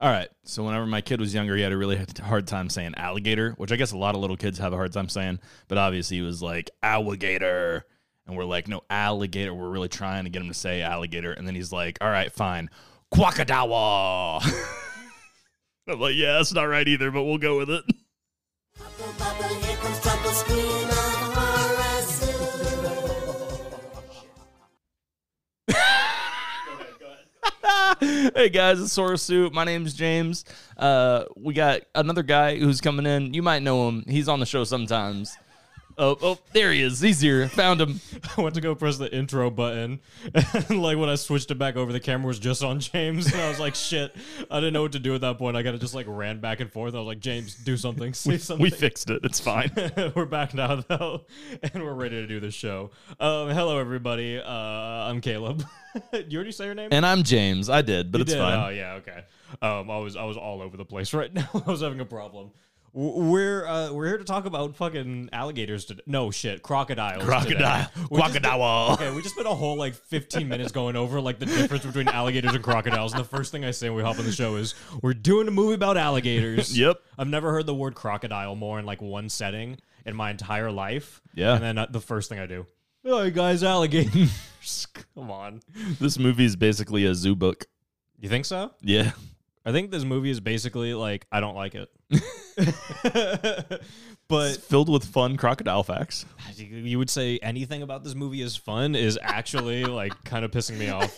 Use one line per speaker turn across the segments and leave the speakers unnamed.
All right. So whenever my kid was younger, he had a really hard time saying alligator, which I guess a lot of little kids have a hard time saying. But obviously, he was like alligator, and we're like, no alligator. We're really trying to get him to say alligator, and then he's like, all right, fine, quackadawa. I'm like, yeah, that's not right either, but we'll go with it.
Bubble, bubble, here comes trouble, scream of horror zoo.
hey guys, it's Sora Suit. My name's James. Uh, we got another guy who's coming in. You might know him. He's on the show sometimes. Oh, oh, there he is. He's here. Found him.
I went to go press the intro button, and like when I switched it back over, the camera was just on James, and I was like, "Shit!" I didn't know what to do at that point. I gotta just like ran back and forth. I was like, "James, do something, say something."
We fixed it. It's fine.
we're back now though, and we're ready to do this show. Um, hello everybody. Uh, I'm Caleb. you already say your name?
And I'm James. I did, but
You
it's
did? Oh
fine.
yeah, okay. Um, I was I was all over the place right now. I was having a problem. W- We're uh, we're here to talk about fucking alligators. Today. No shit, crocodiles. today.
Crocodile.
We just-
Crocodile.
Okay, we just spent a whole like 15 minutes going over like the difference between alligators and crocodiles. And the first thing I say when we hop on the show is, "We're doing a movie about alligators."
Yep.
I've never heard the word crocodile more in like one setting in my entire life.
Yeah.
And then uh, the first thing I do, "Oh, you guys, alligators." Come on.
This movie is basically a zoo book.
You think so?
Yeah.
I think this movie is basically like I don't like it. but
It's filled with fun crocodile facts.
you would say anything about this movie is fun is actually like kind of pissing me off.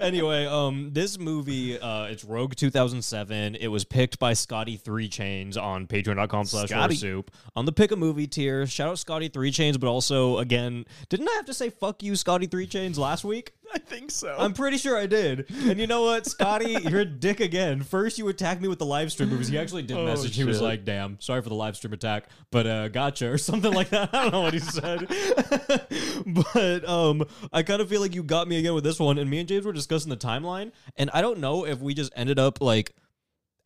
anyway, um, this movie, uh, it's Rogue 2007. It was picked by Scotty Three Chains on patreon.com slash
Scotty.
Horror soup on the pick a movie tier. Shout out Scotty Three Chains, but also again, didn't I have to say fuck you, Scotty Three Chains last week?
I think so.
I'm pretty sure I did. And you know what, Scotty, you're a dick again. First, you attacked me with the live stream movies. He actually did
Oh,
message. He was
shit.
like, "Damn, sorry for the live stream attack, but uh, gotcha" or something like that. I don't know what he said, but um, I kind of feel like you got me again with this one. And me and James were discussing the timeline, and I don't know if we just ended up like.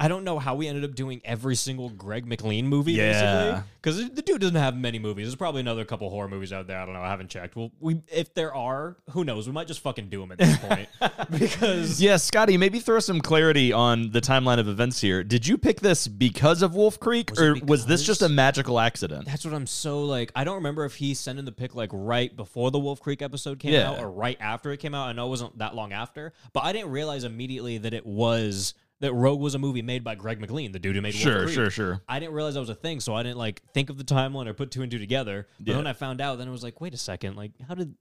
I don't know how we ended up doing every single Greg McLean movie,
Yeah.
basically, because the dude doesn't have many movies. There's probably another couple horror movies out there. I don't know. I haven't checked. Well, we if there are, who knows? We might just fucking do them at this point because
yeah, Scotty, maybe throw some clarity on the timeline of events here. Did you pick this because of Wolf Creek,
it
or was this
because?
just a magical accident?
that's what I'm so like. I don't remember if he sent in the pic like right before the Wolf Creek episode came
Yeah.
out or right after it came out. I know it wasn't that long after, but I didn't realize immediately that it was that Rogue was a movie made by Greg McLean, the dude who made Wolf
Sure,
Creek.
sure, sure.
I didn't realize that was a thing, so I didn't like think of the timeline or put two and two together. But
Yeah.
when I found out, then it was like, wait a second, like how did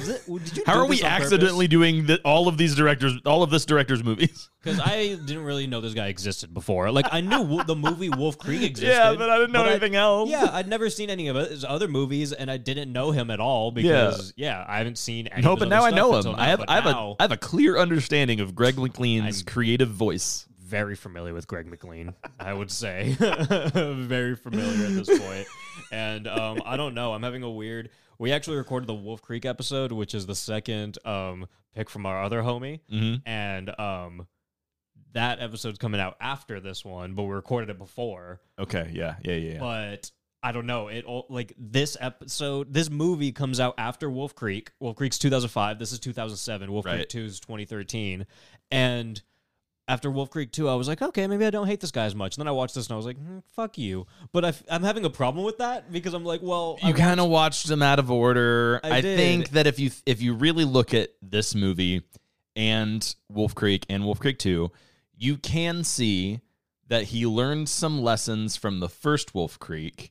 is it, did you
How
do
are
this
we
on purpose?
accidentally doing the, all of these directors, all of this director's movies?
Because I didn't really know this guy existed before. Like I knew wo- the movie Wolf Creek existed.
else.
Yeah, I'd never seen any of his other movies, and I didn't know him at all because yeah, I haven't seen. Any
No,
of his
but
other
now I
stuff
know
until
him.
now,
I have,
but
I have
now
a, I have a clear understanding of Greg McLean's
I'm-
creative voice.
very familiar with Greg McLean. I would say very familiar at this point. And um, I don't know. I'm having a weird. We actually recorded the Wolf Creek episode, which is the second um, pick from our other homie,
Mm-hmm.
and um, that episode's coming out after this one, but we recorded it before.
Okay. Yeah. Yeah. Yeah. yeah.
but I don't know. It all like this episode, this movie comes out after Wolf Creek. Wolf Creek's 2005. This is 2007. Wolf
Right.
Creek 2 is 2013. And after Wolf Creek 2, I was like, okay, maybe I don't hate this guy as much. And then I watched this and I was like, hmm, fuck you. But I f- I'm having a problem with that because I'm like, well, I
you
watched-
kind of watched them out of order.
I
I,
did.
think that if you if you really look at this movie and Wolf Creek and Wolf Creek 2, you can see that he learned some lessons from the first Wolf Creek,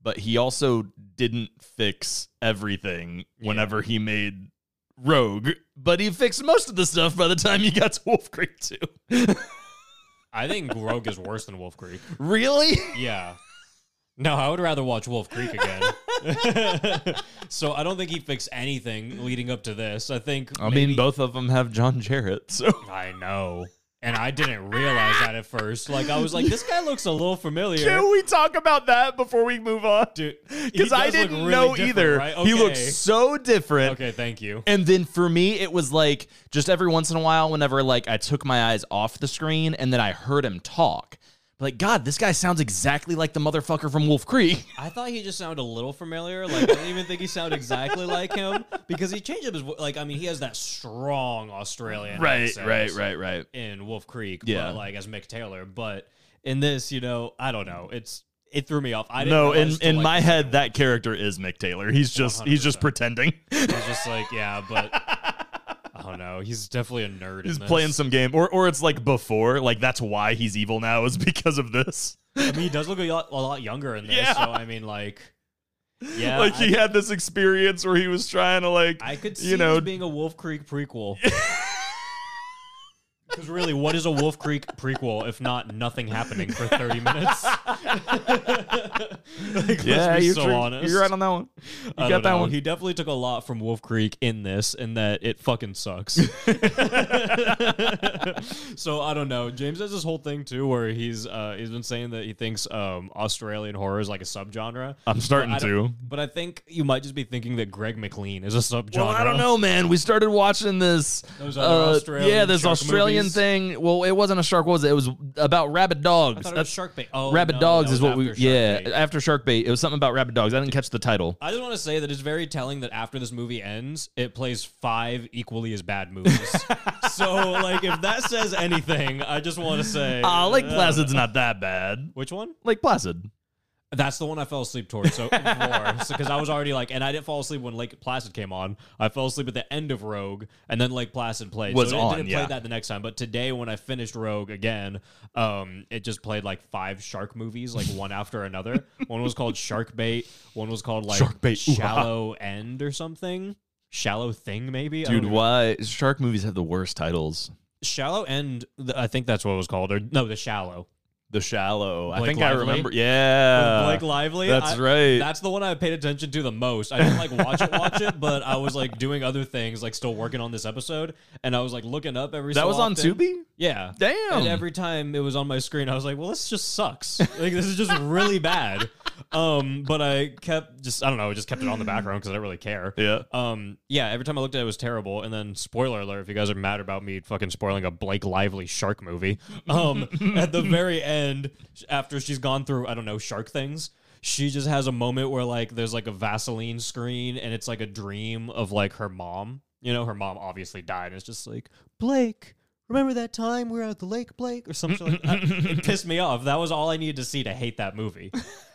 but he also didn't fix everything
Yeah.
whenever he made Rogue, but he fixed most of the stuff by the time you got to Wolf Creek 2.
I think Rogue is worse than Wolf Creek.
really?
Yeah. No, I would rather watch Wolf Creek again. so I don't think he fixed anything leading up to this. I think
I
maybe-
mean, both of them have John Jarrett, so
I know. And I didn't realize that at first. Like I was like, this guy looks a little familiar.
Can we talk about that before we move on?
Dude, he
Because I
does look
didn't
really
know
different,
either.
right?
He looks
Okay.
so different.
Okay, thank you.
And then for me, it was like just every once in a while, whenever like I took my eyes off the screen and then I heard him talk. Like, God, this guy sounds exactly like the motherfucker from Wolf Creek.
I thought he just sounded a little familiar. Like I didn't even think he sounded exactly like him because he changed up his vo- like. I mean, he has that strong Australian accent
right, right.
in Wolf Creek,
Yeah.
but like as Mick Taylor. But in this, you know, I don't know. It's it threw me off. I didn't
No,
realize
in,
till,
in
like,
my
the
head, that character is Mick Taylor. He's just he's just
100%.
pretending.
second- it's just like yeah, but I don't know. He's definitely a nerd.
He's
in this.
playing some game, or or it's like before, like that's why he's evil now is because of this.
I mean, he does look a lot, a lot younger in this.
Yeah.
So I mean, like, yeah,
like
I,
he had this experience where he was trying to like
I could see
you know
this being a Wolf Creek prequel. Because really, what is a Wolf Creek prequel if not nothing happening for thirty minutes? Like, let's be so
true.
honest.
You're right on that one. You
I
got
don't
that
know.
one.
He definitely took a lot from Wolf Creek in this, and that it fucking sucks. so I don't know. James has this whole thing too, where he's uh, he's been saying that he thinks um, Australian horror is like a subgenre.
I'm starting
I
to.
don't- But I think you might just be thinking that Greg McLean is a subgenre.
Well, I don't know, man. We started watching this. uh,
Those other Australian
yeah, this
shark
Australian
movies.
thing. Well, it wasn't a shark. What was it? It was about rabid
I
dogs.
thought it was
That's-
Shark Bait. Oh,
rabid
no,
dogs
that
is
was
what we.
after Shark
Yeah,
Bait.
after shark bait, it was something about rabid dogs. I didn't catch the title.
I just want to say that it's very telling that after this movie ends, it plays five equally as bad movies. so, like, if that says anything, I just want to say,
Ah, Lake Placid's not that bad.
which one?
Lake Placid.
That's the one I fell asleep towards. So, because I was already like, and I didn't fall asleep when Lake Placid came on. I fell asleep at the end of Rogue, and then Lake Placid played.
Was
so it
on,
didn't
yeah.
play that the next time. But today, when I finished Rogue again, um, it just played like five shark movies, like one after another. One was called Shark Bait. One was called like
Shark Bait, ooh, ha, ha.
Shallow End or something. Shallow Thing, maybe. I
Dude,
don't know.
why shark movies have the worst titles?
Shallow End. th- I think that's what it was called. Or no, the Shallow.
The Shallow. I
Blake
think I
Lively?
remember. Yeah,
Blake Lively.
Uh, That's
I-
right.
That's the one I paid attention to the most. I didn't like watch it, watch it, but I was like doing other things, like still working on this episode, and I was like looking up every.
that
so
was on
often.
Tubi.
Yeah.
Damn.
And every time it was on my screen, I was like, "Well, this just sucks. Like, this is just really bad." Um, but I kept just I don't know, I just kept it on the background because I didn't really care.
yeah.
Um, yeah, every time I looked at it, it was terrible. And then, spoiler alert, if you guys are mad about me fucking spoiling a Blake Lively shark movie, um, at the very end, sh- after she's gone through, I don't know, shark things, she just has a moment where, like, there's like a Vaseline screen and it's like a dream of like her mom. You know, her mom obviously died. And it's just like, Blake, remember that time we were at the lake, Blake? Or something like that. It pissed me off. That was all I needed to see to hate that movie.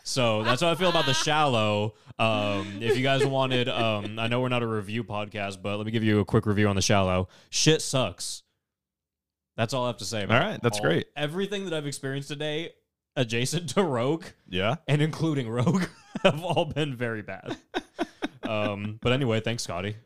So that's how I feel about The Shallow. Um, if you guys wanted, um, I know we're not a review podcast, but let me give you a quick review on The Shallow. Shit sucks. That's all I have to say. About
All right, that's
all-
great.
Everything that I've experienced today, adjacent to Rogue
Yeah.
and including Rogue, have all been very bad. um, but anyway, thanks, Scotty.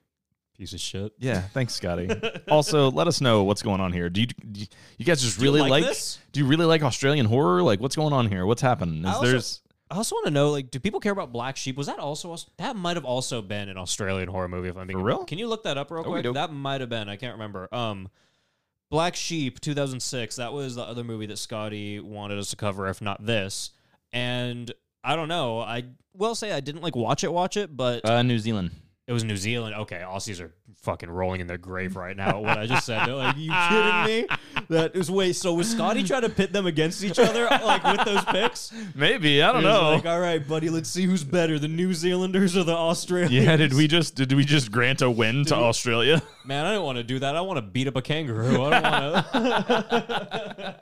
Piece of shit.
Yeah, thanks, Scotty. also, let us know what's going on here. Do you, do you, you guys just
you
really
like
like?
this?
Do you really like Australian horror? Like, what's going on here? What's happening?
I
Is
also-
there's
I also want to know, like, do people care about Black Sheep? Was that also that might have also been an Australian horror movie? If I'm being
For real?
can you look that up real quick?
Okey-doke.
That might have been. I can't remember. Um, Black Sheep, 2006. That was the other movie that Scotty wanted us to cover, if not this. And I don't know. I will say I didn't like watch it, watch it, but
uh, New Zealand?
it was New Zealand. Okay, Aussies are fucking rolling in their grave right now. at What I just said, they're like, "You kidding me?" That is wait. So was Scotty trying to pit them against each other, like with those picks?
Maybe I don't
It was
know.
Like, all right, buddy, let's see who's better, the New Zealanders or the Australians.
yeah, did we just did we just grant a win to
we-
Australia?
Man, I don't want to do that. I want to beat up a kangaroo. I don't want to.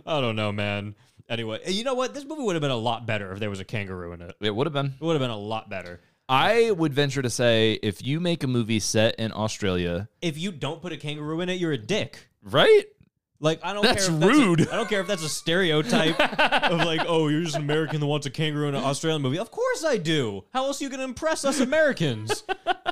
I don't know, man. Anyway, you know what? This movie would have been a lot better if there was a kangaroo in it.
It would have been.
It would have been a lot better.
I would venture to say if you make a movie set in Australia,
If you don't put a kangaroo in it, you're a dick.
right?
Like I don't
That's
care. If that's a-
rude.
I don't care if that's a stereotype of like, oh, you're just an American that wants a kangaroo in an Australian movie. Of course I do. How else are you gonna impress us Americans?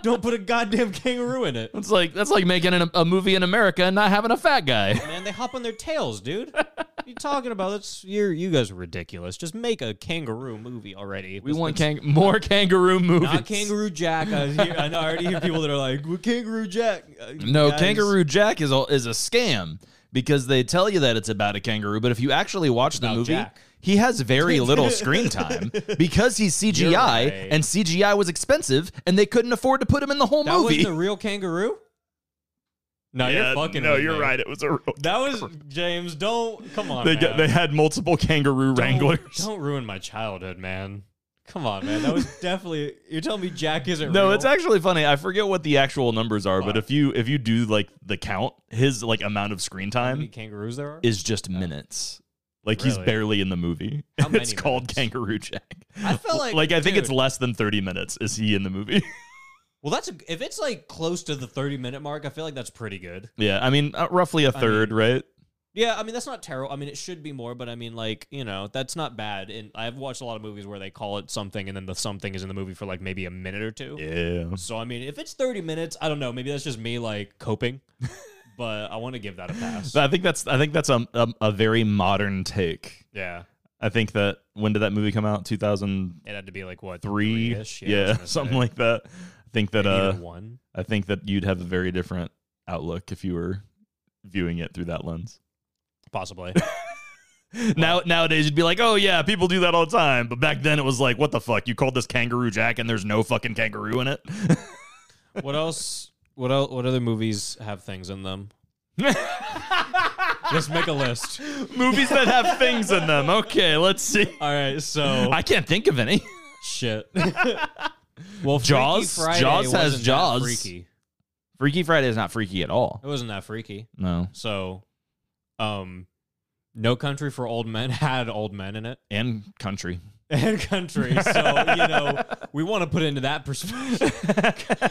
don't put a goddamn kangaroo in it.
It's like that's like making an, a movie in America and not having a fat guy.
Man, they hop on their tails, dude. What are you talking about? That's you're you guys are ridiculous. Just make a kangaroo movie already.
We want
It's
kang- more kangaroo movies.
not Kangaroo Jack. I, hear, I know- I already hear people that are like, well, Kangaroo Jack. Uh, you
No,
guys-
Kangaroo Jack is a, is a scam because they tell you that it's about a kangaroo, but if you actually watch the
about
movie,
Jack.
he has very little screen time because he's CGI
right.
and CGI was expensive and they couldn't afford to put him in the whole
That
movie.
wasn't a real kangaroo. No,
Yeah,
you're fucking.
No,
with
you're
me.
right. It was a.
That was James. Don't come on.
They
man.
got, they had multiple kangaroo
Don't-
wranglers.
Don't ruin my childhood, man. Come on, man. That was definitely. You're telling me Jack isn't.
No,
real?
it's actually funny. I forget what the actual numbers are, but
Fuck.
if you if you do like the count, his like amount of screen
How many
time
kangaroos there are.
is just minutes. Like he's
Really?
barely in the movie.
How
it's
many
called
minutes?
Kangaroo Jack.
I feel like-
like I think it's
dude.
less than thirty minutes. Is he in the movie?
well, that's a, if it's like close to the 30 minute mark. I feel like that's pretty good.
yeah, I mean uh, roughly a third, right?
Yeah, I mean that's not terrible. I mean it should be more, but I mean like you know that's not bad. And I've watched a lot of movies where they call it something, and then the something is in the movie for like maybe a minute or two.
Yeah.
So I mean, if it's 30 minutes, I don't know. Maybe that's just me like coping, but I want to give that a pass.
But I think that's I think that's a, a a very modern take.
yeah,
I think that when did that movie come out? Two thousand
it had to be like what
three,
three-ish?
yeah,
I was gonna
something
say.
like that. I think that
Maybe
uh,
even one.
I think that you'd have a very different outlook if you were viewing it through that lens.
Possibly.
now nowadays you'd be like, "Oh yeah, people do that all the time." But back then it was like, "What the fuck? You called this kangaroo Jack and there's no fucking kangaroo in it?"
what else? What else, What other movies have things in them? Let's make a list.
Movies that have things in them. Okay, let's see.
All right, so
I can't think of any.
shit. well, Freaky
Jaws?
Friday
Jaws has
wasn't that
Jaws.
Freaky.
Freaky Friday is not freaky at all.
It wasn't that freaky.
No.
So, um, No Country for Old Men had old men in it.
And country.
and country. So, you know, we want to put it into that perspective.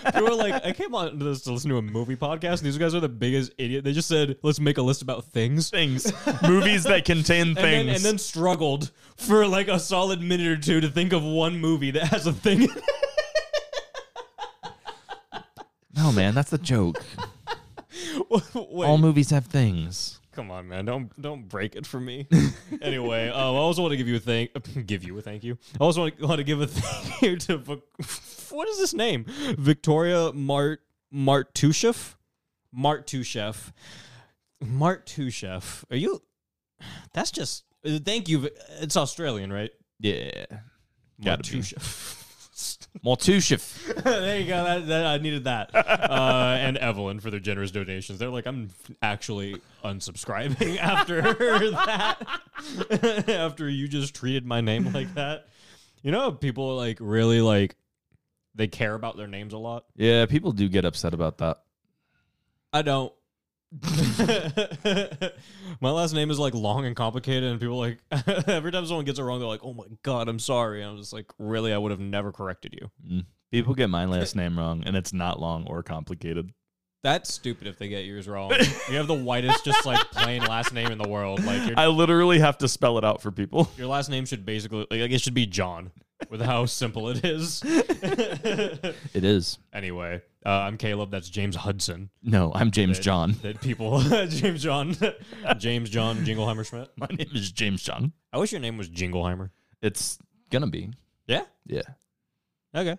we were like, I came on to this to listen to a movie podcast, and these guys are the biggest idiot. They just said, let's make a list about things.
Things. Movies that contain things.
And then, and then struggled for like a solid minute or two to think of one movie that has a thing. in it.
no, man, that's the joke.
Wait,
all movies have things.
come on, man! Don't don't break it for me. anyway, um, I also want to give you a thank, uh, give you a thank you. I also want to, want to give a thank you to Vic- what is this name? Victoria Mart Martushev, Martushev, Martushev. Are you? That's just uh, thank you. Vi- It's Australian, right?
Yeah. Gotta be.
Martushev.
Maltushif.
there you go. That, that, I needed that. Uh, and Evelyn for their generous donations. They're like, I'm actually unsubscribing after that. after you just treated my name like that. You know, people like really like they care about their names a lot.
Yeah, people do get upset about that.
I don't. my last name is like long and complicated, and people like every time someone gets it wrong, they're like, "Oh my god, I'm sorry." And I'm just like, "Really? I would have never corrected you."
People get my last name wrong, and it's not long or complicated.
That's stupid if they get yours wrong. you have the whitest, just like plain last name in the world. Like your,
I literally have to spell it out for people.
your last name should basically like it should be John, with how simple it is.
It is.
anyway, uh, I'm Caleb. That's James Hudson.
No, I'm James
That-
John.
That people, James John, James John Jingleheimer Schmidt.
My name is James John.
I wish your name was Jingleheimer.
It's gonna be.
Yeah.
Yeah.
Okay.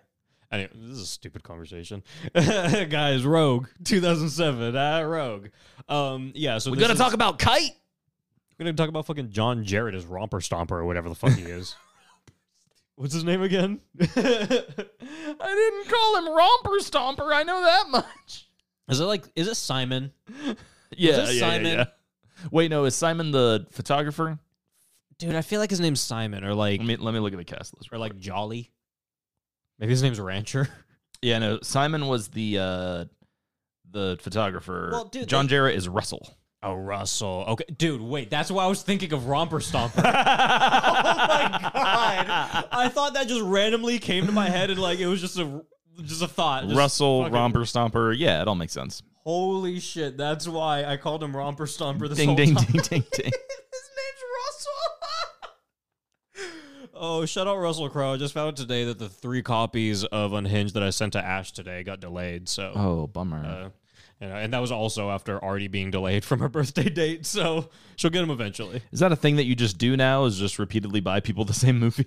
Anyway, this is a stupid conversation, guys. Rogue, 2007. Uh, Rogue. Um, yeah. So
We're
this
gonna
is-
talk about kite.
We're gonna talk about fucking John Jarrett as Romper Stomper or whatever the fuck he is. What's his name again?
I didn't call him Romper Stomper. I know that much.
is it like is it Simon?
Yeah,
this
yeah,
Simon?
yeah, yeah. Wait, no, is Simon the photographer?
Dude, I feel like his name's Simon or like
Let me let me look at the cast list.
or like Jolly. Maybe his name's Rancher.
Yeah, no, Simon was the uh the photographer.
Well, dude,
John
they-
Jarrett is Russell.
Oh, Russell. Okay, dude, wait. That's why I was thinking of Romper Stomper. oh my god! I thought that just randomly came to my head and like it was just a just a thought. Just
Russell
fucking-
Romper Stomper. Yeah, it all makes sense.
Holy shit! That's why I called him Romper Stomper. This
Ding
whole
ding
time.
ding ding ding.
His name's Russell. oh, shout out Russell Crowe. I just found out today that the three copies of Unhinged that I sent to Ash today got delayed. So,
Oh, bummer.
uh, you know, and that was also after already being delayed from her birthday date. So she'll get them eventually.
is that a thing that you just do now? Is just repeatedly buy people the same movie?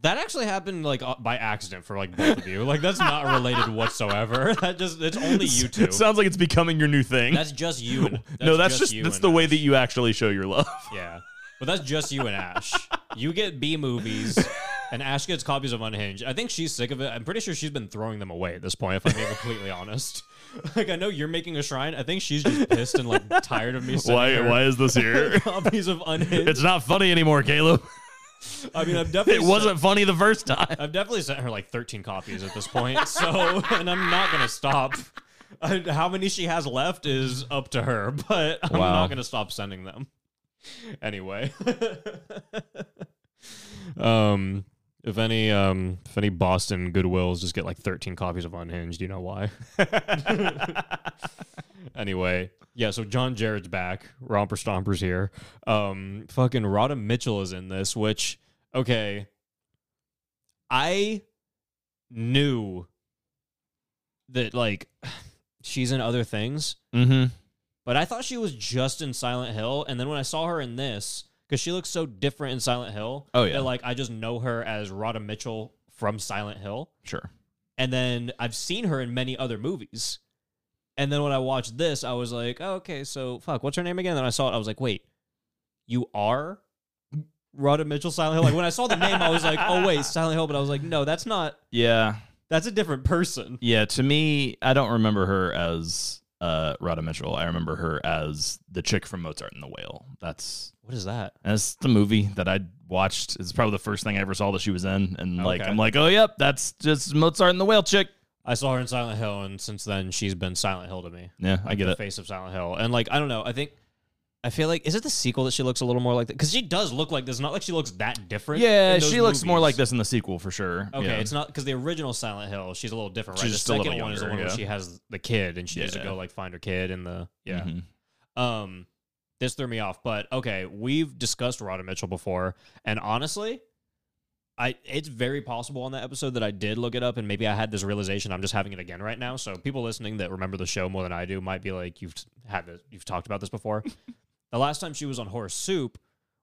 That actually happened like uh, by accident for like both of you. Like that's not related whatsoever. That just it's only you two.
Sounds like it's becoming your new thing.
That's just you. And, that's
no, that's just,
you
that's
and
the
Ash.
way that you actually show your love.
Yeah. But that's just you and Ash. You get B movies. And Ash gets copies of Unhinged. I think she's sick of it. I'm pretty sure she's been throwing them away at this point, if I'm being completely honest. Like, I know you're making a shrine. I think she's just pissed and, like, tired of me sending
Why?
her
Why is this here?
copies of Unhinged.
it's not funny anymore, Caleb.
I mean, I've
It
definitely
wasn't funny the first time.
I've definitely sent her like 13 copies at this point. So, and I'm not going to stop. I, how many she has left is up to her, but I'm
Wow.
not going to stop sending them. Anyway. um if any um if any Boston Goodwills just get like 13 copies of Unhinged, you know why. anyway, yeah, so John Jarrett's back. Romper Stomper's here. Um fucking Rhoda Mitchell is in this, which okay, I knew that like she's in other things,
Mm-hmm.
but I thought she was just in Silent Hill, and then when I saw her in this, because she looks so different in Silent Hill,
Oh, yeah.
that, like I just know her as Rhoda Mitchell from Silent Hill,
Sure.
and then I've seen her in many other movies, and then when I watched this, I was like, oh, okay, so fuck, what's her name again? And I saw it, I was like, wait, you are. Rhoda Mitchell, Silent Hill. Like when I saw the name, I was like, "Oh wait, Silent Hill," but I was like, "No, that's not
Yeah.
that's a different person.
Yeah. To me, I don't remember her as uh, Rhoda Mitchell. I remember her as the chick from Mozart and the Whale. That's
What is that?
that's the movie that I watched. It's probably the first thing I ever saw that she was in, and like
Okay.
I'm like, oh yep, that's just Mozart and the Whale chick.
I saw her in Silent Hill, and since then she's been Silent Hill to me.
Yeah, I get
the
it.
face of Silent Hill, and like I don't know. I think I feel like is it the sequel that she looks a little more like that? Because she does look like this. Not like she looks that different.
Yeah,
in those
she looks more
movies.
like this in the sequel for sure.
Okay,
yeah.
it's not because the original Silent Hill, she's a little different. Right,
She's
the
just a
second
little
one is the one
younger,
where
yeah.
she has the kid, and she has to
Yeah.
go like find her kid, and the yeah.
Mhm.
Um, this threw me off, but okay, we've discussed Rhoda Mitchell before, and honestly, I it's very possible on that episode that I did look it up, and maybe I had this realization. I'm just having it again right now. So people listening that remember the show more than I do might be like, you've had this, you've talked about this before. the last time she was on Horror Soup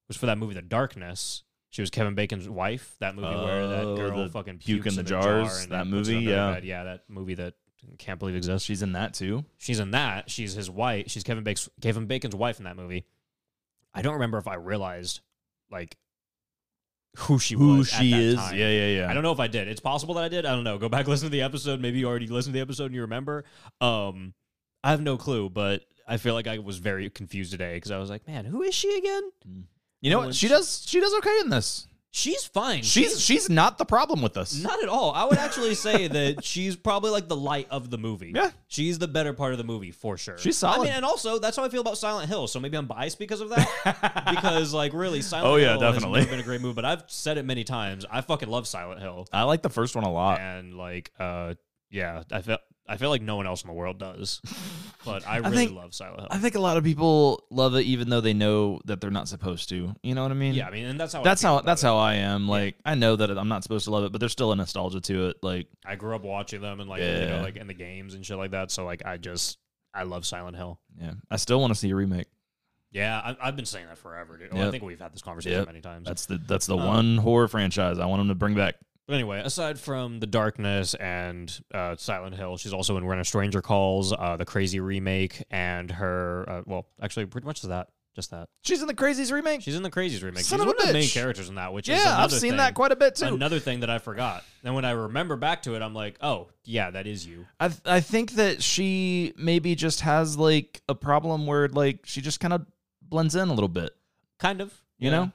was for that movie, The Darkness. She was Kevin Bacon's wife. That movie where that
Oh,
girl
the
fucking
puke
pukes
in the
jar
jars,
and
that
puts it
movie,
under her
yeah.
bed. yeah, that movie that can't believe exists
She's in that too.
she's in that. She's his wife. She's Kevin Bacon's, Kevin Bacon's wife in that movie. I don't remember if I realized like who she
Who
was at
she
that
is?
time.
Yeah, yeah, yeah.
I don't know if I did. It's possible that I did. I don't know. Go back listen to the episode. Maybe you already listened to the episode and you remember. Um, I have no clue, but I feel like I was very confused today because I was like, man, who is she again?
Mm. You know what? She does. She does okay in this.
She's fine.
She's she's not the problem with us.
Not at all. I would actually say that she's probably like the light of the movie.
Yeah.
She's the better part of the movie for sure.
She's
I
solid.
mean, and also that's how I feel about Silent Hill. So maybe I'm biased because of that. because like really, Silent
Oh, yeah,
Hill has
definitely.
never been a great movie. But I've said it many times. I fucking love Silent Hill,
I like the first one a lot.
and like, uh, yeah, I feel I feel like no one else in the world does. But I really
think-
love Silent Hill.
I think a lot of people love it even though they know that they're not supposed to. You know what I mean?
yeah, I mean, and that's how I
That's
feel
how
about
that's
it.
how Oh, I am. Like I know that I'm not supposed to love it, but there's still a nostalgia to it. Like
I grew up watching them and like you know
Yeah.
like in the games and shit like that. So like I just I love Silent Hill.
yeah, I still want to see a remake.
Yeah, I, I've been saying that forever, dude. Well, I
Yep.
think we've had this conversation
Yep.
many times.
That's the that's the
Um,
one horror franchise I want them to bring back.
but anyway, aside from The Darkness and uh, Silent Hill, she's also in When a Stranger Calls, uh, the Crazy remake, and her, uh, well, actually, pretty much that. Just that.
She's in the Crazies remake.
She's in the Crazies remake.
Son of
she's
a
one of the main
bitch.
characters in that, which is
yeah, I've
another
seen
thing-
that quite a bit too.
Another thing that I forgot. And when I remember back to it, I'm like, oh, yeah, that is you.
I th- I think that she maybe just has like a problem where like she just kind of blends in a little bit.
Kind of.
you
yeah.
know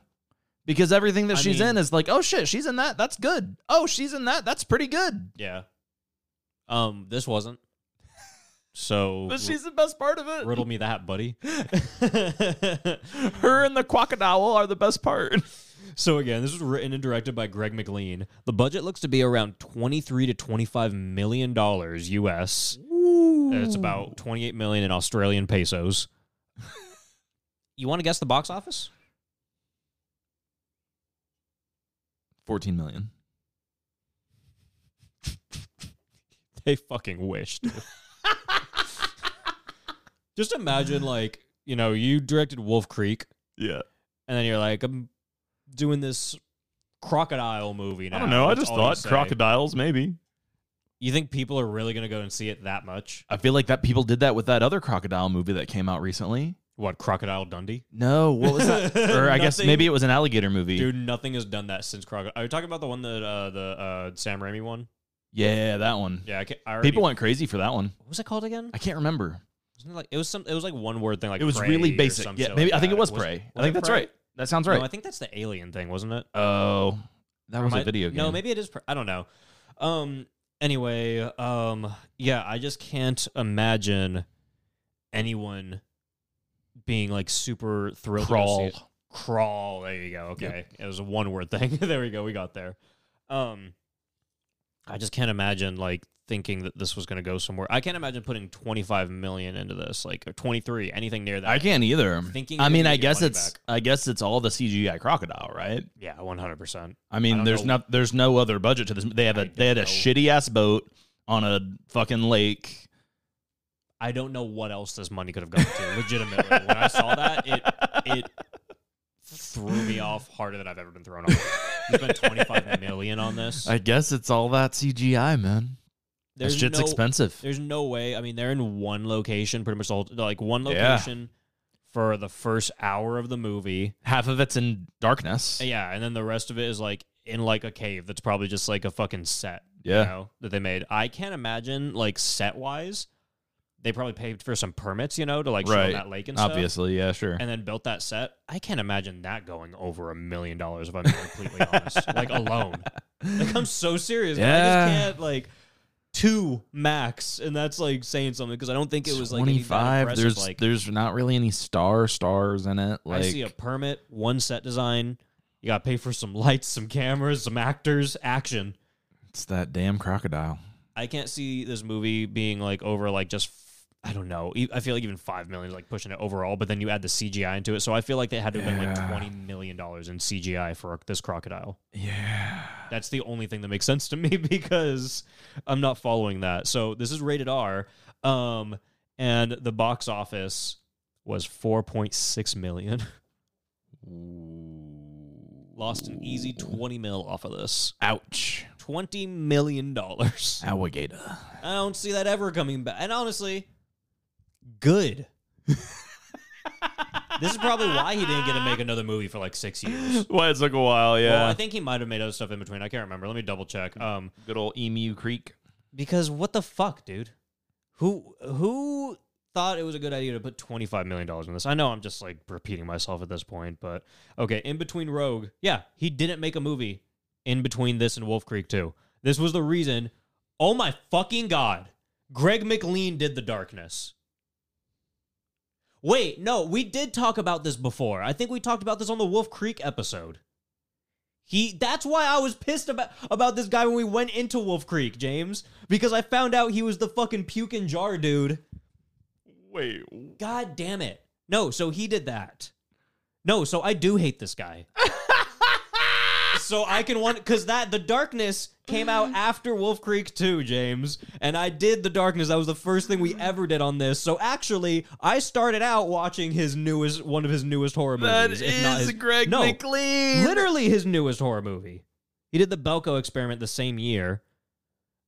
because everything that
I
she's
mean-
in is like oh shit she's in that that's good oh she's in that that's pretty good
Yeah. Um, This wasn't. So,
but she's the best part of it
riddle me that, buddy.
her and the crocodile are the best part
So again, this was written and directed by Greg McLean. The budget looks to be around 23 to 25 million dollars US. And It's about 28 million in Australian pesos. you want to guess the box office?
14 million
They fucking wish. dude. Just imagine like, you know, you directed Wolf Creek
yeah
and then you're like, I'm doing this crocodile movie now.
i don't know i
That's
just
all you
thought
say.
crocodiles maybe
You think people are really going to go and see it that much?
i feel like that people did that with that other crocodile movie that came out recently
What Crocodile Dundee?
No, what was that? or I guess
Nothing.
maybe it was an alligator movie.
Dude, nothing has done that since Crocodile. Are you talking about the one that uh, the uh, Sam Raimi one?
Yeah, that one.
Yeah, I, can't, I already,
People went crazy for that one.
What was it called again?
I can't remember.
Wasn't it like it was some? It was like one word thing. Like
it was
prey
really
or
basic.
some
Yeah,
shit like
maybe I think
that.
it was
Was-
Prey. I
was
think
it
that's
Prey?
right. That sounds right.
No, I think that's the alien thing, wasn't it?
oh, that was
Or
a
might-
video game.
No, maybe it is. Pre- I don't know. Um. Anyway, um. Yeah, I just can't imagine anyone being like super thrilled. to go
Crawl.
see it. Crawl. There you go. Okay, it was a one word thing. there we go. We got there. Um. I just can't imagine like thinking that this was going to go somewhere. I can't imagine putting 25 million into this, like or 23, anything near that.
I can't either.
Thinking
I
you're
mean,
gonna
I
get
guess
money
it's
back.
I guess it's all the CGI crocodile, right?
yeah, 100%.
I
I
mean,
don't
there's
know.
not there's no other budget to this. They have
I
a they had a
don't know.
shitty ass boat on a fucking lake.
I don't know what else this money could have gone to. Legitimately, when I saw that, it it threw me off harder than I've ever been thrown off. You spent twenty five million on this.
I guess it's all that CGI, man. That
there's
shit's
no,
expensive.
There's no way. I mean, they're in one location, pretty much all like one
Yeah.
location for the first hour of the movie.
Half of it's in darkness.
Yeah, and then the rest of it is like in like a cave that's probably just like a fucking set. you
Yeah.
know, that they made. I can't imagine like set wise. They probably paid for some permits, you know, to like show
Right.
that lake and stuff.
Obviously, yeah, sure.
and then built that set. I can't imagine that going over a million dollars if I'm being completely honest. Like alone. Like I'm so serious. but I
Yeah.
just can't like two max, and that's like saying something because I don't think it was like any
twenty
kind of
five.
impressive,
There's
like
there's not really any star stars in it. Like
I see a permit, one set design. You got to pay for some lights, some cameras, some actors, action.
it's that damn crocodile.
I can't see this movie being like over like just f- I don't know. E- I feel like even five million is like pushing it overall, but then you add the CGI into it, so I feel like they had to have been like
Yeah.
twenty million dollars in CGI for this crocodile.
Yeah.
That's the only thing that makes sense to me because I'm not following that. So this is rated R, um, and the box office was four point six million. Lost an easy twenty mil off of this.
Ouch.
Twenty million dollars.
Alligator.
I don't see that ever coming back. And honestly, good. this is probably why he didn't get to make another movie for like six years.
Why it took a while, yeah.
Well, I think he might have made other stuff in between. I can't remember. Let me double check. Um,
Good old Emu Creek.
because what the fuck, dude? Who who thought it was a good idea to put twenty five million dollars in this? I know I'm just like repeating myself at this point, but okay. In between Rogue, yeah, he didn't make a movie in between this and Wolf Creek too. This was the reason. Oh my fucking god! Greg McLean did the Darkness. Wait, no, we did talk about this before. I think we talked about this on the Wolf Creek episode. He that's why I was pissed about about this guy when we went into Wolf Creek, James, because I found out he was the fucking puke and jar dude.
Wait.
God damn it. No, so he did that. No, so I do hate this guy. so I can want cuz that the darkness came out after Wolf Creek 2, James, and I did the darkness. That was the first thing we ever did on this. So actually, I started out watching his newest one of his newest horror
That
movies.
is
if not his-
Greg
No.
McLean.
literally his newest horror movie. He did the Belko experiment the same year.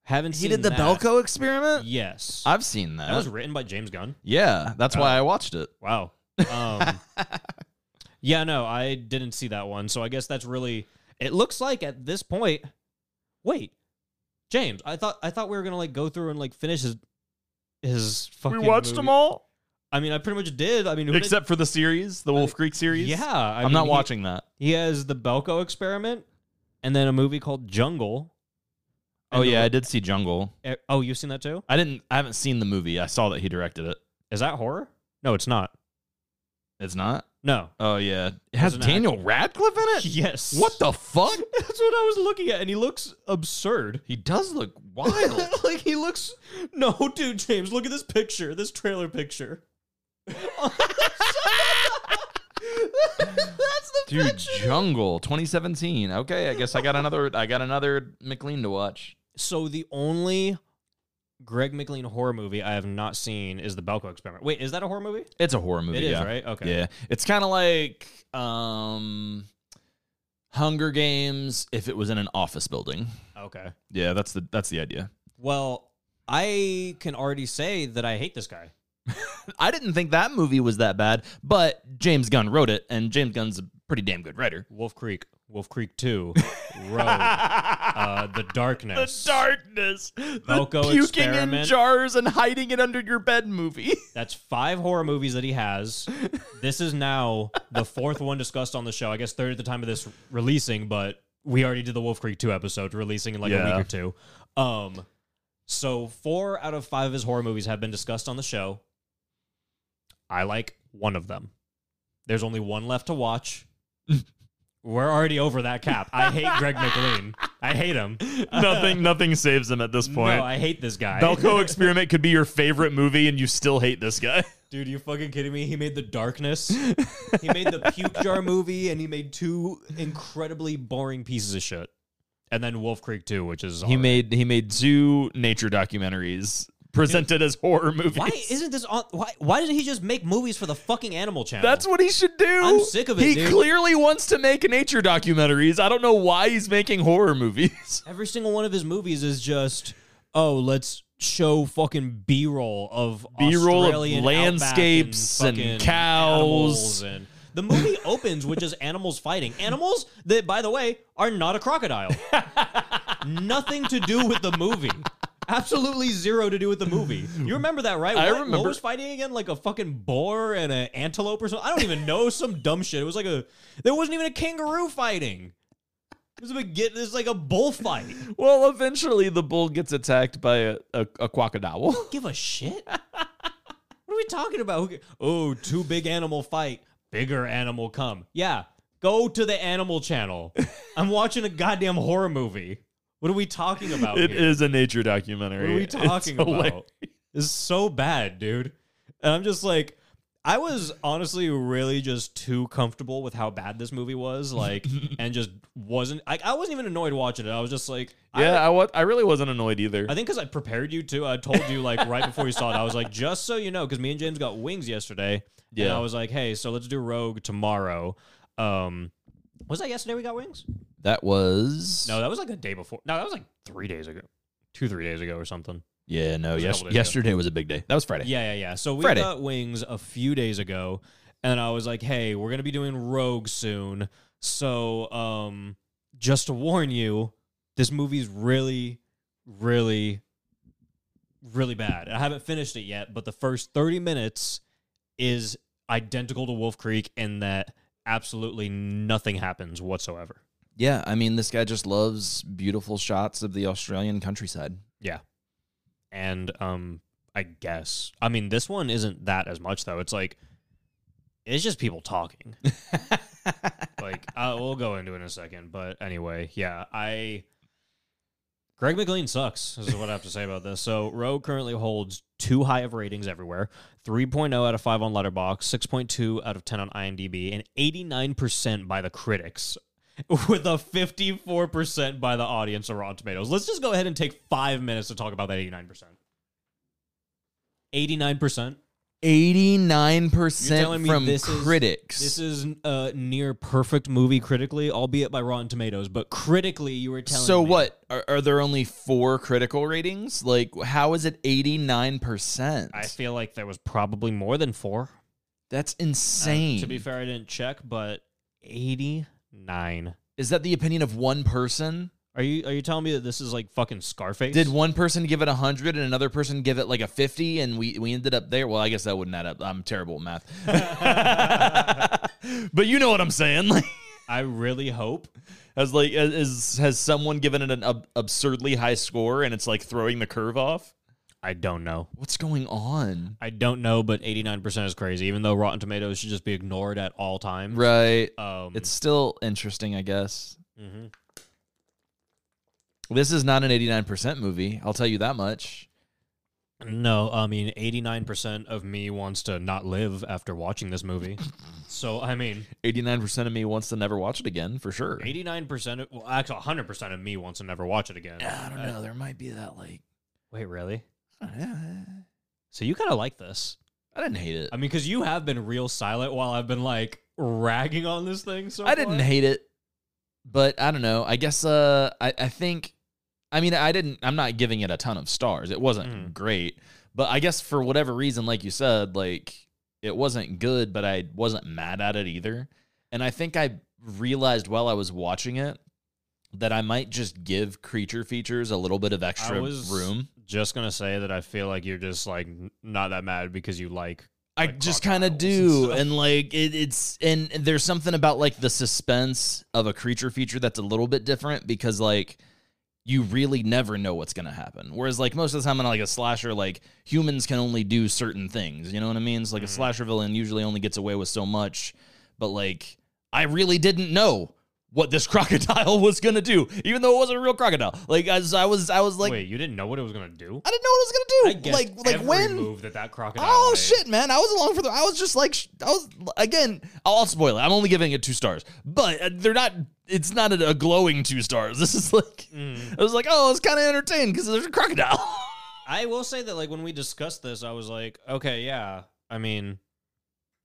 Haven't
He
seen
did the
that.
Belko experiment?
Yes,
I've seen that.
that was Uh, written by James Gunn.
yeah, that's why I watched it.
Wow. Um, yeah, no, I didn't see that one. So I guess that's really. It looks like at this point. Wait, James, I thought I thought we were gonna like go through and like finish his his fucking. movie.
all
I mean, I pretty much did. I mean, who did-
except for the series, the Wolf Creek series.
yeah, I
I'm
mean,
not
he-
watching that.
He has the Belko experiment, and then a movie called Jungle.
Oh
And
yeah, I
the-
did see Jungle.
Eh, Oh, you've seen that too?
I didn't. I haven't seen the movie. I saw that he directed it.
Is that horror? No, it's not.
It's not.
No.
Oh yeah, it has
It's an
Daniel Radcliffe in it.
Yes.
What the fuck?
That's what I was looking at, and he looks absurd.
He does look wild.
like he looks. No, dude, James, look at this picture. This trailer picture. That's the
Dude, Jungle 2017. Okay, I guess I got another. I got another McLean to watch.
So the only Greg McLean horror movie I have not seen is the Belko Experiment. Wait, is that a horror movie?
It's a horror movie.
it is,
yeah.
right? Okay.
Yeah, it's kind of like um, Hunger Games if it was in an office building.
Okay.
Yeah, that's the that's the idea.
Well, I can already say that I hate this guy.
I didn't think that movie was that bad, but James Gunn wrote it, and James Gunn's a pretty damn good writer.
Wolf Creek, Wolf Creek Two, Road, uh, The Darkness.
darkness, the
Malco experiment.
jars and hiding it under your bed movie.
That's five horror movies that he has. this is now the fourth one discussed on the show. I guess third at the time of this releasing, but we already did the Wolf Creek 2 episode, releasing in like a
Yeah.
week or two. Um, so four out of five of his horror movies have been discussed on the show. I like one of them. There's only one left to watch. We're already over that cap. I hate Greg McLean. I hate him.
nothing, nothing saves him at this point.
No, I hate this guy.
Belko Experiment could be your favorite movie, and you still hate this guy.
Dude, you fucking kidding me? He made The Darkness. he made the Puke Jar movie, and he made two incredibly boring pieces of shit. And then Wolf Creek 2, which is.
He
alright.
made he made zoo nature documentaries presented as horror movies.
Why isn't this on. Why, why didn't he just make movies for the fucking Animal Channel?
That's what he should do.
I'm sick of it,
He
dude.
clearly wants to make nature documentaries. I don't know why he's making horror movies.
Every single one of his movies is just, oh, let's show fucking B roll of
B-roll of
Australian
landscapes
outback
and
fucking
cows.
animals and the movie opens with just animals fighting. Animals that, by the way, are not a crocodile. Nothing to do with the movie. Absolutely zero to do with the movie. You remember that, right?
I
what, what
remember-
was fighting again? Like a fucking boar and an antelope or something. I don't even know. Some dumb shit. It was like a. There wasn't even a kangaroo fighting. It was, a, big- it was like a bullfight.
Well, eventually the bull gets attacked by a, a, a crocodile.
give a shit? what are we talking about? Who ca- Oh, two big animal fight, bigger animal come. Yeah, go to the animal channel. I'm watching a goddamn horror movie. What are we talking about?
It
here?
is a nature documentary.
What are we
It's
talking
hilarious.
about? This is so bad, dude. And I'm just like, I was honestly really just too comfortable with how bad this movie was, like, and just wasn't. I, I wasn't even annoyed watching it. I was just like, I-
Yeah, I, wa- I really wasn't annoyed either.
I think because I prepared you too. I told you like right before you saw it. I was like, just so you know, because me and James got wings yesterday. And
Yeah.
I was like, hey, so let's do Rogue tomorrow. Um, was that yesterday we got wings?
that was
No, that was like a day before. No, that was like three days ago, two three days ago or something.
Yeah, no.
was a
Yes-
couple days ago.
yesterday was a big day. That was Friday.
Yeah, yeah, yeah. So we
Friday.
got wings a few days ago, and I was like, "Hey, we're gonna be doing Rogue soon, so um, just to warn you, this movie's really, really, really bad." I haven't finished it yet, but the first thirty minutes is identical to Wolf Creek in that absolutely nothing happens whatsoever.
Yeah, I mean, this guy just loves beautiful shots of the Australian countryside.
and um i guess i mean this one isn't that as much though it's like it's just people talking like uh, we'll go into it in a second but anyway yeah i greg mclean sucks is what i have to say about this so rogue currently holds too high of ratings everywhere 3.0 out of 5 on letterbox 6.2 out of 10 on imdb and 89% by the critics with a 54% by the audience of Rotten Tomatoes. Let's just go ahead and take five minutes to talk about that 89%. 89%.
Eighty-nine
You're telling
percent
me
from
this is-
critics.
This is a near perfect movie critically, albeit by Rotten Tomatoes, but critically, you were telling
so
me.
what? Are, are there only four critical ratings? Like, how is it eighty-nine percent?
I feel like there was probably more than four.
That's
Uh,
insane.
to be fair, I didn't check, but 89.
is that the opinion of one person?
Are you are you telling me that this is like fucking Scarface?
Did one person give it 100 and another person give it like a 50 and we, we ended up there? Well, I guess that wouldn't add up. I'm terrible at math. but you know what I'm saying. Like,
I really hope
as like as, as- has someone given it an ab- absurdly high score and it's like throwing the curve off?
I don't know.
What's going on?
I don't know, but 89% is crazy, even though Rotten Tomatoes should just be ignored at all times.
Right.
Um,
It's still interesting, I guess.
mhm.
This is not an 89% movie. I'll tell you that much.
No, I mean, 89% of me wants to not live after watching this movie. so, I mean,
89% of me wants to never watch it again for sure.
89%, of, well, actually, 100% of me wants to never watch it again. Uh,
I don't know. There might be that like
Wait, really?
I don't know.
So, you kind of like this.
I didn't hate it.
I mean, because you have been real silent while I've been like ragging on this thing. So
I didn't
far.
hate it, but I don't know. I guess uh, I I think, I mean, I didn't. I'm not giving it a ton of stars. It wasn't
Mhm.
great, But I guess for whatever reason, like you said, like it wasn't good, but I wasn't mad at it either. And I think I realized while I was watching it that I might just give creature features a little bit of extra
was-
room.
Just gonna say that I feel like you're just like n- not that mad because you like.
I
like
just kind of
crocodiles and
do,
stuff.
and, like it, it's and there's something about like the suspense of a creature feature that's a little bit different because like you really never know what's gonna happen. Whereas like most of the time in like a slasher, like humans can only do certain things. You know what I mean? It's like a
Mm-hmm.
slasher villain usually only gets away with so much, but like I really didn't know what this crocodile was gonna do, even though it wasn't a real crocodile. Like as I was, I was like,
Wait, you didn't know what it was gonna do?
I didn't know what it was gonna do.
guessed
Like like
every
when
move that that crocodile.
Oh
made.
shit, man! I was along for the. I was just like, sh- I was again. I'll, I'll spoil it. I'm only giving it two stars, but uh, they're not. It's not a, a glowing two stars. This is like,
Mm-hmm.
I was like, oh, I was kind of entertained because there's a crocodile.
I will say that like when we discussed this, I was like, okay, yeah. I mean,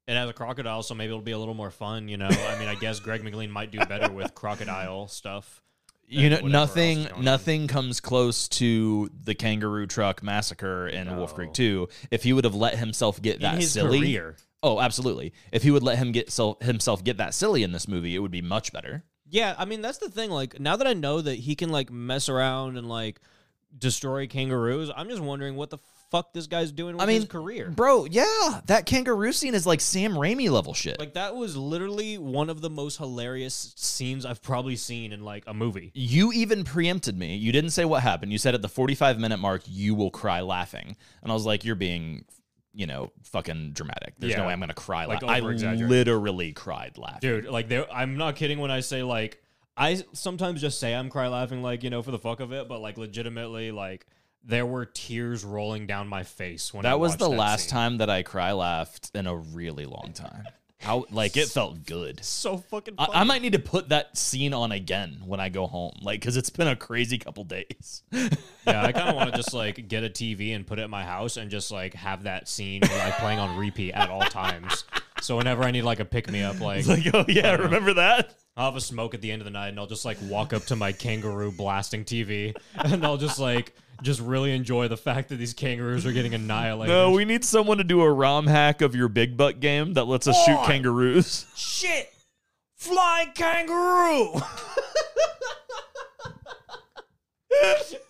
it has a crocodile, so maybe it'll be a little more fun, you know. I mean, I guess Greg McLean might do better with crocodile stuff.
you know,
whatever else
nothing,
is going on.
nothing comes close to the kangaroo truck massacre in Wolf
No.
Creek Two. If he would have let himself get that
in his
silly,
career.
oh, absolutely. If he would let him get so, himself get that silly in this movie, it would be much better.
Yeah, I mean that's the thing. Like now that I know that he can like mess around and like destroy kangaroos, I'm just wondering what the fuck this guy's doing with
I
his
mean,
career.
Bro, yeah, that kangaroo scene is like Sam Raimi level shit.
Like that was literally one of the most hilarious scenes I've probably seen in like
a movie.
you even preempted me. You didn't say what happened. You said at the 45 minute mark, you will cry laughing. And I was like, you're being, you know, fucking dramatic. There's no
Yeah.
way I'm going to cry. Like,
Like,
I
over-exaggerate.
literally cried laughing.
Dude, like there I'm not kidding when I say like I sometimes just say I'm cry laughing like, you know, for the fuck of it, but like legitimately like there were tears rolling down my face when I
that was
watched
the
that
last
scene.
time that I cry laughed in a really long time. How, like, it felt good.
So fucking
I,
funny.
I might need to put that scene on again when I go home, like, because it's been a crazy couple days.
yeah, I kind of want to just like get a TV and put it in my house and just like have that scene like playing on repeat at all times. So whenever I need like a pick me up, like,
It's like, oh, yeah, remember that?
I'll have a smoke at the end of the night and I'll just like walk up to my kangaroo blasting TV and I'll just like just really enjoy the fact that these kangaroos are getting annihilated.
No, Uh, we need someone to do a ROM hack of your big butt game that lets us shoot kangaroos.
shit, fly kangaroo.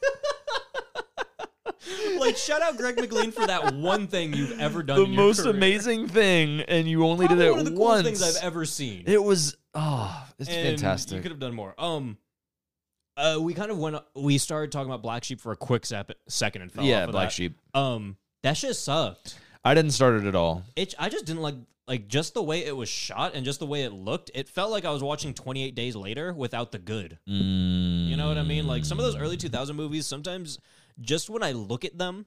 like shout out Greg McLean for that one thing you've ever done.
the
in your
most
career.
amazing thing, and you only
Probably
did it
one of the
once.
coolest things I've ever seen.
it was oh, it's
And You
fantastic.
could have done more. Um, uh, we kind of went. We started talking about Black Sheep for a quick sep- second and fell off
Yeah,
of
black
that.
sheep.
Um, that shit sucked.
I didn't start it at all.
It. I just didn't like like just the way it was shot and just the way it looked. It felt like I was watching Twenty Eight Days Later without the good. You know what I mean? Like some of those
Mm.
early 2000 movies, sometimes just when I look at them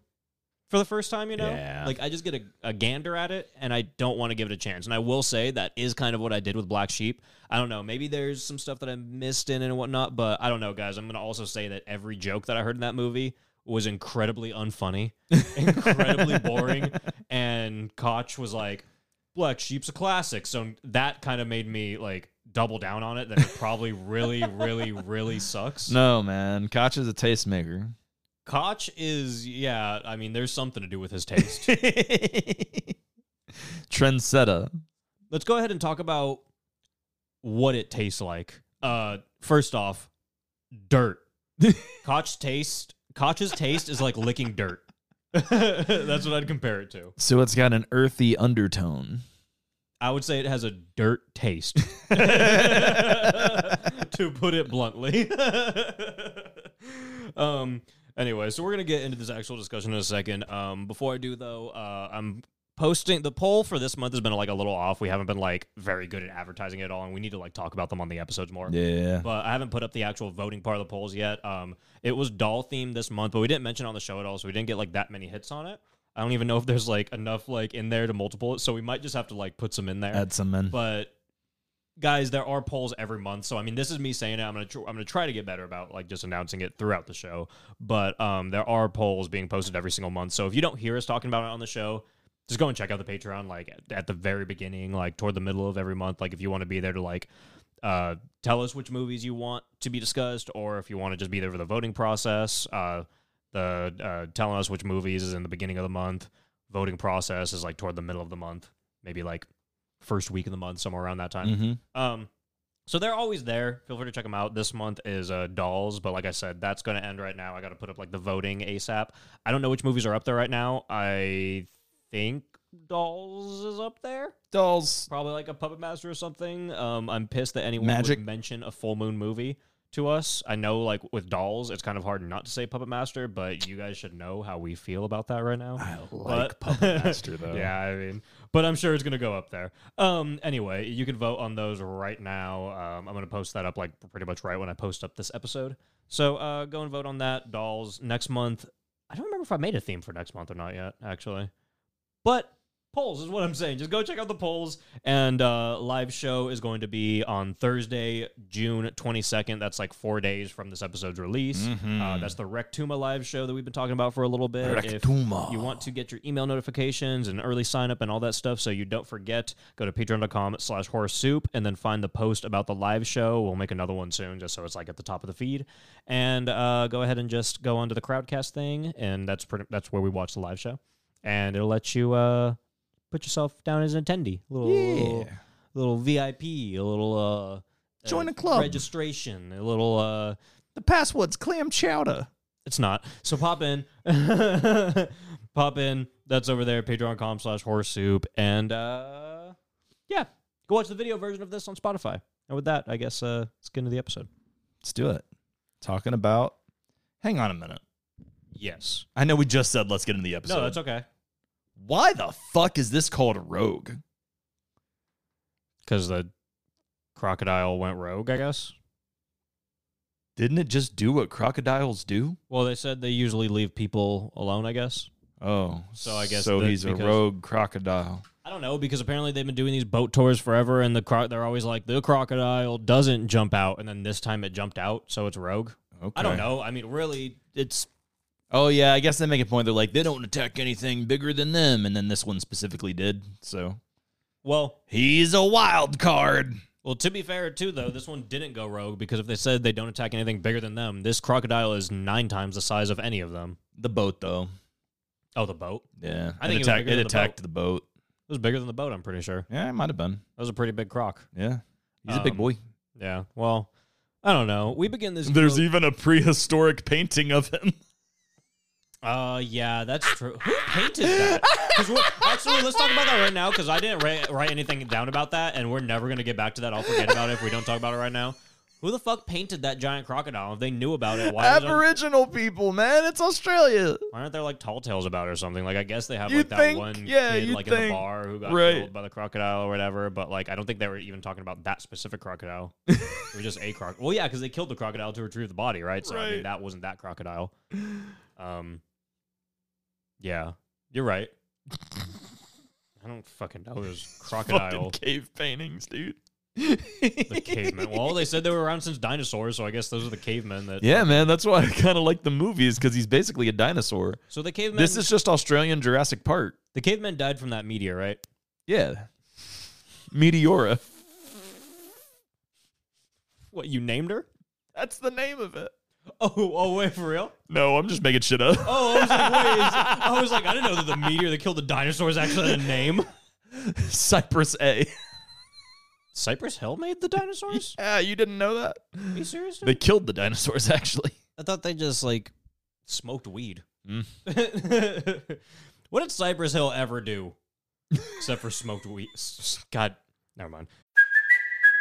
for the first time, you know,
Yeah.
like I just get a, a gander at it and I don't want to give it a chance. And I will say that is kind of what I did with Black Sheep. I don't know. Maybe there's some stuff that I missed in and whatnot, but I don't know, guys. I'm going to also say that every joke that I heard in that movie was incredibly unfunny, incredibly boring. And Koch was like, Black Sheep's a classic. So that kind of made me like double down on it that it probably really, really, really sucks.
No, man. Koch is a tastemaker.
Koch is yeah. I mean, there's something to do with his taste.
Trendsetter.
Let's go ahead and talk about what it tastes like. Uh, first off, dirt. Koch's taste. Koch's taste is like licking dirt. That's what I'd compare it to.
So it's got an earthy undertone.
I would say it has a dirt taste, to put it bluntly. um. Anyway, so we're gonna get into this actual discussion in a second. Um. Before I do though, uh, I'm posting the poll for this month has been like a little off. We haven't been like very good at advertising it at all, and we need to like talk about them on the episodes more.
Yeah.
But I haven't put up the actual voting part of the polls yet. Um, it was doll themed this month, but we didn't mention it on the show at all, so we didn't get like that many hits on it. I don't even know if there's like enough like in there to multiple it, so we might just have to like put some in there.
Add some in.
but guys, there are polls every month, so I mean, this is me saying it. I'm gonna tr- I'm gonna try to get better about like just announcing it throughout the show. But um, there are polls being posted every single month, so if you don't hear us talking about it on the show, just go and check out the Patreon like at- at the very beginning, like toward the middle of every month. Like if you want to be there to like uh, tell us which movies you want to be discussed, or if you want to just be there for the voting process. Uh, the uh, telling us which movies is in the beginning of the month. Voting process is like toward the middle of the month, maybe like first week of the month, somewhere around that time.
Mm-hmm.
Um, so they're always there. Feel free to check them out. This month is uh, Dolls, but like I said, that's going to end right now. I got to put up like the voting ASAP. I don't know which movies are up there right now. I think Dolls is up there.
Dolls.
Probably like a Puppet Master or something. Um, I'm pissed that anyone
Magic.
would mention a full moon movie to us. I know like with Dolls, it's kind of hard not to say Puppet Master, but you guys should know how we feel about that right now.
I
But- yeah, I mean, but I'm sure it's gonna go up there. Um, anyway, you can vote on those right now. Um, I'm gonna post that up like pretty much right when I post up this episode. So uh, go and vote on that. Dolls next month. I don't remember if I made a theme for next month or not yet, actually. But polls is what I'm saying. Just go check out the polls. And uh, live show is going to be on Thursday, June 22nd. That's like four days from this episode's release. Uh,
Oh,
Mhm.
that's the Rectuma live show that we've been talking about for a little bit. If-
Rectuma.
you want to get your email notifications and early sign up and all that stuff so you don't forget go to patreon.com slash horror soup and then find the post about the live show we'll make another one soon just so it's like at the top of the feed and uh, go ahead and just go onto the crowdcast thing and that's pretty that's where we watch the live show and it'll let you uh, put yourself down as an attendee little little,
Yeah.
little vip a little uh
Join
uh,
a club.
registration a little uh
The password's clam chowder.
it's not. So pop in. pop in. That's over there, patreon.com slash horse soup. And uh yeah. Go watch the video version of this on Spotify. And with that, I guess uh let's get into the episode.
Let's do it. Talking about. Hang on a minute.
Yes.
I know we just said let's get into the episode.
No, that's okay.
Why the fuck is this called Rogue?
Cause the crocodile went rogue, I guess.
Didn't it just do what crocodiles do?
Well, they said they usually leave people alone, I guess.
Oh,
So I guess
so.
that
He's a
because-
rogue crocodile.
I don't know because apparently they've been doing these boat tours forever, and the cro- they're always like the crocodile doesn't jump out, and then this time it jumped out, so it's rogue.
Okay.
I don't know. I mean, really, it's
Oh yeah, I guess they make a point. They're like they don't attack anything bigger than them, and then this one specifically did. So
well,
he's a wild card.
Well, to be fair, too, though, this one didn't go rogue because if they said they don't attack anything bigger than them, this crocodile is nine times the size of any of them.
The boat though.
Oh, the boat?
Yeah,
I think it was
it attacked.
bigger
It
than the
attacked the boat.
It was bigger than the boat, I'm pretty sure.
Yeah, it might have been.
That was a pretty big croc.
Yeah, he's a
Um,
big boy.
Yeah. Well, I don't know. We begin this.
even a prehistoric painting of him.
Uh, yeah, that's true. Who painted that? 'Cause we're- Actually, let's talk about that right now because I didn't write, write anything down about that, and we're never gonna get back to that. I'll forget about it if we don't talk about it right now. Who the fuck painted that giant crocodile? If they knew about it, why, was there-
Aboriginal people, man. It's Australia.
Why aren't there like tall tales about it or something? Like I guess they have
You'd
like that
think-
one
yeah,
kid
you'd
like in the
think.
bar who got
Right.
killed by the crocodile or whatever, but like I don't think they were even talking about that specific crocodile. it was just a croc. Well, yeah, because they killed the crocodile to retrieve the body, right? So I mean
Right.
that wasn't that crocodile. Um Yeah. You're right. I don't fucking know. It was crocodile.
cave paintings, dude.
the cavemen. Well, they said they were around since dinosaurs, so I guess those are the cavemen that
Yeah, man. That's why I kind of like the movies because he's basically a dinosaur.
So the cavemen
This is just Australian Jurassic Park.
the cavemen died from that meteor, right?
Yeah. Meteora.
What, you named her?
That's the name of it.
Oh, oh wait, for real?
No, I'm just making shit up.
Oh, I was like, wait. is- I was like, I didn't know that the meteor that killed the dinosaurs actually had a name.
Cypress A.
Cypress Hill made the dinosaurs?
Yeah, you didn't know that?
Are you serious? dude?
They killed the dinosaurs, actually.
I thought they just like smoked weed.
Mm.
what did Cypress Hill ever do? Except for smoked weed. S- s- God, never mind.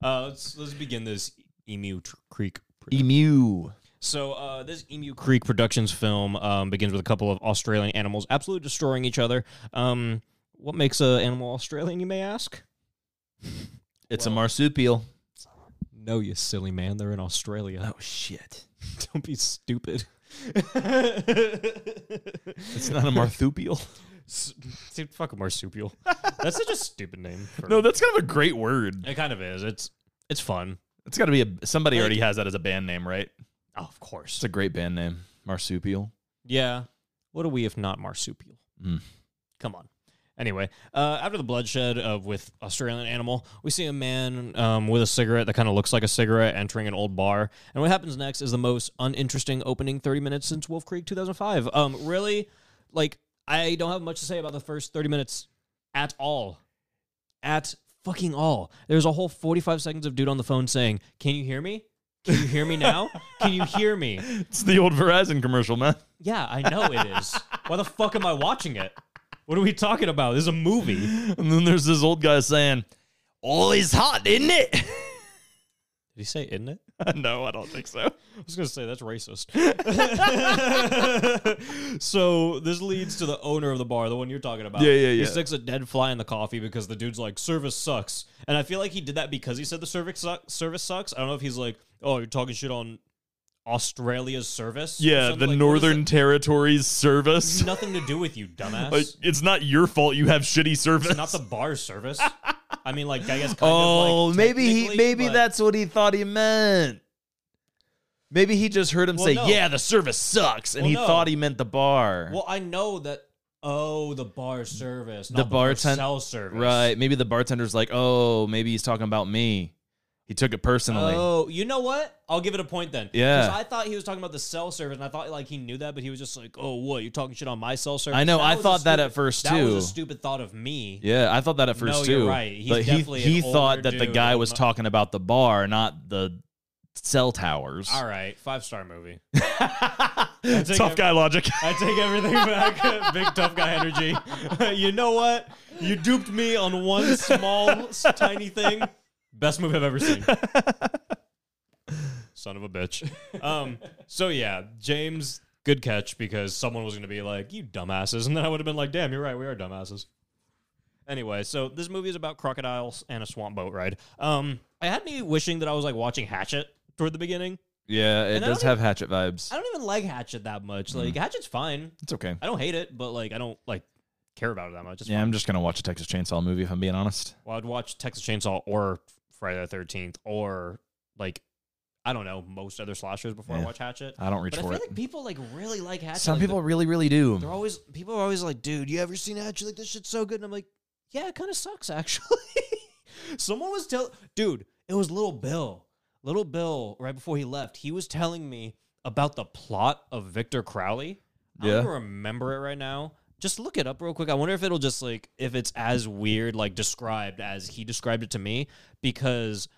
Uh, let's let's begin this Emu Tr- Creek. production.
Emu.
So uh, this Emu Creek Productions film um, begins with a couple of Australian animals absolutely destroying each other. Um, what makes an animal Australian, you may ask?
It's a marsupial.
No, you silly man. They're in Australia.
shit.
Don't be stupid.
It's not a marsupial.
S- Dude, fuck a marsupial. That's such a stupid name. For
no, that's kind of a great word.
it kind of is. It's it's fun.
It's got to be a somebody already has that as a band name, right?
Oh, of course.
It's a great band name, marsupial.
Yeah. What are we if not marsupial?
Mm.
Come on. Anyway, uh, after the bloodshed of with Australian animal, we see a man um, with a cigarette that kind of looks like a cigarette entering an old bar. And what happens next is the most uninteresting opening 30 minutes since Wolf Creek 2005. Um, really, like, I don't have much to say about the first 30 minutes at all. At fucking all. There's a whole 45 seconds of dude on the phone saying, Can you hear me? Can you hear me now? Can you hear me?
It's the old Verizon commercial, man.
Yeah, I know it is. Why the fuck am I watching it? What are we talking about? This is a movie. Did
And then there's this old guy saying, "Always hot, isn't it?"
he say isn't it?
no, I don't think so.
I was gonna say that's racist. so this leads to the owner of the bar, the one you're talking about.
Yeah, yeah,
He
yeah.
sticks a dead fly in the coffee because the dude's like, service sucks. And I feel like he did that because he said the service su- service sucks. I don't know if he's like, oh, you're talking shit on Australia's service. or
Yeah,
something.
the
Like, what is
Northern
that?
Territories
It's
service.
nothing to do with you, dumbass.
Like, it's not your fault you have shitty service.
It's not the bar service. I mean, like I guess. Kind
oh,
of, like,
maybe he,
technically,
maybe
but-
that's what he thought he meant. Maybe he just heard him
Well,
say,
no.
"Yeah, the service sucks," and
Well,
he
no.
thought he meant the bar.
Well, I know that. Oh, the bar service,
The
not the,
bar
bar
ten-
cell service,
right? Maybe the bartender's like, "Oh, maybe he's talking about me." He took it personally.
Oh, you know what? I'll give it a point then.
Yeah.
'Cause I thought he was talking about the cell service, and I thought like he knew that, but he was just like, "Oh, what? You're talking shit on my cell service."
I know, I
was a
thought that
stupid-
at first,
That
too.
was a stupid thought of me.
Yeah, I thought that at first
No,
too.
you're right. He's
but he
definitely
he
an
thought
older
that the
dude.
guy was talking about the bar, not the cell towers.
All right, five star movie.
Tough guy logic.
I take everything back. Big tough guy energy. you know what? You duped me on one small, s- tiny thing. Best move I've ever seen. Son of a bitch. Um, so yeah, James, good catch because someone was going to be like, you dumbasses. And then I would have been like, damn, you're right. We are dumbasses. Anyway, so this movie is about crocodiles and a swamp boat ride. Um, I had me wishing that I was like watching Hatchet toward the beginning.
yeah, it
And I
does
don't
have hatchet vibes.
I don't even like Hatchet that much.
Mm.
Like, Hatchet's fine.
It's okay.
I don't hate it, but like I don't like care about it that much. It's
Yeah,
fine.
I'm just gonna watch a Texas Chainsaw movie if I'm being honest.
Well, I'd watch Texas Chainsaw or Friday the Thirteenth or like I don't know most other slashers before
Yeah.
I watch Hatchet.
I don't reach
but I
for
feel
it.
like people like really like Hatchet.
Some
Like,
people
they're-
really, really do.
they're always people are always like, dude, you ever seen Hatchet? Like this shit's so good. And I'm like, yeah, it kind of sucks actually. Someone was tell dude, it was Little Bill. Little Bill, right before he left, he was telling me about the plot of Victor Crowley. I don't
Yeah.
even remember it right now. Just look it up real quick. I wonder if it'll just like if it's as weird like described as he described it to me because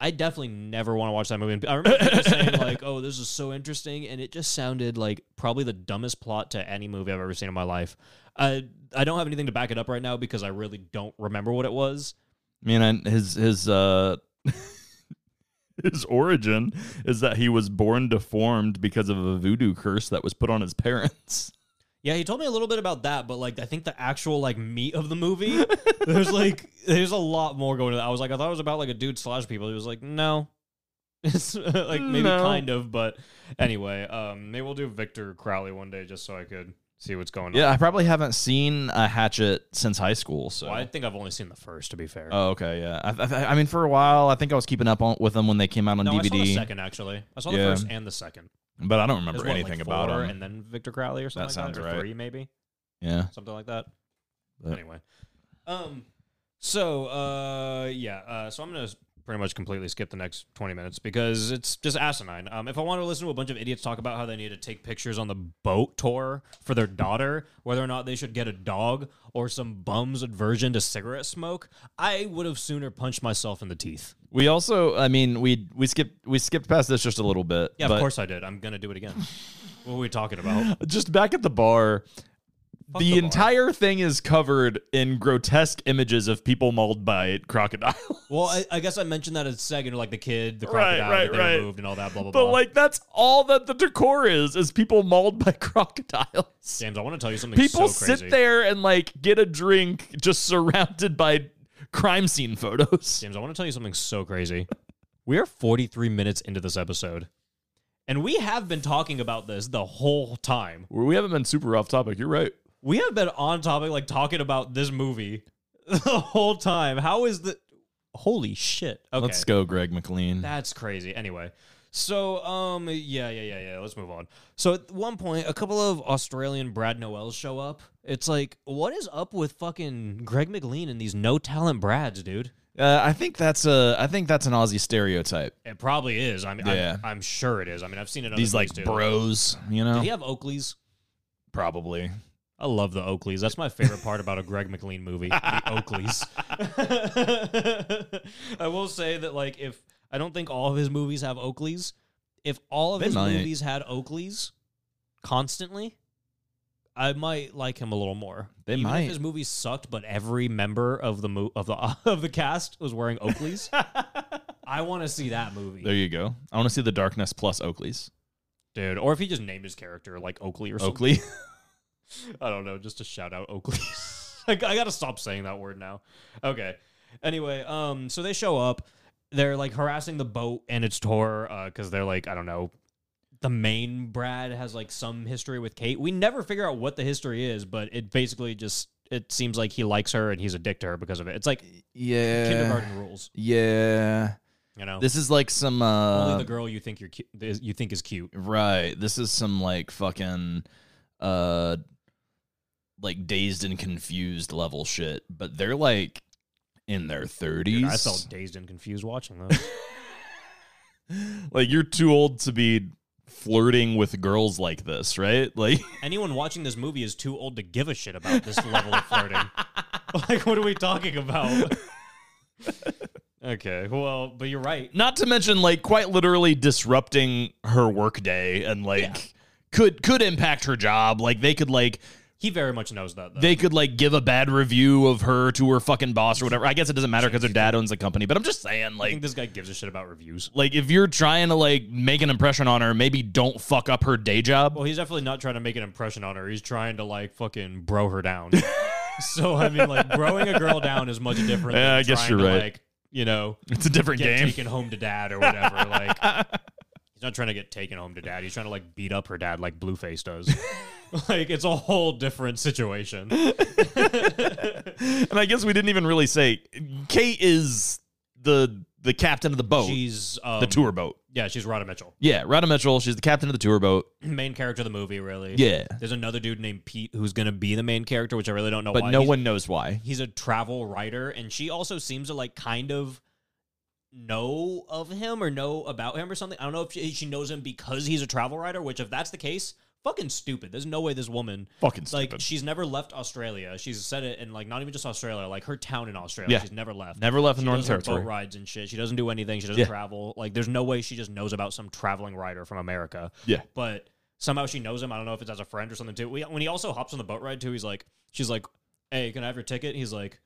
I definitely never want to watch that movie. And I remember people saying like, "Oh, this is so interesting," and it just sounded like probably the dumbest plot to any movie I've ever seen in my life. I I don't have anything to back it up right now because I really don't remember what it was.
I mean, and his his uh his origin is that he was born deformed because of a voodoo curse that was put on his parents.
Yeah, he told me a little bit about that, but like I think the actual like meat of the movie, there's like there's a lot more going to that. I was like, I thought it was about like a dude slash people. He was like, no. It's like maybe
No.
kind of, but anyway, um maybe we'll do Victor Crowley one day just so I could see what's going on.
Yeah, I probably haven't seen a hatchet since high school. So
Well, I think I've only seen the first, to be fair.
Oh, okay, yeah. I, I, I mean, for a while, I think I was keeping up on, with them when they came out on
no, I saw the
DVD,
second actually. I saw the
Yeah.
first and the second.
but I don't
There's
remember
what,
anything
like
about
four
them.
and then Victor Crowley or something.
That
like
sounds
or
right.
Three maybe.
yeah,
something like that.
But-
anyway, um, so uh, yeah, uh, so I'm gonna s- pretty much completely skip the next 20 minutes because it's just asinine. Um, if I want to listen to a bunch of idiots talk about how they need to take pictures on the boat tour for their daughter, whether or not they should get a dog or some bum's aversion to cigarette smoke, I would have sooner punched myself in the teeth.
we also, I mean, we we skipped we skipped past this just a little bit.
Yeah,
but
of course I did. I'm gonna do it again. what were we talking about?
Just back at the bar, the,
the bar.
entire thing is covered in grotesque images of people mauled by crocodiles.
Well, I, I guess I mentioned that a second, like the kid, the
Right,
crocodile
right,
that they
right.
removed, and all that. Blah blah
but
blah.
like, that's all that the decor is is people mauled by crocodiles.
James, I want to tell you something.
People
so crazy.
sit there and like get a drink, just surrounded by crime scene photos.
James, I want to tell you something so crazy. We are 43 minutes into this episode, And we have been talking about this the whole time.
We haven't been super off topic. You're right.
We have been on topic, like talking about this movie the whole time. How is the. Holy shit. Okay.
Let's go, Greg McLean.
That's crazy. Anyway, so um, yeah, yeah, yeah, yeah. Let's move on. So at one point, a couple of Australian Brad Noels show up. It's like, what is up with fucking Greg McLean and these no talent Brads, dude?
Uh, I think that's a. I think that's an Aussie stereotype.
It probably is. I mean, I'm-
Yeah.
I'm, sure it is. I mean, I've seen it. on
These like
too.
bros, you know,
Do you have Oakleys?
probably.
I love the Oakleys. That's my favorite part about a Greg McLean movie. The Oakleys. I will say that, like, if I don't think all of his movies have Oakleys, if all of
They
his
might.
movies had Oakleys constantly, I might like him a little more.
They
Even
might.
If his movies sucked, but every member of the mo- of the of the cast was wearing Oakleys. I want to see that movie,
There you go. I want to see the darkness plus Oakley's.
dude. Or if he just named his character like Oakley or something.
Oakley.
I don't know, just to shout out Oakley. I, I gotta stop saying that word now. Okay. Anyway, um, so they show up. They're like harassing the boat and its tour because they're like, I don't know. The main Brad has like some history with Kate. We never figure out what the history is, but it basically just it seems like he likes her and he's a dick to her because of it. It's like
yeah.
kindergarten rules,
Yeah.
you know.
This is like some. Uh,
Only the girl you think you're cu- is- you think is cute.
Right. This is some like fucking uh like dazed and confused level shit, but they're like in their 30s.
Dude, I felt dazed and confused watching those.
like you're too old to be flirting with girls like this, right? Like
anyone watching this movie is too old to give a shit about this level of flirting. like, what are we talking about? okay, well, but you're right.
not to mention like quite literally disrupting her workday and like could could impact her job. Like they could like
He very much knows that. Though.
they could like give a bad review of her to her fucking boss or whatever. I guess it doesn't matter cuz her dad owns the company, but I'm just saying
I
like
think this guy gives a shit about reviews.
like if you're trying to like make an impression on her, maybe don't fuck up her day job.
Well, he's definitely not trying to make an impression on her. He's trying to like fucking bro her down. so I mean, like growing a girl down is much different.
Yeah,
than
I guess
trying
you're
to,
right.
Like, you know,
It's a different
get
game.
taken home to dad or whatever. like he's not trying to get taken home to dad. He's trying to like beat up her dad like Blueface does. like it's a whole different situation.
And I guess we didn't even really say Kate is the the captain of the boat,
She's um,
Oh. the tour boat.
Yeah, she's Rhoda Mitchell,
Yeah, Rhoda Mitchell. She's the captain of the tour boat.
main character of the movie. Really.
Yeah,
There's another dude named Pete who's gonna be the main character, which I really don't know.
but
why.
no
He's-
one knows Oh, why.
He's a travel writer, and she also seems to like kind of know of him or know about him or something. I don't know if she, she knows him because he's a travel writer. Which, if that's the case, fucking stupid. There's no way this woman
Fucking
like
stupid.
she's never left Australia. She's said it, and like not even just Australia, like her town in Australia.
Yeah.
She's never left.
Never left the
She
Northern
does her
Territory.
Boat rides and shit. She doesn't do anything. She doesn't
Yeah.
travel. Like, there's no way she just knows about some traveling writer from America.
Yeah.
But somehow she knows him. I don't know if it's as a friend or something too. We, when he also hops on the boat ride too, he's like, she's like, "Hey, can I have your ticket?" He's like,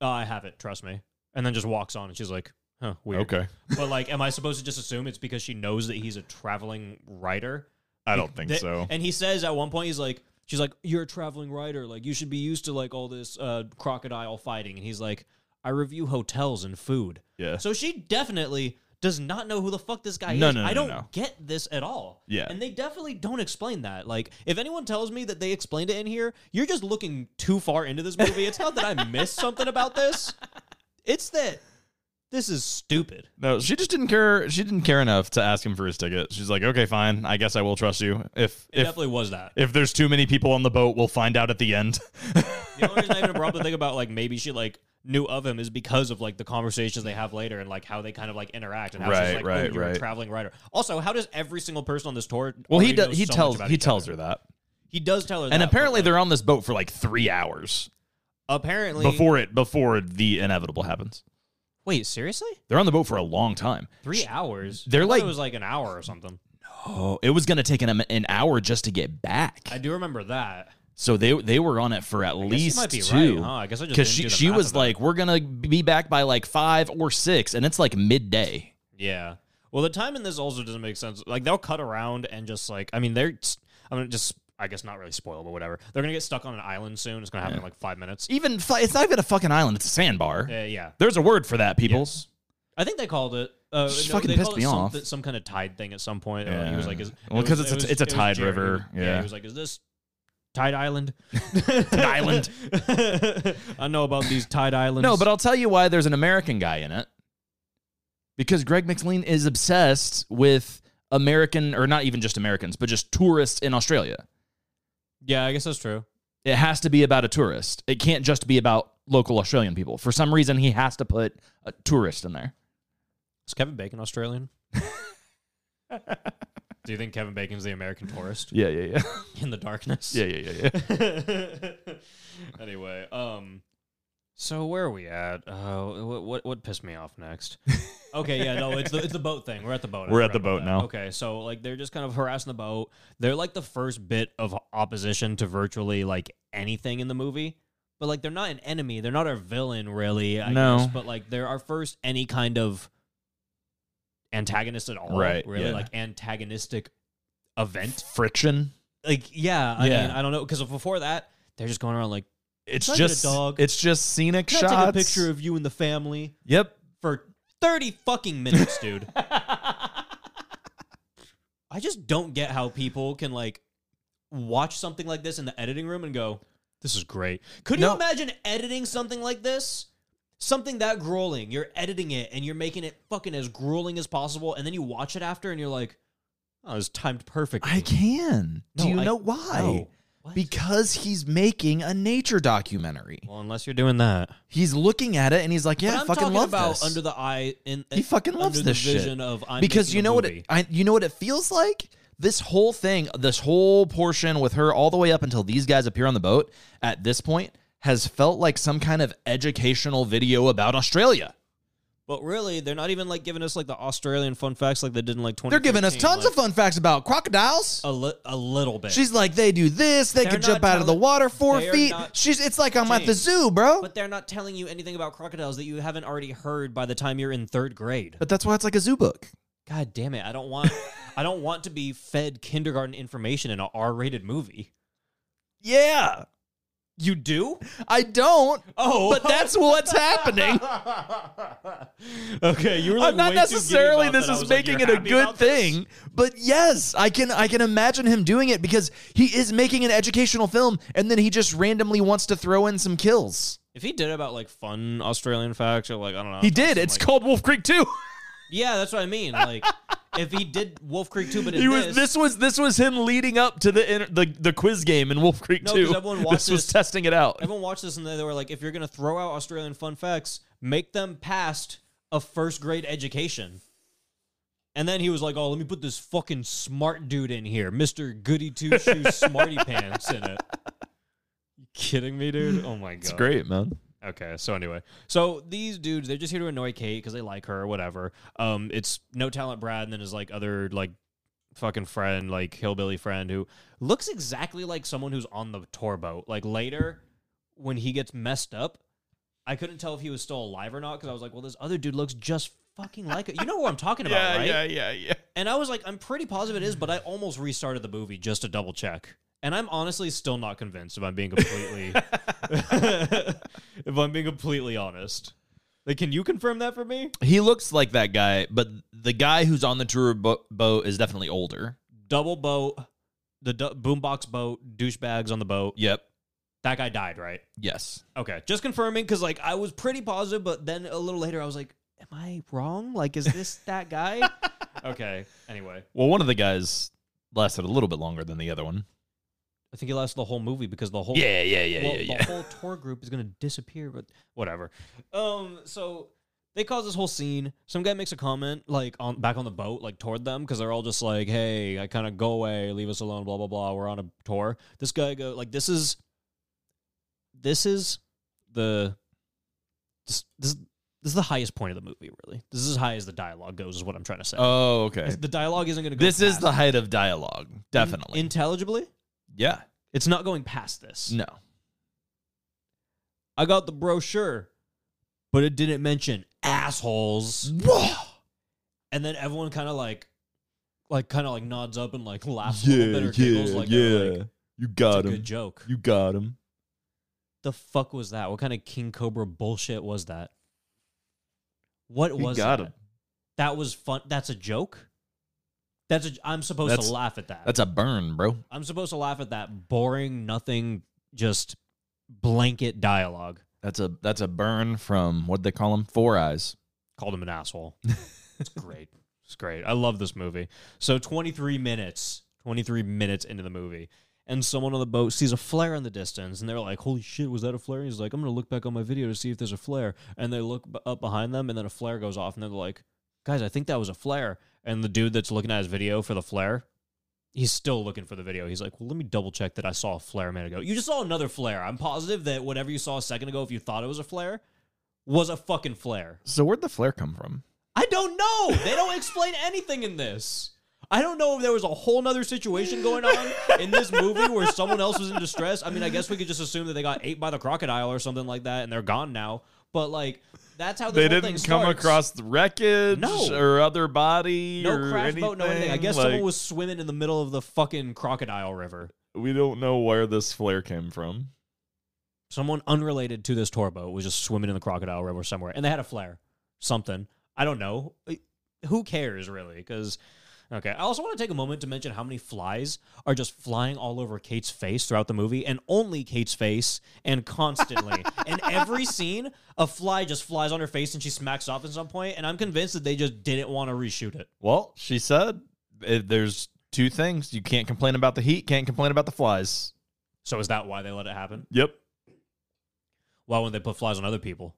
oh, "I have it. Trust me." And then just walks on, and she's like, "Huh, weird." But like, am I supposed to just assume it's because she knows that he's a traveling writer?
I don't think
That- And he says at one point, he's like, she's like, you're a traveling writer. Like, you should be used to like all this uh, crocodile fighting. And he's like, I review hotels and food.
Yeah.
So she definitely does not know who the fuck this guy
No,
is.
no, no,
I
no,
don't
no.
get this at all.
Yeah.
And they definitely don't explain that. Like, if anyone tells me that they explained it in here, you're just looking too far into this movie. It's not that I missed something about this. It's that this is stupid.
No, she just didn't care. She didn't care enough to ask him for his ticket. She's like, okay, fine. I guess I will trust you. If
It
if
definitely was that.
if there's too many people on the boat, we'll find out at the end.
The only reason I even brought up the thing about like maybe she like knew of him is because of like the conversations they have later and like how they kind of like interact and how
Right,
she's like,
right,
oh, you're
right.
a traveling writer. Also, how does every single person on this tour?
well, he
already
does.
know
He
so much
tells
about
he
each
tells
other?
her that.
He does tell her,
And
that, but,
apparently
like,
they're on this boat for like three hours
apparently
before it before the inevitable happens.
Wait, seriously?
They're on the boat for a long time.
Three hours?
they're
I thought
like-
it was like an hour or something.
Oh, it was going to take an, an hour just to get back.
I do remember that.
so they they were on it for at
guess you
least
might be
two.
right, huh? I guess I just didn't
she
do the
she
math
was
of it.
like, "We're gonna be back by like five or six, and it's like midday.
Yeah. Well, the time in this also doesn't make sense. Like they'll cut around and just like I mean they're I'm gonna just I guess not really spoil but whatever. They're gonna get stuck on an island soon. It's gonna happen in like five
E
minutes.
Even fi- it's not even a fucking island; it's a sandbar.
Uh, yeah.
There's a word for that, people.
Yes. I think they called it. Uh,
Just
no,
fucking
they
pissed
called
me
it some-
off.
th- Some, kind of tide thing at some point. Uh, he was
Yeah.
like, is,
Well,
it
'cause
was-
it's a-
it was-
it's a
it was
tide
Jerry.
river,
Yeah.
yeah.
he was like, is this Tide Island?
island.
I know about these Tide Islands.
No, but I'll tell you why there's an American guy in it. Because Greg McLean is obsessed with American, or not even just Americans, but just tourists in Australia.
yeah, I guess that's true.
It has to be about a tourist. It can't just be about local Australian people. For some reason, he has to put a tourist in there.
Is Kevin Bacon Australian? Do you think Kevin Bacon's the American tourist
Yeah, yeah, yeah.
in the darkness?
yeah, yeah, yeah.
anyway, um, so where are we at? Uh, what what, what pissed me off next? okay, yeah, no, it's the it's the boat thing. We're at the boat. I
We're at
forgot
the boat
about that.
now.
Okay, so like they're just kind of harassing the boat. They're like the first bit of opposition to virtually like anything in the movie. But like they're not an enemy. They're not our villain really. I
No.
guess, but like they're our first any kind of antagonist at all.
Right,
Really,
yeah.
like antagonistic event.
Friction.
Like yeah, I
Yeah.
mean I don't know because before that they're just going around like
It's
Can I get a
just
dog?
It's just scenic
Can
shots.
I take a picture of you and the family
Yep.
for 30 fucking minutes, dude? I just don't get how people can like watch something like this in the editing room and go, this is great. Could
No.
you imagine editing something like this? Something that grueling. You're editing it and you're making it fucking as grueling as possible and then you watch it after and you're like, oh, it's timed perfectly.
I can. Do
No,
you
I-
know why?
No. What?
Because he's making a nature documentary.
well, unless you're doing that.
He's looking at it and he's like,
But
"Yeah, I
I'm
fucking
talking
love
about
this."
under the eye in uh,
he fucking
under
loves
the
this shit.
vision of I'm
because
making
you
a
know what
movie.
it, I, you know what it feels like. This whole thing, this whole portion with her all the way up until these guys appear on the boat at this point has felt like some kind of educational video about Australia.
But really, they're not even like giving us like the Australian fun facts like they did in like twenty.
They're giving us tons of fun facts about crocodiles.
a, li- a little bit.
She's like, they do this. They
They're
can jump
not
out of the
telling-
water four
they are
feet.
not-
She's. It's like I'm at the
James,
zoo, bro.
but they're not telling you anything about crocodiles that you haven't already heard by the time you're in third grade.
but that's why it's like a zoo book.
God damn it! I don't want, I don't want to be fed kindergarten information in an R-rated movie.
Yeah,
You do?
I don't.
Oh,
But that's what's happening.
okay. You were like
I'm not
way too giddy
necessarily
about
this
that. I
is
was like,
making
you're
it a
happy
good
about this?
thing, but yes, I can I can imagine him doing it because he is making an educational film and then he just randomly wants to throw in some kills.
If he did about like fun Australian facts or like I don't know,
He did. It's
like,
called Wolf Creek 2.
yeah, that's what I mean. Like if he did Wolf Creek too, but in
He was this was this was him leading up to the inter, the the quiz game in Wolf Creek
No, 'cause
2.
everyone
This
watches-
was testing it out.
Everyone watched this and they they were like, if you're going to throw out Australian fun facts, make them past a first grade education. And then he was like, oh, let me put this fucking smart dude in here, Mr. Goody Two Shoes Smarty Pants in it. You kidding me, dude? Oh my God.
It's great, man.
Okay, so anyway, so these dudes, they're just here to annoy Kate because they like her or whatever. Um, it's no talent Brad, and then his like other like fucking friend, like hillbilly friend, who looks exactly like someone who's on the tour boat. Like later, when he gets messed up, I couldn't tell if he was still alive or not because I was like, well, this other dude looks just fucking like it. You know who I'm talking about, right?
yeah, yeah.
And I was like, I'm pretty positive it is, but I almost restarted the movie just to double check. And I'm honestly still not convinced if I'm being completely if I'm being completely honest. Like, can you confirm that for me?
He looks like that guy, but the guy who's on the tour bo- boat is definitely older.
Double boat, the du- boombox boat, douchebags on the boat.
Yep.
That guy died, right?
Yes.
Okay, just confirming because like I was pretty positive, but then a little later I was like, "Am I wrong? Like, is this that guy?" okay. Anyway,
Well, one of the guys lasted a little bit longer than the other one.
I think he lasted the whole movie because the whole
Yeah, yeah, yeah,
well,
yeah,
the
yeah.
whole tour group is gonna disappear, but whatever. Um, so they cause this whole scene. Some guy makes a comment like on back on the boat, like toward them, because they're all just like, "Hey, I kind of go away, leave us alone, blah blah blah. We're on a tour." This guy go like, "This is, this is the, this this, this is the highest point of the movie. Really, this is as high as the dialogue goes, is what I'm trying to say.
Oh, okay.
the dialogue isn't gonna go.
This is
past-
the height of dialogue, definitely.
intelligibly.
yeah.
It's not going past this.
No.
I got the brochure, but it didn't mention assholes. And then everyone kind of like, like kind of like nods up and like laughs a little bit or giggles like, they're like
you
it's
got
a good joke.
You got him.
the fuck was that? What kind of King Cobra bullshit was that? What
You
was
got
that?
him.
That was fun. That's a joke. That's a, I'm supposed
That's-
to laugh at that.
That's a burn, bro.
I'm supposed to laugh at that boring, nothing, just blanket dialogue.
That's a that's a burn from what they call him, four eyes.
Called him an asshole. it's great. It's great. I love this movie. So 23 minutes, 23 minutes into the movie, and someone on the boat sees a flare in the distance, and they're like, "Holy shit, was that a flare?" And he's like, "I'm gonna look back on my video to see if there's a flare." And they look b- up behind them, and then a flare goes off, and they're like, "Guys, I think that was a flare." And the dude that's looking at his video for the flare. He's still looking for the video. He's like, "Well, let me double check that I saw a flare a minute ago." You just saw another flare. I'm positive that whatever you saw a second ago, if you thought it was a flare, was a fucking flare.
So where'd the flare come from?
I don't know. They don't explain anything in this. I don't know if there was a whole nother situation going on in this movie where someone else was in distress. I mean, I guess we could just assume that they got ate by the crocodile or something like that, and they're gone now. But like, that's how this
They
whole
didn't
thing
come
starts.
across the wreckage
No.
or other body
no
or
crash
anything.
boat, no anything. I guess someone
Like,
was swimming in the middle of the fucking crocodile river.
We don't know where this flare came from.
Someone unrelated to this tour boat was just swimming in the crocodile river somewhere, and they had a flare, something. I don't know. Who cares really? Because okay, I also want to take a moment to mention how many flies are just flying all over Kate's face throughout the movie, and only Kate's face, and constantly. in every scene, a fly just flies on her face, and she smacks off at some point. And I'm convinced that they just didn't want to reshoot it.
Well, she said eh, there's two things. You can't complain about the heat, can't complain about the flies.
So is that why they let it happen?
Yep.
Why wouldn't they put flies on other people?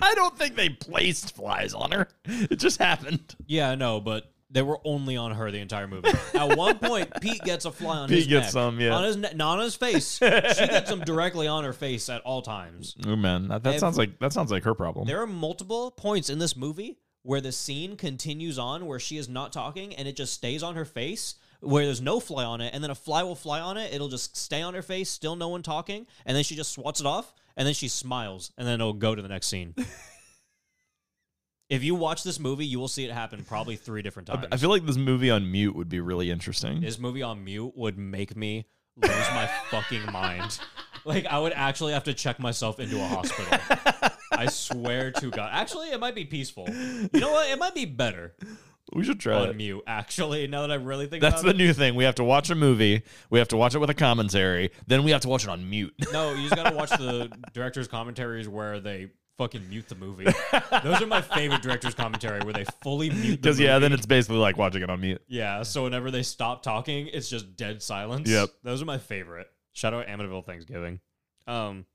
I don't think they placed flies on her. It just happened.
Yeah, I know, but they were only on her the entire movie. At one point, Pete gets a fly on
Pete
his
gets
neck.
some, yeah.
On his ne- not on his face. she gets them directly on her face at all times.
Oh man, that, that sounds like that sounds like her problem.
There are multiple points in this movie where the scene continues on where she is not talking and it just stays on her face where there's no fly on it and then a fly will fly on it it'll just stay on her face still no one talking and then she just swats it off and then she smiles and then it'll go to the next scene if you watch this movie you will see it happen probably three different times
I, I feel like this movie on mute would be really interesting.
this movie on mute would make me lose my fucking mind. Like I would actually have to check myself into a hospital. I swear to God. Actually, it might be peaceful. You know what? It might be better
we should try
on
it.
mute. Actually, now that I really think
That's
about
the
it.
new thing. We have to watch a movie. We have to watch it with a commentary. Then we have to watch it on mute.
No, you just gotta watch the director's commentaries where they fucking mute the movie. Those are my favorite director's commentary where they fully mute. the
Because yeah,
movie.
then it's basically like watching it on mute.
Yeah, so whenever they stop talking, it's just dead silence.
Yep.
Those are my favorite. Shout out Amityville Thanksgiving. Um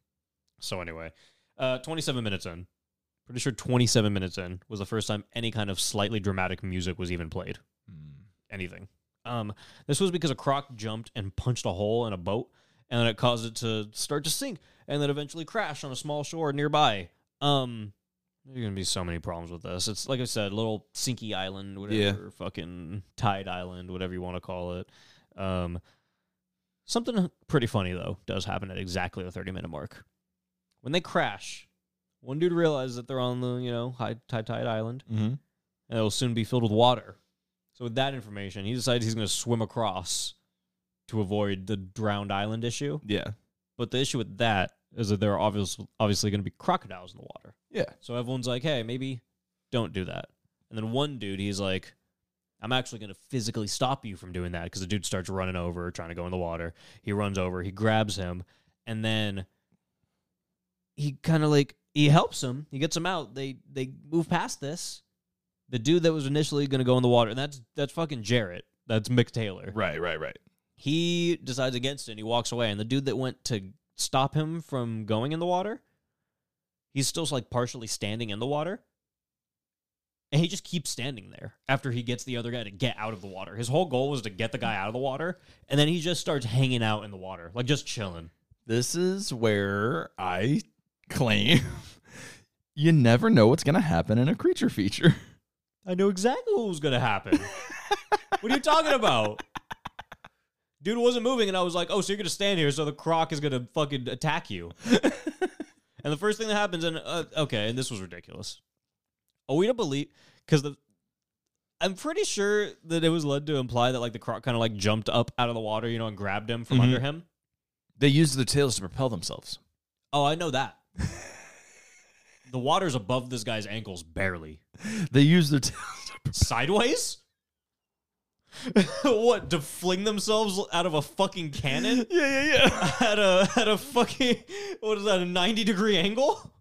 so anyway, uh 27 minutes in. Pretty sure 27 minutes in was the first time any kind of slightly dramatic music was even played.
Mm-hmm.
Anything. Um this was because a croc jumped and punched a hole in a boat and it caused it to start to sink and then eventually crash on a small shore nearby. Um there's gonna be so many problems with this. It's like I said, little sinky island, whatever, fucking tide island, whatever you want to call it. Um, something pretty funny though does happen at exactly the 30 minute mark when they crash. One dude realizes that they're on the you know high tide tide island,
Mm-hmm.
and it'll soon be filled with water. So with that information, he decides he's gonna swim across to avoid the drowned island issue.
Yeah,
But the issue with that is that there are obvious, obviously going to be crocodiles in the water.
Yeah.
So everyone's like, hey, maybe don't do that. And then one dude, he's like, I'm actually going to physically stop you from doing that because the dude starts running over, trying to go in the water. He runs over, he grabs him, and then he kind of like he helps him. He gets him out. They they move past this. The dude that was initially going to go in the water, and that's that's fucking Jarrett. That's Mick Taylor
right, right, right.
he decides against it and he walks away. And the dude that went to stop him from going in the water, he's still like partially standing in the water. And he just keeps standing there after he gets the other guy to get out of the water. His whole goal was to get the guy out of the water. And then he just starts hanging out in the water, like just chilling.
This is where I claim you never know what's gonna happen in a creature feature.
I know exactly what was going to happen. what are you talking about? Dude wasn't moving, and I was like, oh, so you're going to stand here, so the croc is going to fucking attack you. and the first thing that happens, and uh, okay, and this was ridiculous. Are we to believe? Because the. I'm pretty sure that it was led to imply that like the croc kind of like jumped up out of the water, you know, and grabbed him from
Mhm.
under him.
They use their tails to propel themselves.
Oh, I know that. The water's above this guy's ankles barely.
They use their. T-
Sideways? what, to fling themselves out of a fucking cannon?
yeah, yeah, yeah.
at a at a fucking what is that a 90 degree angle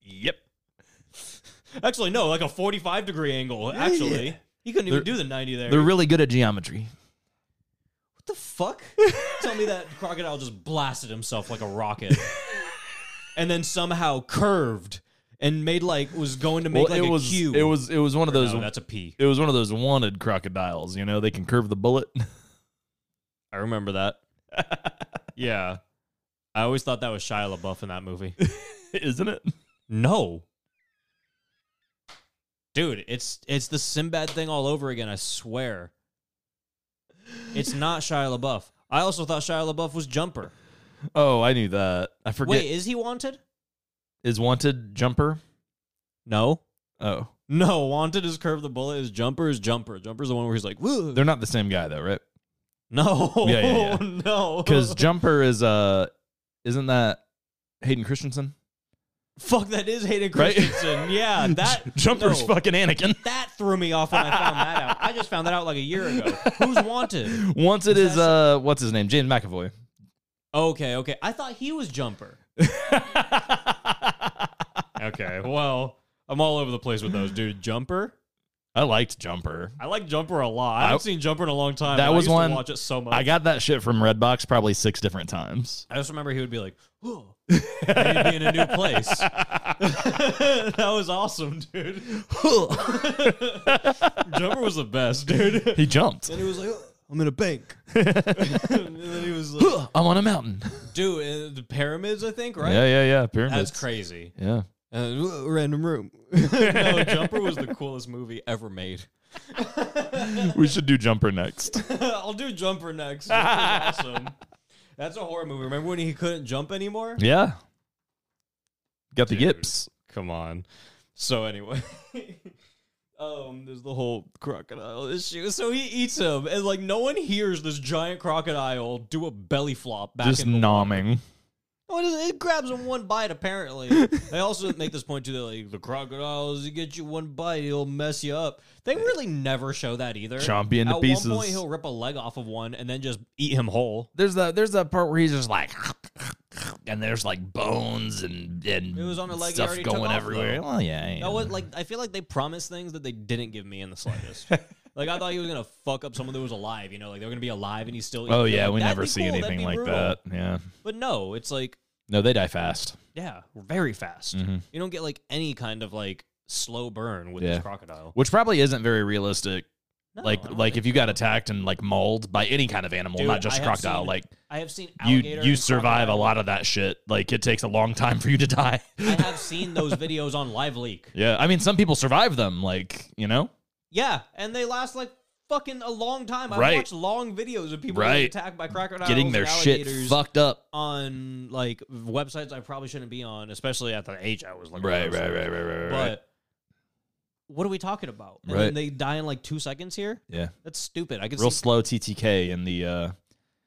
Yep.
actually no like a 45 degree angle actually
yeah.
he couldn't even
They're-
do the 90 there
They're really good at geometry.
what the fuck tell me that crocodile just blasted himself like a rocket and then somehow curved and made like was going to make like
it
a
was
cube
it was it was one of
No,
those
that's a p
it was one of those wanted crocodiles. You know, they can curve the bullet.
i remember that yeah i always thought that was shia labeouf in that movie
Isn't it?
No. Dude, it's it's the Sinbad thing all over again, I swear. It's not Shia LaBeouf. I also thought Shia LaBeouf was Jumper.
Oh, I knew that. I forget.
Wait, is he wanted?
Is wanted jumper?
No.
Oh,
No, wanted is Curve the Bullet, is Jumper is Jumper. Jumper's the one where he's like, woo.
they're not the same guy though, right?
no.
Yeah, yeah,
no.
Because jumper is uh, isn't that Hayden Christensen?
fuck that is Hayden
Right?
Christensen. Yeah, that
Jumper's
no.
fucking Anakin.
That threw me off when I found that out. I just found that out like a year ago. Who's wanted?
Wanted
Is
is
that
uh, what's his name? James McAvoy.
Okay, okay. I thought he was Jumper. okay, well, I'm all over the place with those, dude. Jumper?
I liked jumper.
I like Jumper a lot.
I-
I haven't seen Jumper in a long time.
That
but I
was
used to
one-
watch it so much.
I got that shit from Redbox probably six different times.
I just remember he would be like, "Whoa, and he'd be in a new place." that was awesome, dude. Jumper was the best, dude.
He jumped.
And he was like, "Oh, "I'm in a bank," and then he was like,
I'm on a mountain.
"Dude, uh, the pyramids, I think, right?"
Yeah, yeah, yeah. Pyramids.
That's crazy.
Yeah.
Uh, random room. no, Jumper was the coolest movie ever made.
we should do jumper next.
I'll do Jumper next. Jumper's awesome. That's a horror movie. Remember when he couldn't jump anymore?
Yeah. Got the
Dude.
yips.
Come on. So anyway. Um, there's the whole crocodile issue. So he eats him, and like no one hears this giant crocodile do a belly flop back
Just
in the
nomming.
Oh, it, is- it grabs him one bite, apparently. they also make this point, too. They're like, the crocodiles, you get you one bite, he'll mess you up. They really never show that either.
Chomp you into
At
pieces.
one point, he'll rip a leg off of one and then just eat him whole.
There's that there's that part where he's just like and there's like bones and and
It was on a leg he
stuff
already took
going
off,
everywhere.
though.
Well, yeah. yeah.
That was like, I feel like they promised things that they didn't give me in the slightest. like, I thought he was going to fuck up someone that was alive, you know, like they're going to be alive and he's still
oh
eating.
yeah,
Like,
we
that'd
never
be
see
cool, that'd
anything
be
like
brutal.
that. Yeah.
But no, it's like,
No, they die fast.
yeah, very fast.
Mhm.
You don't get like any kind of like slow burn with
Yeah.
this crocodile.
Which probably isn't very realistic.
No, I
like
don't
like
think
if you got
so.
attacked and like mauled by any kind of animal,
Dude,
not just a
I have
crocodile,
seen-
like
I have seen
you
alligator.
you
and
survive a
crocodile.
lot of that shit. Like it takes a long time for you to die.
I have seen those videos on Live Leak.
yeah, I mean some people survive them, like you know.
Yeah, and they last like fucking a long time. I've
Right.
watched long videos of people getting
Right.
attacked by crocodiles,
getting
and
their shit
alligators
fucked up.
on like websites I probably shouldn't be on, especially at the age I was looking.
Right, right, right, right, right, right. right.
But what are we talking about? And
Right.
then they die in like two seconds here.
Yeah,
That's stupid. I can
real
see.
slow TTK in the uh,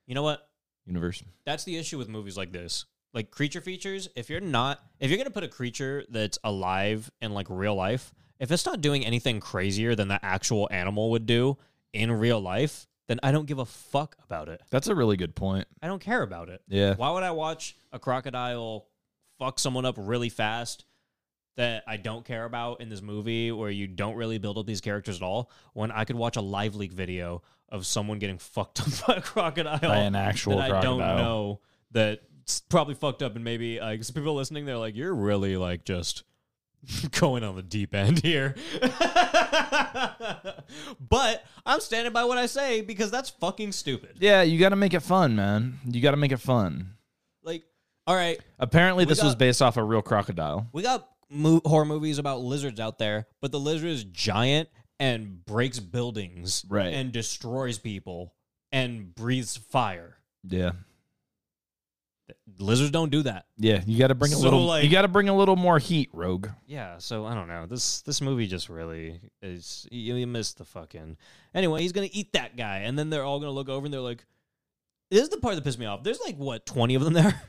you know what?
universe.
That's the issue with movies like this. Like creature features, if you're not if you're gonna put a creature that's alive in like real life, if it's not doing anything crazier than the actual animal would do in real life, then I don't give a fuck about it.
That's a really good point.
I don't care about it.
Yeah,
Why would I watch a crocodile fuck someone up really fast that I don't care about in this movie where you don't really build up these characters at all when I could watch a live leak video of someone getting fucked up by a crocodile
by an actual
that
crocodile.
I don't know that it's probably fucked up and maybe like some people listening they're like you're really like just going on the deep end here. but I'm standing by what I say because that's fucking stupid.
Yeah, you got to make it fun, man. You got to make it fun.
Like all right,
Apparently,
We
this was
got-
based off a real crocodile.
we got mo- horror movies about lizards out there, but the lizard is giant and breaks buildings
Right.
and destroys people and breathes fire.
Yeah,
Lizards don't do that.
yeah. You got to bring a
So,
little.
like-
you got to bring a little more heat, Rogue.
Yeah, so I don't know. This this movie just really is you, you missed the fucking. Anyway, he's gonna eat that guy, and then they're all gonna look over and they're like, "This is the part that pissed me off." There's like what twenty of them there.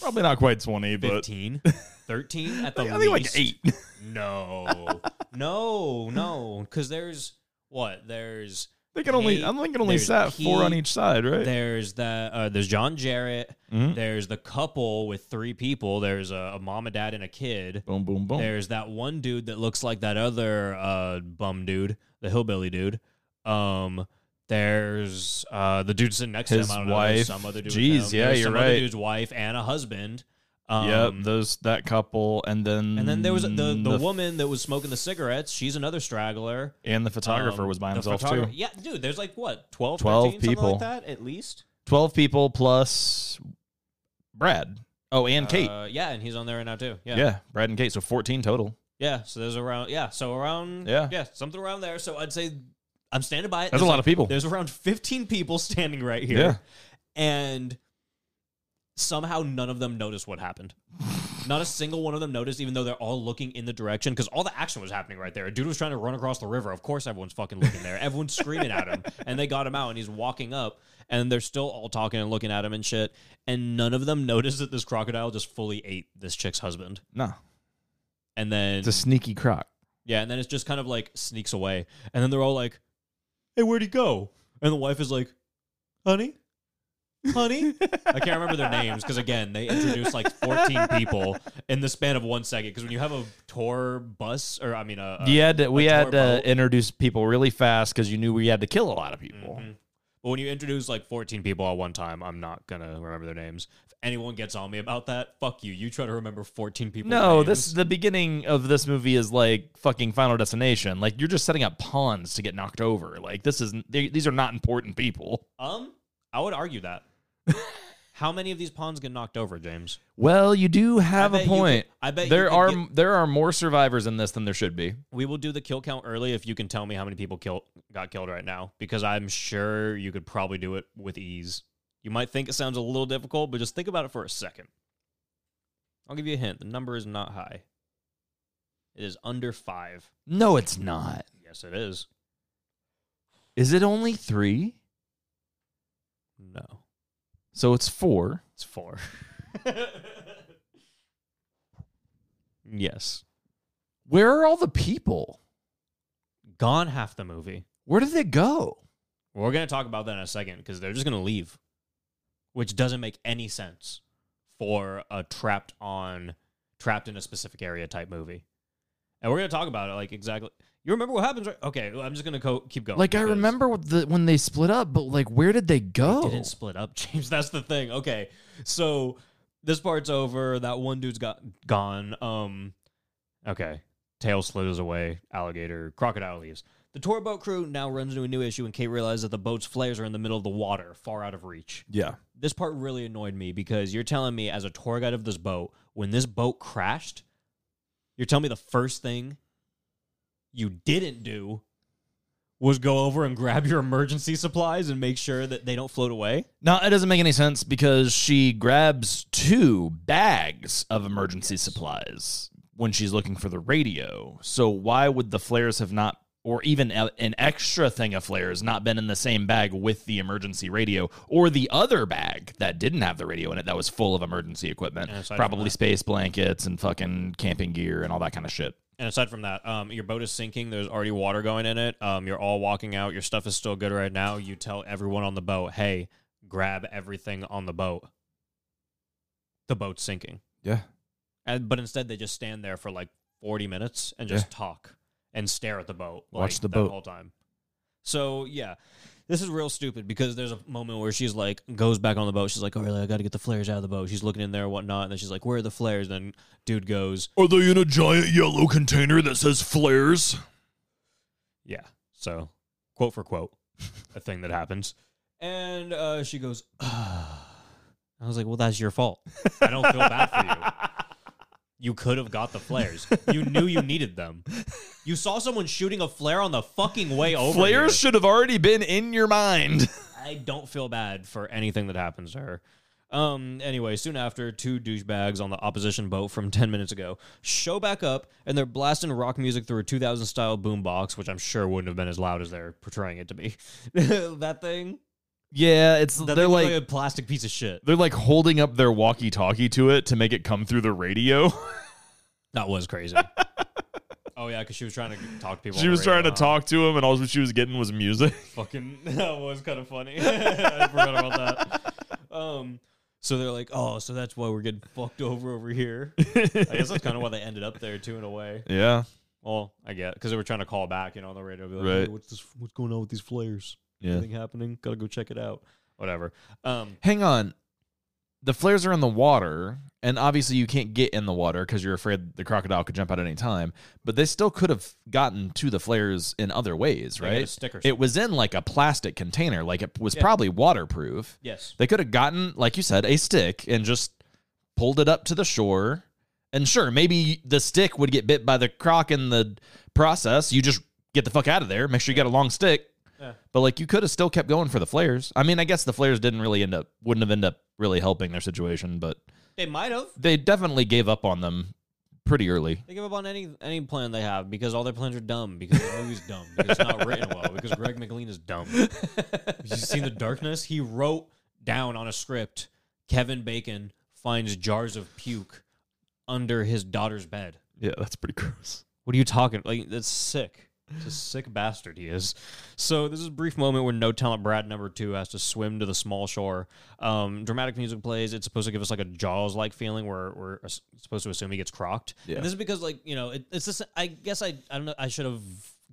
Probably not quite 20, but
15, 13 at the
I
least.
think like eight.
No, no, no. Because there's what there's
They can only,
Eight.
I'm thinking only
There's
sat four on
Pete.
each side, right?
there's the uh, there's John Jarrett.
Mhm.
There's the couple with three people. There's a, a mom, a dad, and a kid.
Boom, boom, boom.
There's that one dude that looks like that other uh, bum dude, the hillbilly dude. Um, there's uh, the dude sitting next
His
to him. I don't know,
wife.
there's some other dude. with
Jeez,
him.
yeah,
There's
you're
some
right.
Other dude's wife and a husband. Um,
yep, those that couple, and then
and then there was the, the,
f-
woman that was smoking the cigarettes. She's another straggler.
and the photographer
Um,
was by
the
himself
photographer-
too.
Yeah, dude. There's like what 12,
12
13, something
people.
like that at least.
Twelve people plus Brad. Oh, and Kate.
Uh, yeah, and he's on there right now too.
yeah.
Yeah, yeah.
Brad and Kate. So fourteen total.
so there's around. Yeah, so around.
Yeah.
yeah, something around there. So I'd say I'm standing by it.
That's a
There's
lot of people.
There's around 15 people standing right here.
Yeah.
And somehow none of them noticed what happened. Not a single one of them noticed, even though they're all looking in the direction because all the action was happening right there. A dude was trying to run across the river. Of course, everyone's fucking looking there. Everyone's screaming at him. And they got him out and he's walking up and they're still all talking and looking at him and shit. And none of them noticed that this crocodile just fully ate this chick's husband.
No,
And then,
it's a sneaky croc.
yeah, and then it's just kind of like sneaks away. And then they're all like, hey, where'd he go? And the wife is like, honey, honey. I can't remember their names because, again, they introduced like 14 people in the span of one second. Because when you have a tour bus, or I mean, a, a-
you had to, we
Uh, a
had
tour
to
boat.
introduce people really fast because you knew we had to kill a lot of people.
Mhm. But when you introduce like 14 people at one time, I'm not going to remember their names. If anyone gets on me about that, fuck you. You try to remember 14 people.
No, this the beginning of this movie is like fucking Final Destination. Like you're just setting up pawns to get knocked over. Like this is they, these are not important people.
Um, I would argue that. How many of these pawns get knocked over, James?
Well, you do have
I
a
bet you could-
point.
I bet you
there
could
are
get-
there are more survivors in this than there should be.
We will do the kill count early if you can tell me how many people killed got killed right now, because I'm sure you could probably do it with ease. You might think it sounds a little difficult, but just think about it for a second. I'll give you a hint. The number is not high. It is under five.
No, it's not.
Yes, it is.
Is it only three?
No,
So it's four.
it's four. yes.
Where are all the people?
Gone half the movie.
Where did they go?
We're going to talk about that in a second because they're just going to leave, which doesn't make any sense for a trapped on, trapped in a specific area type movie. And we're going to talk about it like exactly. You remember what happens, right? Okay, well, I'm just going to co- keep going.
Like I
because
remember what the, when they split up, but like where did they
they
go?
didn't split up, James. That's the thing. Okay, so this part's over. That one dude's got gone. Um, okay, tail slithers away. Alligator, crocodile leaves. The tour boat crew now runs into a new issue, and Kate realizes that the boat's flares are in the middle of the water, far out of reach
yeah.
this part really annoyed me because you're telling me as a tour guide of this boat when this boat crashed you're telling me the first thing you didn't do was go over and grab your emergency supplies and make sure that they don't float away
No, it doesn't make any sense because she grabs two bags of emergency supplies when she's looking for the radio. So why would the flares have not or even a- an extra thing of flares not been in the same bag with the emergency radio or the other bag that didn't have the radio in it that was full of emergency equipment
And aside from
probably
that-
space blankets and fucking camping gear and all that kind of shit
and aside from that um, your boat is sinking there's already water going in it um, you're all walking out your stuff is still good right now you tell everyone on the boat hey grab everything on the boat the boat's sinking
yeah
And, but instead, they just stand there for like 40 minutes and just talk and stare at the boat.
Watch
like,
the
that
boat.
whole time. So yeah, this is real stupid because there's a moment where she's like goes back on the boat. She's like, "Oh, really? I got to get the flares out of the boat." She's looking in there, and whatnot, and then she's like, "Where are the flares?" Then dude goes,
are they in a giant yellow container that says flares
"Yeah." So quote for quote, a thing that happens. And uh, she goes, "Ah." "I was like, well, that's your fault. I don't feel bad for you." You could have got the flares. You knew you needed them. You saw someone shooting a flare on the fucking way over.
flares
here.
should have already been in your mind
I don't feel bad for anything that happens to her. Um. Anyway, soon after, two douchebags on the opposition boat from ten minutes ago show back up, and they're blasting rock music through a 2000 style boombox, which I'm sure wouldn't have been as loud as they're portraying it to be. that thing
Yeah, it's
That
they're
thing
like,
looks a plastic piece of shit.
they're like holding up their walkie-talkie to it to make it come through the radio.
Oh, That was crazy. oh yeah, because she was trying to talk to people.
she
on the
was trying to
radio.
talk to him, and all she was getting was music.
Fucking, that was kind of funny. I forgot about that. Um,
So they're like, oh, so that's why we're getting fucked over over here. I guess that's kind of why they ended up there too, in a way.
yeah,
well, I get because they were trying to call back, you know, on the radio, be like,
Right.
"Hey, what's this? What's going on with these flares?
yeah.
Anything happening? Gotta go check it out. Whatever. Um,
Hang on, the flares are in the water, and obviously you can't get in the water because you're afraid the crocodile could jump out at any time. But they still could have gotten to the flares in other ways,
they got a
right?
sticker.
It was in like a plastic container, like it was probably waterproof.
yes.
They could have gotten, like you said, a stick and just pulled it up to the shore. And sure, maybe the stick would get bit by the croc in the process. You just get the fuck out of there. Make sure you got a long stick. But like you could have still kept going for the flares. I mean, I guess the flares didn't really end up wouldn't have ended up really helping their situation, but
They might have.
they definitely gave up on them pretty early.
They give up on any any plan they have because all their plans are dumb. Because the movie's dumb. Because it's not written well. Because Greg McLean is dumb. you seen the darkness? He wrote down on a script. Kevin Bacon finds jars of puke under his daughter's bed.
Yeah, that's pretty gross.
What are you talking? Like that's sick. It's a sick bastard he is. So this is a brief moment where no talent Brad number two has to swim to the small shore. Um, dramatic music plays. It's supposed to give us like a Jaws like feeling where we're as- supposed to assume he gets crocked.
Yeah.
And this is because like you know it, it's this. I guess I I don't know. I should have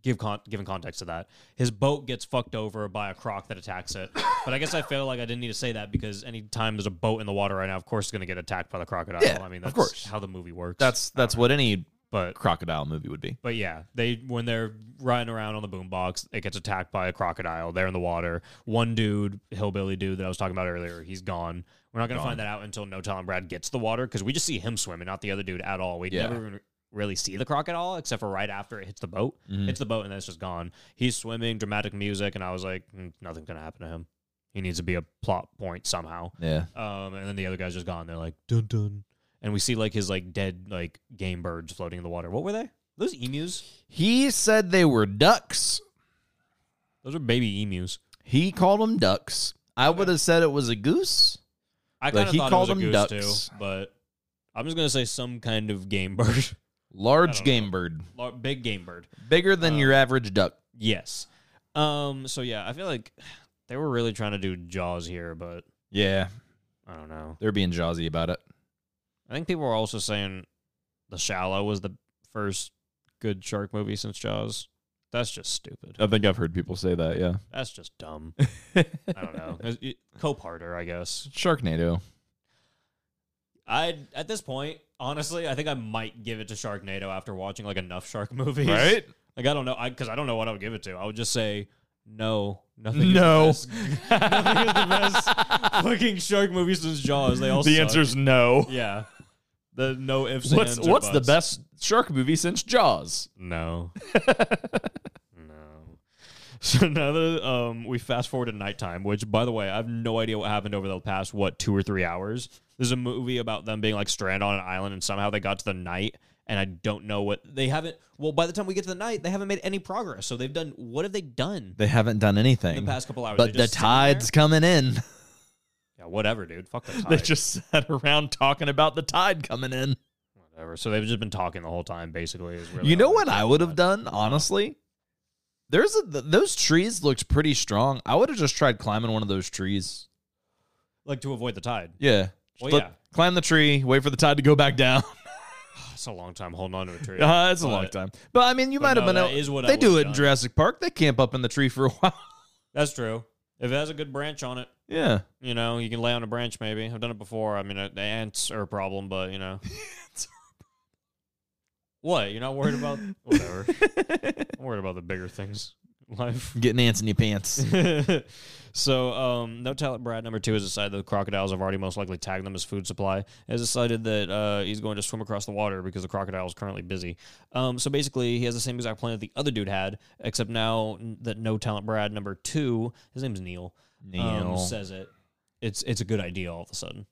give con- given context to that. His boat gets fucked over by a croc that attacks it. but I guess I feel like I didn't need to say that because anytime there's a boat in the water right now, of course it's going to get attacked by the crocodile. I mean that's
course.
how the movie works.
That's that's what any
Um, But
crocodile movie would be.
But yeah, they when they're riding around on the boombox, it gets attacked by a crocodile. They're in the water. One dude, hillbilly dude that I was talking about earlier, he's gone. We're not gonna find that out until No Tom Brad gets the water because we just see him swimming, not the other dude at all. We
Yeah.
never even really see the crocodile except for right after it hits the boat.
Mm-hmm.
Hits the boat and then it's just gone. He's swimming, dramatic music, and I was like, "Mm, nothing's gonna happen to him. He needs to be a plot point somehow.
Yeah.
Um, and then the other guy's just gone. They're like dun dun, and we see like his like dead like game birds floating in the water. What were they? Those emus.
He said they were ducks.
Those are baby emus.
He called them ducks. I would have said it was a goose.
I
But
kind of
he
thought
called
it was a
them
goose
ducks.
too, but I'm just gonna say some kind of game bird,
Large game bird.
Lar- big game bird.
Bigger than your average duck.
Yes. Um. So yeah, I feel like they were really trying to do Jaws here, but
Yeah.
I don't know.
They're being jawsy about it.
I think people were also saying The Shallow was the first good shark movie since Jaws. That's just stupid.
I think I've heard people say that, yeah.
That's just dumb. I don't know. It's- it- Coparder, I guess.
Sharknado.
I at this point, honestly, I think I might give it to Sharknado after watching like enough shark movies.
Right?
Like I don't know, I because I don't know what I would give it to. I would just say no, nothing.
No.
is the best. nothing is the best fucking shark movie since Jaws. They all
The
suck.
answer's no.
yeah. The no ifs.
What's
ands, or
what's the
buts.
best shark movie since Jaws?
No. no. So now that um, we fast forward to nighttime, which, by the way, I have no idea what happened over the past, what, two or three hours. There's a movie about them being like stranded on an island and somehow they got to the night. And I don't know what they haven't. Well, by the time we get to the night, they haven't made any progress. So they've done. What have they done
They haven't done anything.
the past couple hours?
but
They're
the
just sitting there?
tide's coming in.
Yeah, whatever, dude. Fuck the tide.
they just sat around talking about the tide coming in.
whatever. So they've just been talking the whole time, basically. Is really
You know
all
what
they
I
talked
would have
about.
done, honestly? There's a, th- those trees looked pretty strong. I would have just tried climbing one of those trees.
Like to avoid the tide.
Yeah.
Well,
Flip-
yeah.
Climb the tree, wait for the tide to go back down.
That's a long time holding on to a tree.
Uh, it's a
But-
long time. But I mean, you might
But
have been.
no, that
able-
is what I
they do
would've
it in
done.
Jurassic Park. They camp up in the tree for a while.
That's true. If it has a good branch on it,
yeah,
you know, you can lay on a branch. Maybe I've done it before. I mean, uh, the ants are a problem, but you know. What you're not worried about? Whatever. I'm worried about the bigger things in life.
getting ants in your
Um,
pants.
so, um, no talent. Brad number two has decided the crocodiles have already most likely tagged them as food supply. Has decided that uh, he's going to swim across the water because the crocodile is currently busy. Um, so basically, he has the same exact plan that the other dude had, except now that no talent Brad number two, his name's Neil, um,
Neil.
says it. It's it's a good idea all of a sudden.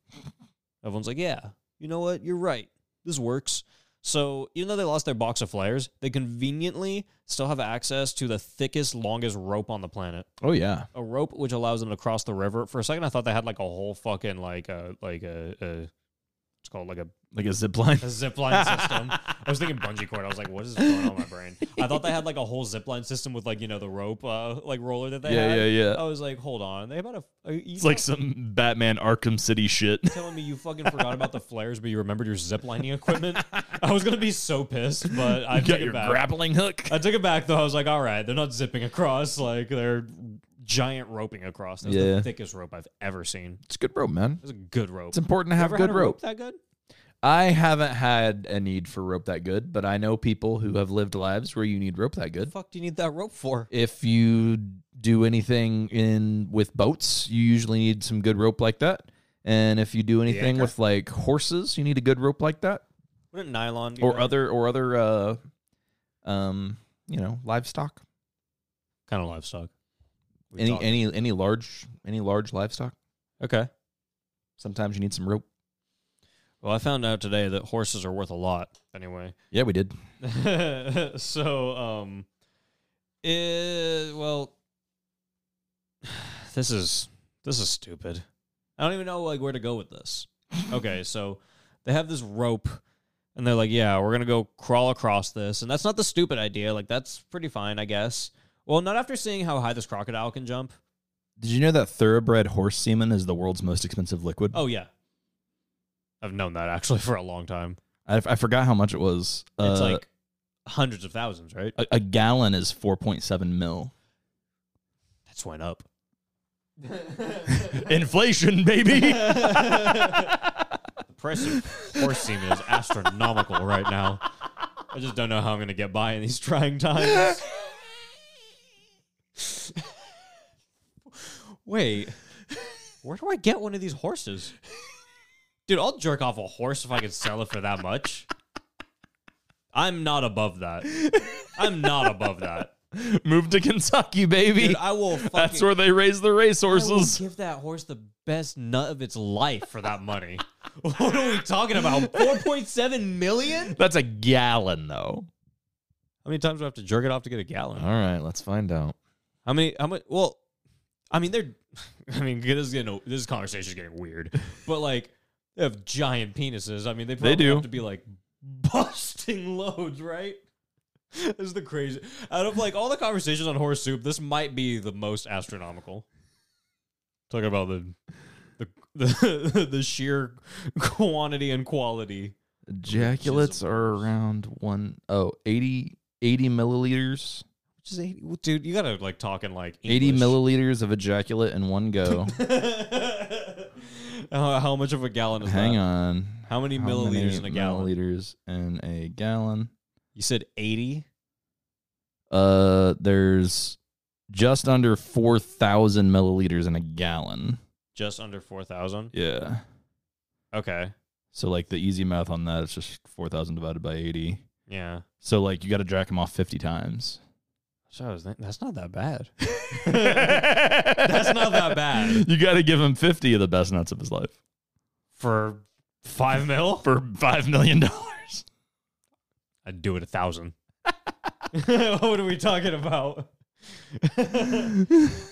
Everyone's like, yeah, you know what? You're right. This works. So even though they lost their box of flares, they conveniently still have access to the thickest, longest rope on the planet.
Oh yeah.
A rope which allows them to cross the river. For a second, I thought they had like a whole fucking like a like a, a it's called like a
Like a zip line.
a zip line system. I was thinking bungee cord. I was like, what is going on in my brain? I thought they had like a whole zip line system with like you know the rope uh, like roller that they
Yeah,
had.
yeah, yeah.
I was like, hold on, they about a. Are you
It's like some Batman Arkham City shit.
telling me you fucking forgot about the flares, but you remembered your zip lining equipment? I was gonna be so pissed, but I
You
took
got
it Uh,
your
back.
grappling hook.
I took it back though. I was like, all right, they're not zipping across. Like they're giant roping across. That's
Yeah.
the thickest rope I've ever seen.
It's a good rope, man.
That's a good rope.
It's important to
You
have
ever
good
had a
rope.
That good?
I haven't had a need for rope that good, but I know people who have lived lives where you need rope that good.
fuck do you need that rope for?
If you do anything in with boats, you usually need some good rope like that. And if you do anything
anchor?
with like horses, you need a good rope like that,
Wouldn't nylon be
or
better?
other or other, uh, um, you know, livestock.
kind of livestock? We
any
talked.
any any large any large livestock.
okay.
Sometimes you need some rope.
Well, I found out today that horses are worth a lot. Anyway,
Yeah, we did.
so um it, well this is this is stupid i don't even know like where to go with this okay so they have this rope and they're like yeah we're gonna go crawl across this and that's not the stupid idea like that's pretty fine i guess well not after seeing how high this crocodile can jump
Did you know that thoroughbred horse semen is the world's most expensive liquid?
oh yeah i've known that actually for a long time
I, I forgot how much it was.
it's
Uh,
like hundreds of thousands right
a, a gallon is 4.7 mil.
that's went up
Inflation, baby.
price of horse semen is astronomical right now. I just don't know how I'm going to get by in these trying times. Wait, where do I get one of these horses? Dude, I'll jerk off a horse if I can sell it for that much. I'm not above that. I'm not above that.
Move to Kentucky, baby.
Dude, I will fucking
That's where they raise the
I
racehorses.
will give that horse the best nut of its life for that money. what are we talking about? 4.7 million?
That's a gallon, though.
How many times do I have to jerk it off to get a gallon?
All right, let's find out.
How many? How much? Well, I mean, they're. I mean, this is getting this conversation is getting weird, but like they have giant penises. I mean, they probably
do.
have to be like busting loads, right? This is the crazy. Out of like all the conversations on horse soup, this might be the most astronomical. Talking about the the the, the sheer quantity and quality.
Ejaculates are around one oh eighty eighty milliliters.
Which is eighty, dude. You gotta like talk in like
80
English.
milliliters of ejaculate in one go.
how, how much of a gallon is
Hang
that?
on.
How many
How
milliliters
many
in a gallon?
Milliliters in a gallon.
You said 80?
Uh, there's just under 4,000 milliliters in a gallon.
Just under 4,000?
Yeah.
Okay.
So, like, the easy math on that is just 4,000 divided by 80.
Yeah.
So, like, you got to jack them off 50 times.
So I was thinking, that's not that bad.
That's
not that bad.
You got to give him 50 of the best nuts of his life
For five mil?
for $5 million.
I'd do it a thousand. what are we talking about?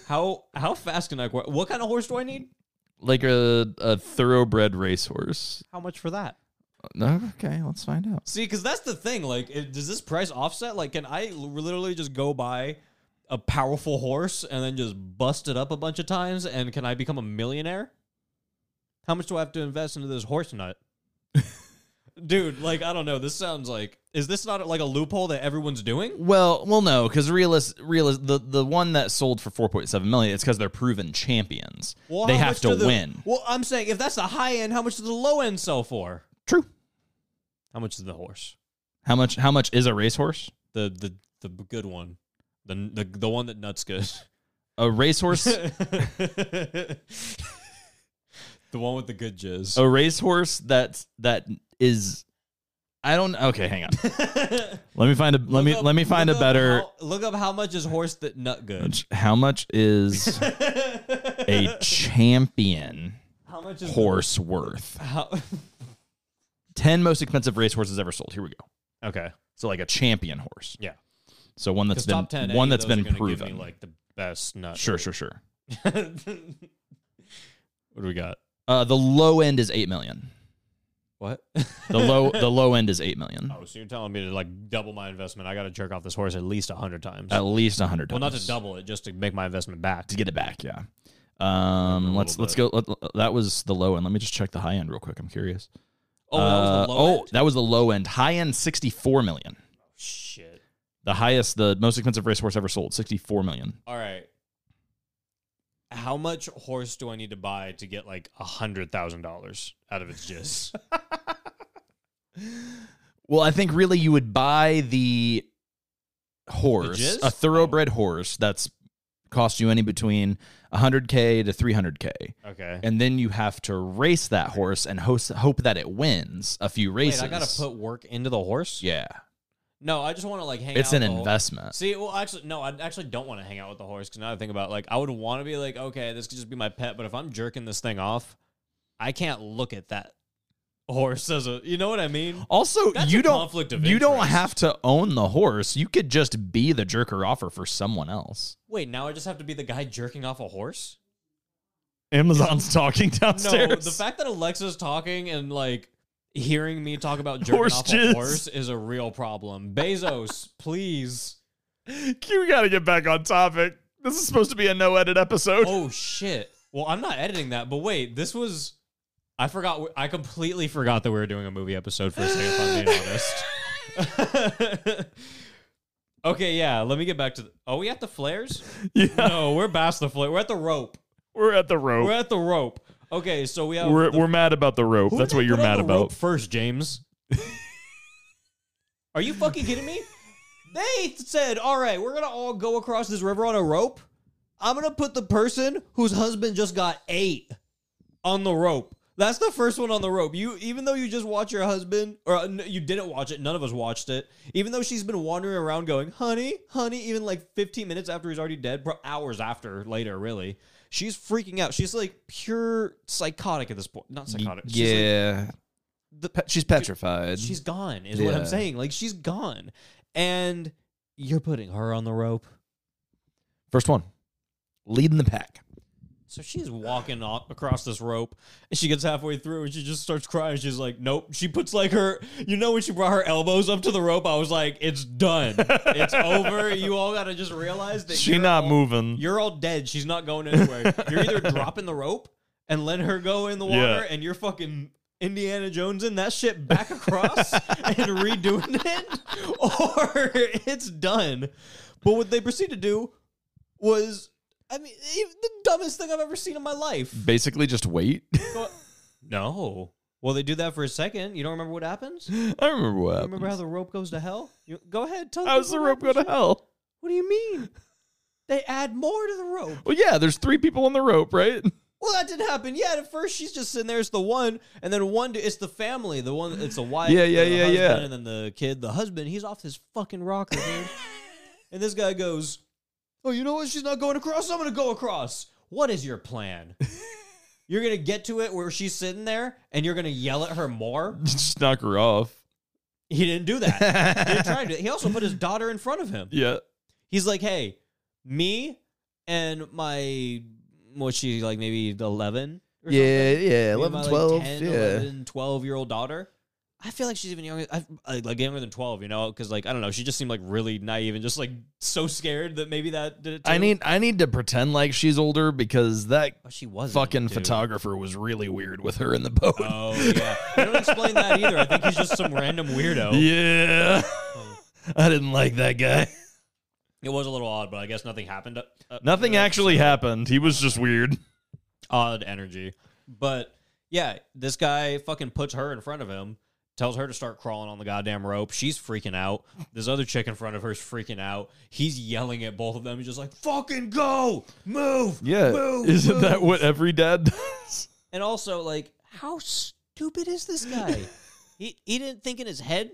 how how fast can I go? What kind of horse do I need?
Like a, a thoroughbred racehorse.
How much for that?
No, okay, let's find out.
See, because that's the thing. Like, it, does this price offset? Like, can I l- literally just go buy a powerful horse and then just bust it up a bunch of times? And can I become a millionaire? How much do I have to invest into this horse nut? Dude, like, I don't know. This sounds like, is this not like a loophole that everyone's doing?
Well, well, no, because realist, realist, the the one that sold for four point seven million, it's because they're proven champions.
Well,
they
how
have
much
to
do the-
win.
Well, I'm saying if that's the high end, how much does the low end sell for?
True.
How much is the horse?
How much? How much is a racehorse?
The the the good one, the the the one that nuts good.
A racehorse,
the one with the good jizz.
a racehorse that's that is. I don't. Okay, hang on. let me find a. Let me
Look up-
let me find
look
a
up
better.
how- look up how much is horse that nut good.
How much is a champion
How much is
horse worth?
How,
10 most expensive racehorses ever sold. Here we go.
Okay.
So like a champion horse.
Yeah.
So one that's
'Cause
been
top
one
10, any of
that's
those are
been
gonna give me,
proven.
Like the best nut.
sure, sure, sure.
what do we got?
Uh, the low end is 8 million.
What?
The low the low end is 8 million.
Oh, so you're telling me to like double my investment? I got to jerk off this horse at least hundred times.
At least 100.
well, not
dollars.
to double it, just to make my investment back.
to get it back, yeah. Um, let's let's go. Let, let- that was the low end. Let me just check the high end real quick. I'm curious.
Oh, that was the
Uh,
low
oh, that was the low end. High end, sixty four million.
Shit.
The highest, the most expensive racehorse ever sold, sixty four million.
All right. How much horse do I need to buy to get like a hundred thousand dollars out of its jizz?
Well, I think really you would buy the horse,
The jizz?
a thoroughbred horse that's cost you any between hundred k to three hundred k,
okay.
and then you have to race that horse and host, hope that it wins a few races.
Wait, I gotta put work into the horse.
yeah,
No, I just want to like hang.
it's an
out with the whole-
investment.
See, well, actually, no, I actually don't want to hang out with the horse because now I think about it, like I would want to be like, okay, this could just be my pet, but if I'm jerking this thing off, I can't look at that horse as a, you know what I mean?
Also,
That's
you
a
don't
conflict of
you don't
interest.
have to own the horse. You could just be the jerker offer for someone else.
Wait, now I just have to be the guy jerking off a horse?
Amazon's talking
No,
downstairs.
the fact that Alexa's talking and like hearing me talk about jerking
Horse
off
jizz.
a horse is a real problem. Bezos, please.
you got to get back on topic. This is supposed to be a no edit episode.
Oh shit. Well, I'm not editing that, but wait, this was. I forgot. I completely forgot that we were doing a movie episode for a second. If I'm being honest. okay, yeah. Let me get back to. The, oh, we at the flares?
Yeah.
No, we're past the flare. We're at the rope.
We're at the rope.
We're at the rope. Okay, so we have.
We're,
the-
we're mad about the rope.
Who
That's
did
what
they
you're
put on
mad
the
about.
rope first, James. Are you fucking kidding me? They said, "All right, we're gonna all go across this river on a rope. I'm gonna put the person whose husband just got eight on the rope. That's the first one on the rope. You, even though you just watch your husband, or uh, n- you didn't watch it. None of us watched it. Even though she's been wandering around going, "Honey, honey," even like 15 minutes after he's already dead, pro- hours after, later, really. She's freaking out. She's like pure psychotic at this point. Not psychotic. She's like,
Pe- she's petrified.
she's gone is what
Yeah.
i'm saying like she's gone and you're putting her on the rope
First one, leading the pack.
so she's walking off across this rope and she gets halfway through and she just starts crying she's like nope she puts like her you know when she brought her elbows up to the rope i was like it's done it's over you all gotta just realize that
She
you're
not
all-
moving.
you're all dead she's not going anywhere you're either dropping the rope and letting her go in the water
Yeah.
and you're fucking Indiana Jones in that shit back across and redoing it, or it's done. But what they proceed to do was, I mean, e- the dumbest thing I've ever seen in my life.
Basically, just wait.
No. Well, they do that for a second. You don't remember what happens? You
I remember what
remember how the rope goes to hell? You, go ahead. Tell
How's
people
the
what
rope go to
happens.
hell?
What do you mean? They add more to the rope.
Well, yeah, there's three people on the rope, right?
Well, that didn't happen yet. At first, she's just sitting there. It's the one, and then one. It's the family. The one. It's the wife.
Yeah, yeah,
the
yeah, yeah.
husband, And then the kid, the husband. He's off his fucking rocker, dude. and this guy goes, "Oh, you know what? She's not going across. I'm gonna go across. What is your plan? you're gonna get to it where she's sitting there, and you're gonna yell at her more.
just knock her off.
He didn't do that. he didn't try to. He also put his daughter in front of him.
Yeah.
He's like, "Hey, me and my what's she like? Maybe eleven? or
yeah, yeah,
Me and
11,
my, like,
12,
10,
yeah.
11, 12 year old daughter. I feel like she's even younger, I, I- like younger than twelve, you know, because like I don't know, she just seemed like really naive and just like so scared that maybe that did it. Too.
I need I need to pretend like she's older because that
oh, she was
fucking
dude.
photographer was really weird with her in the boat.
Oh yeah, I don't explain that either. I think he's just some random weirdo.
Yeah. I didn't like that guy.
It was a little odd, but I guess nothing happened. Uh,
Nothing
uh,
actually happened. He was just weird.
odd energy. But yeah, this guy fucking puts her in front of him, tells her to start crawling on the goddamn rope. She's freaking out. This other chick in front of her is freaking out. He's yelling at both of them. He's just like, fucking go, move,
Yeah.
move.
Isn't
move."
that what every dad does?
And also, like, how stupid is this guy? he, he didn't think in his head.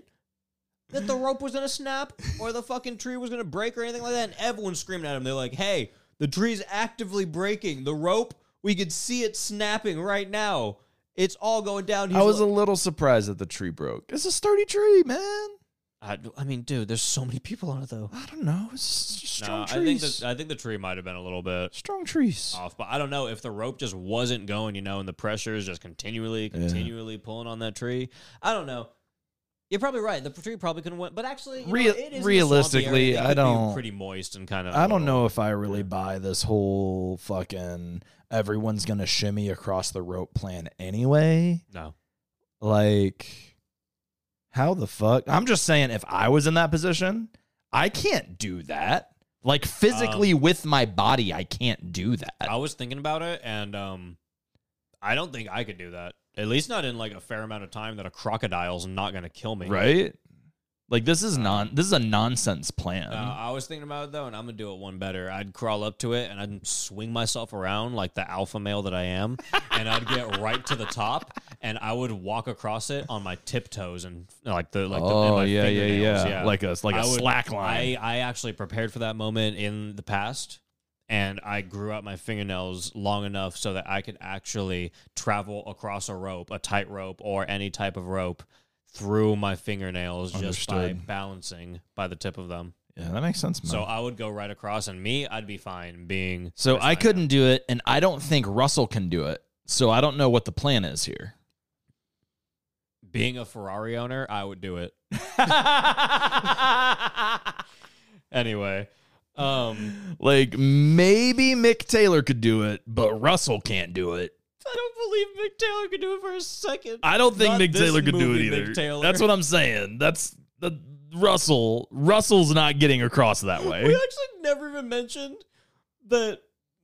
That the rope was gonna snap or the fucking tree was gonna break or anything like that. And everyone's screaming at him. They're like, hey, the tree's actively breaking. The rope, we could see it snapping right now.
It's all going down. He's
I was a
like-
little surprised that the tree broke. It's a sturdy tree, man.
I, I mean, dude, there's so many people on it though.
I don't know. It's s- strong
Nah, I think Oh,
trees.
the, I think the tree might have been a little bit
strong trees.
off, but I don't know if the rope just wasn't going, you know, and the pressure is just continually, continually pulling on that tree.
I don't know. You're probably right. The tree probably couldn't win, but actually, you know,
Real-
it is in a swampy
realistically,
area.
I
Could be
don't-
pretty moist and kind of.
I don't know if I really buy this whole fucking everyone's gonna shimmy across the rope plan anyway.
No.
Like, how the fuck? I'm just saying, if I was in that position, I can't do that. Like, physically
Um,
with my body, I can't do that.
I was thinking about it, and um, I don't think I could do that. At least not in like a fair amount of time that a crocodile's not going to kill me.
Right? Like, this
Um,
is non. This is a nonsense plan.
Uh, I was thinking about it though, and I'm gonna do it one better. I'd crawl up to it and I'd swing myself around like the alpha male that I am, and I'd get right to the top, and I would walk across it on my tiptoes and like the like the, and
oh
my
yeah, yeah,
fingernails,
yeah, Like a like a
I would-
slack line.
I, I actually prepared for that moment in the past and I grew out my fingernails long enough so that I could actually travel across a rope, a tight rope or any type of rope through my fingernails just by
Understood.
balancing by the tip of them.
yeah, that makes sense. Man.
So I would go right across and me, I'd be fine being
So
as
I
am.
couldn't do it, and I don't think Russell can do it. So I don't know what the plan is here.
being a Ferrari owner, I would do it. anyway, um
Like maybe Mick Taylor could do it, but Russell can't do it.
I don't believe Mick Taylor could do it for a second.
I don't think
Not
Mick
this
Taylor could do it
movie,
either.
Mick Taylor.
That's what I'm saying. That's the Russell. Russell's not getting across that
We
way.
actually never even mentioned that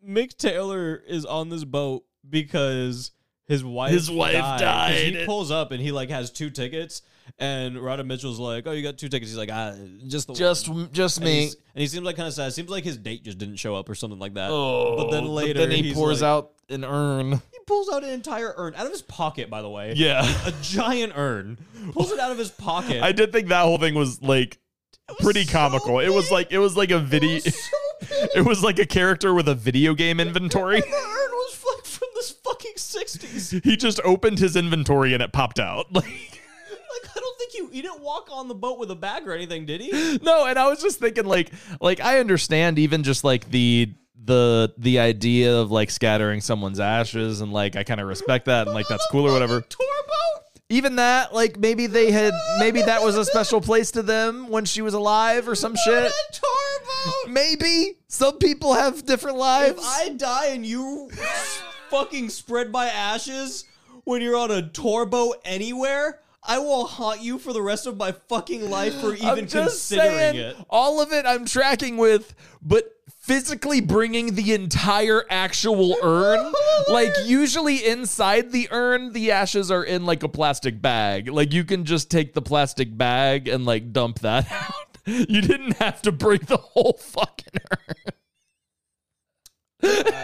Mick Taylor is on this boat because his wife
His wife
'Cause
died.
He pulls up and he like has two tickets, and Rhoda Mitchell's like, "Oh, you got two tickets." He's like, "Ah, just the one."
just
And, he's- and he seems like kind of sad. Seems like his date just didn't show up or something like that.
Oh,
but then later he's like-
out an urn.
He pulls out an entire urn out of his pocket, by the way.
Yeah,
A giant urn. Pulls it out of his pocket.
I did think that whole thing was like pretty comical. It was like it was like a video. It was like a character with a video game inventory.
the urn was like from this fucking 60s.
He just opened his inventory and it popped out. Like
Like I don't think you he didn't walk on the boat with a bag or anything, did he?
no and i was just thinking like like i understand even just like the the the idea of like scattering someone's ashes and like i kind of respect that and like that's cool or whatever
Tour boat.
even that like maybe they had maybe that was a special place to them when she was alive or some shit maybe some people have different
If
lives
I die and you fucking spread my ashes when you're on a tour boat anywhere, I will haunt you for the rest of my fucking life for even
I'm just
considering
saying,
it.
all of it I'm tracking with, but physically bringing the entire actual urn. like, usually inside the urn, the ashes are in like a plastic bag. Like, you can just take the plastic bag and like dump that out. You didn't have to bring the whole fucking urn.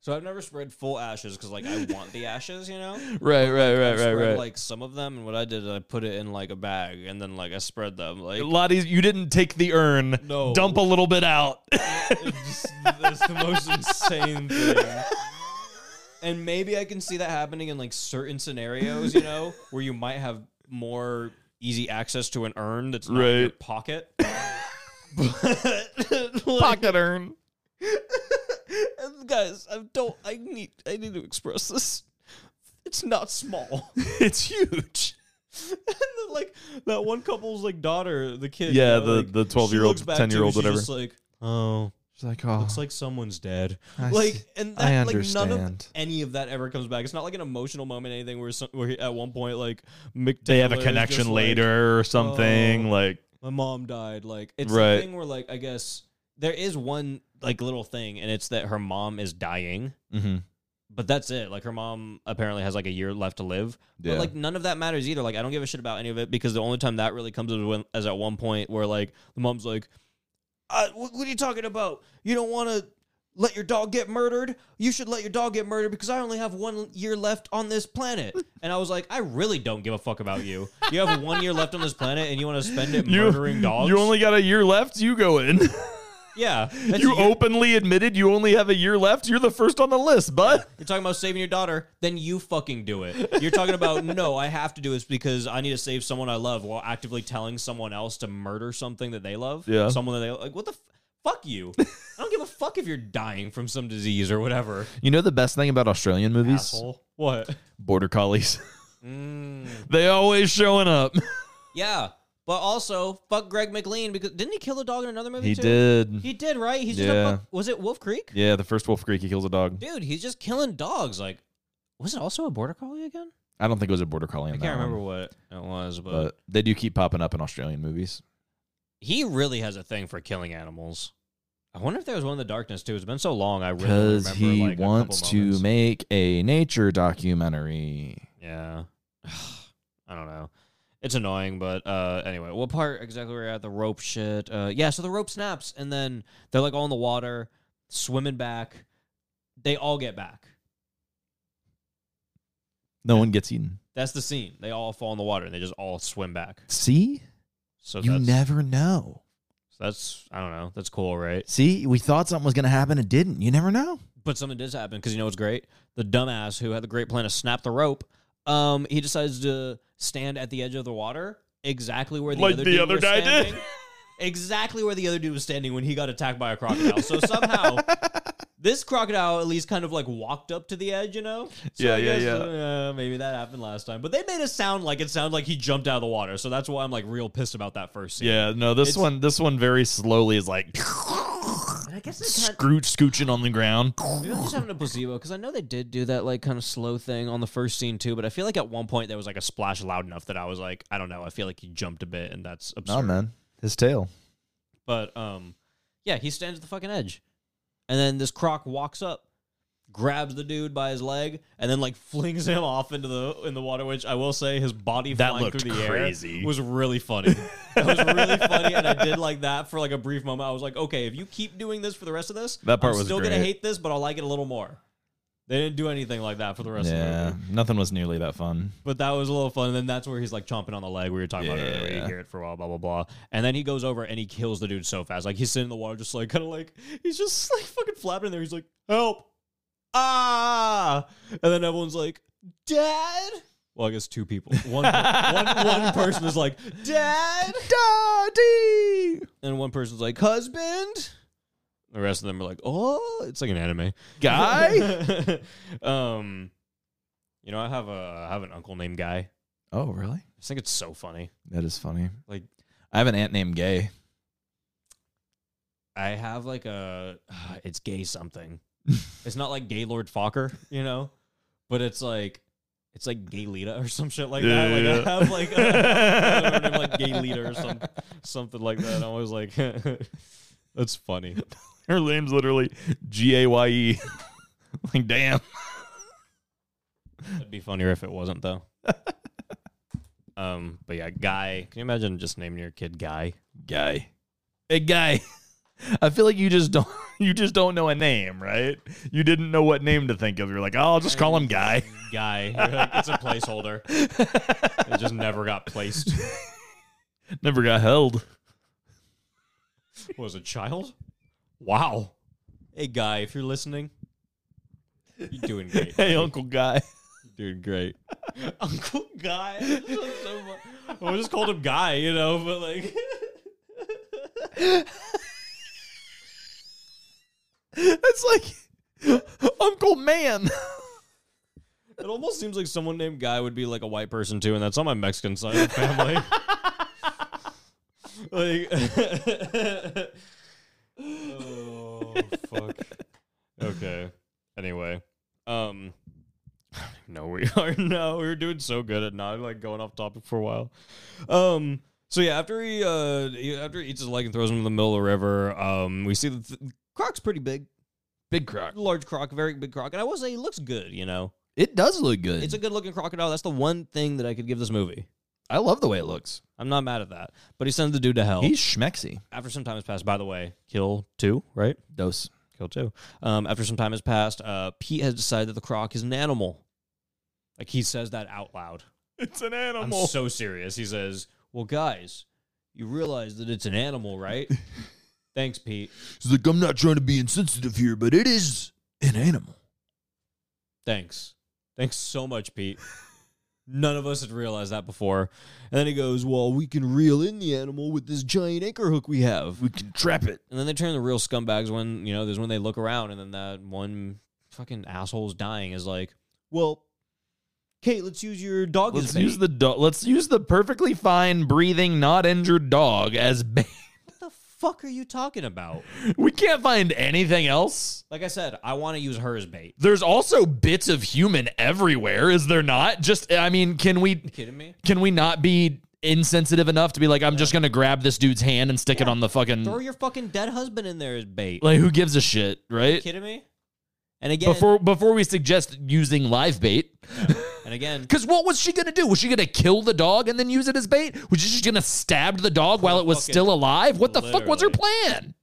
So I've never spread full ashes because like I want the ashes, you know.
Right, right, right, right,
Spread,
right.
Like some of them, and what I did, is I put it in like a bag, and then like I spread them. Like
a lot easier. You didn't take the urn,
No.
dump a little bit out.
Just- that's the most insane thing. And maybe I can see that happening in like certain scenarios, you know, where you might have more easy access to an urn that's not in your
Right.
pocket.
Pocket urn.
And guys, I don't. I need. I need to express this. It's not small.
It's huge.
and then, like that one couple's like daughter, the kid.
Yeah,
you
the-
know, like,
the
she
12-year-old,
looks back to you and
10-year-old,
she's
whatever.
just like, oh,
She's like, oh,
It's like someone's dead.
I see.
like, and that,
I
like none
understand.
of any of that ever comes back. It's not like an emotional moment, anything where, some, where he- at one point, like, Mick
they have a
Taylor is just
connection
like,
later or something.
"Oh."
Like
My mom died. Like, it's
Right.
the thing where, like, I guess there is one, like, little thing, and it's that her mom is dying,
mm-hmm.
but that's it. Like, her mom apparently has, like, a year left to live.
Yeah.
But, like, none of that matters either. Like, I don't give a shit about any of it because the only time that really comes is, when, is at one point where, like, the mom's like, uh, what, what are you talking about? You don't want to let your dog get murdered? You should let your dog get murdered because I only have one year left on this planet. And I was like, I really don't give a fuck about you. You have one year left on this planet and you want to spend it
You-
murdering dogs?
you only got a year left. You go in.
Yeah, that's-
You openly admitted you only have a year left. You're the first on the list, bud.
You're talking about saving your daughter, then you fucking do it. You're talking about no, I have to do this because I need to save someone I love while actively telling someone else to murder something that they love.
Yeah.
someone that they like. What the f- fuck you? I don't give a fuck if you're dying from some disease or whatever.
You know the best thing about Australian movies?
Asshole. Mm. What?
Border collies. they always showing up.
Yeah, but also fuck Greg McLean because didn't he kill a dog in another movie?
He
too?
did.
He did, right? He's just
Yeah.
a fuck- was it Wolf Creek?
yeah, the first Wolf Creek, he kills a dog.
Dude, he's just killing dogs. Like, was it also a border collie again?
I don't think it was a border collie.
I
In
can't
that one,
remember what it was, but
but they do keep popping up in Australian movies.
he really has a thing for killing animals. I wonder if there was one in the darkness too. It's been so long. I really don't
Because
remember,
he
like, a couple
wants to
moments.
make a nature documentary.
Yeah, I don't know. It's annoying, but uh, anyway, what part exactly were we at? The rope shit. Uh, yeah, so the rope snaps, and then they're like all in the water, swimming back. They all get back.
No one gets eaten.
That's the scene. They all fall in the water and they just all swim back.
See?
So
you
that's
never know.
that's I don't know. That's cool, right?
See, we thought something was going to happen. It didn't. You never know.
But something does happen because you know what's great? The dumbass who had the great plan to snap the rope, um, he decides to stand at the edge of the water, exactly where the
Like
other
the
dude
other
was
guy did.
standing. Exactly where the other dude was standing when he got attacked by a crocodile. So somehow this crocodile at least kind of like walked up to the edge, you know? So
Yeah,
I
yeah,
guess,
yeah.
uh, maybe that happened last time. But they made it sound like it sounded like he jumped out of the water. So that's why I'm like real pissed about that first scene.
Yeah, no, this
It's-
one, this one very slowly is like
I guess they kind
scrooch scooching on the ground.
Maybe I'm just having a placebo because I know they did do that like kind of slow thing on the first scene too, but I feel like at one point there was like a splash loud enough that I was like, I don't know, I feel like he jumped a bit and that's absurd.
No, man, his tail.
But um, yeah, he stands at the fucking edge, and then this croc walks up, grabs the dude by his leg, and then like flings him off into the in the water. Which I will say, his body
That
flying
looked
through the
crazy.
air was really funny. that was really funny, and I did like that for like a brief moment. I was like, okay, if you keep doing this for the rest of this,
That part
I'm
was
still gonna
great.
hate this, but I'll like it a little more. They didn't do anything like that for the rest of the
Yeah,
movie.
nothing was nearly that fun.
But that was a little fun. And then that's where he's like chomping on the leg. We were talking about it earlier.
Yeah.
You hear it for a while, blah, blah, blah. And then he goes over and he kills the dude so fast. Like he's sitting in the water, just like kind of like, he's just like fucking flapping in there. He's like, help. Ah. And then everyone's like, dad. Well, I guess two people. One, one, one person is like, dad.
Daddy,
And one person's like, husband. The rest of them are like, oh, it's like an anime.
guy.
um, you know, I have a I have an uncle named Guy. I
oh, really?
just think it's so funny.
That is funny.
Like-
I have an aunt named Gay.
I have like a it's gay something. it's not like Gaylord Fokker, you know, but it's like it's like Gay Lita or some shit like
Yeah,
that.
yeah,
Like I have like a, I have a name like Gay Lita or some something like that. And I was like, that's funny.
Her name's literally G A Y E. Like, damn.
It'd be funnier if it wasn't though. um, but yeah, Guy. Can you imagine just naming your kid Guy?
Guy. Hey, guy. I feel like you just don't you just don't know a name, right? You didn't know what name to think of. You're like, oh, I'll just call him Guy.
Guy. You're like, it's a placeholder. it just never got placed.
Never got held.
was a child? Wow. Hey, guy, if you're listening, you're doing great.
Hey, Uncle Guy.
You're doing great. Uncle Guy. I just called him Guy, you know, but like.
It's like Uncle Man.
It almost seems like someone named Guy would be like a white person too, and that's on my Mexican side of the family. like, oh fuck. Okay. Anyway, um, I don't even know where we are now. We were doing so good at not like going off topic for a while. Um. So yeah, after he uh he- after he eats his leg and throws him in the middle of the river, um, we see that the croc's pretty big,
Big croc.
large croc, very big croc, and I will say he looks good, you know.
It does look good.
It's a good looking crocodile. That's the one thing that I could give this movie.
I love the way it looks.
I'm not mad at that. But he sends the dude to hell.
He's schmexy.
after some time has passed, by the way, kill two, right?
Dose.
Kill two. Um, after some time has passed, uh, Pete has decided that the croc is an animal. Like he says that out loud.
It's an
I'm
animal.
so serious. He says, Well, guys, you realize that it's an animal, right? Thanks, Pete.
He's like, I'm not trying to be insensitive here, but it is an animal.
Thanks. Thanks so much, Pete. None of us had realized that before. And then he goes, Well, we can reel in the animal with this giant anchor hook we have.
We can trap it.
And then they turn the real scumbags when, you know, there's when they look around and then that one fucking asshole's dying is like, Well, Kate, let's use your dog
Let's
as bait."
use the dog. Let's use the perfectly fine, breathing, not injured dog as bait.
What the fuck are you talking about?
We can't find anything else.
Like I said, I want to use her as bait.
There's also bits of human everywhere, is there not? Just, I mean, can we
kidding me?
can we not be insensitive enough to be like, I'm just gonna grab this dude's hand and stick it on the fucking
Throw your fucking dead husband in there as bait.
like, who gives a shit, right?
kidding me? And again,
Before before we suggest using live bait,
and again,
because what was she gonna do? Was she gonna kill the dog and then use it as bait? Was she just gonna stab the dog while it was
fucking-
still alive? What the fuck was her
Literally.
plan?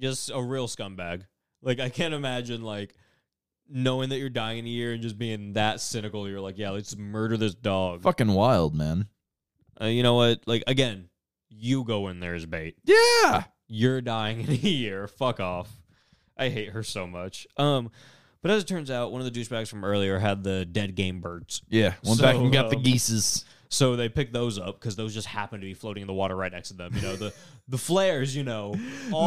just a real scumbag. Like I can't imagine like knowing that you're dying in a year and just being that cynical. You're like, yeah, let's murder this dog.
Fucking wild, man.
Uh, you know what? Like again, you go in there as bait.
Yeah.
You're dying in a year. Fuck off. I hate her so much. Um, but as it turns out, one of the douchebags from earlier had the dead game birds.
Yeah. Went
So,
back and got the
um,
geeses.
So they picked those up because those just happened to be floating in the water right next to them. You know, the the flares, you know, all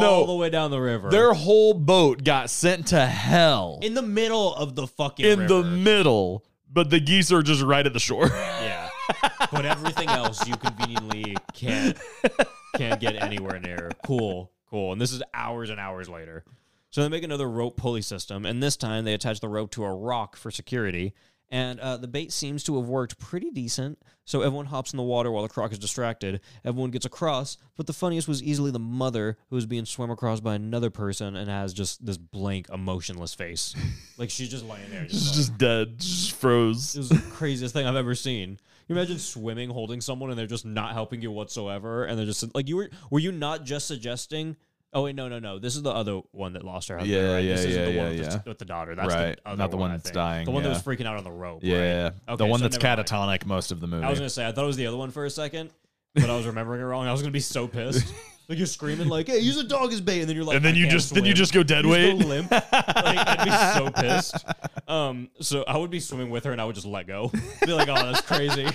No.
the way down the river.
Their whole boat got sent to hell
in the middle of the fucking
in the
river.
middle, but the geese are just right at the shore.
yeah. But everything else you conveniently can't can't get anywhere near. Cool, cool. And this is hours and hours later. So they make another rope pulley system, and this time they attach the rope to a rock for security. And uh, the bait seems to have worked pretty decent. So everyone hops in the water while the croc is distracted. Everyone gets across, but the funniest was easily the mother who is being swum across by another person and has just this blank, emotionless face. like she's just laying there. just
She's
like-
just dead. She Just froze.
it was the craziest thing I've ever seen. You imagine swimming, holding someone, and they're just not helping you whatsoever, and they're just like you were. Were you not just suggesting? Oh wait, no, no, no. This is the other one that lost her husband.
Yeah,
right? This
yeah,
isn't the
yeah,
one
yeah,
with,
yeah.
The, with the daughter. That's
Right,
the other
not the one
I
that's
think.
dying,
The one
yeah.
that was freaking out on the rope.
Yeah.
right?
the
Okay,
one
so
that's
never mind.
catatonic most of the movie.
I was gonna say I thought it was the other one for a second, but I was remembering it wrong. I was gonna be so pissed. Like you're screaming like, "Hey, use a dog as bait," and then you're like,
And then
"I
you
can't
just then you
swim."
just go dead
You
weight.
just go limp. like, I'd be so pissed. Um, so I would be swimming with her and I would just let go. Be like, oh, that's crazy.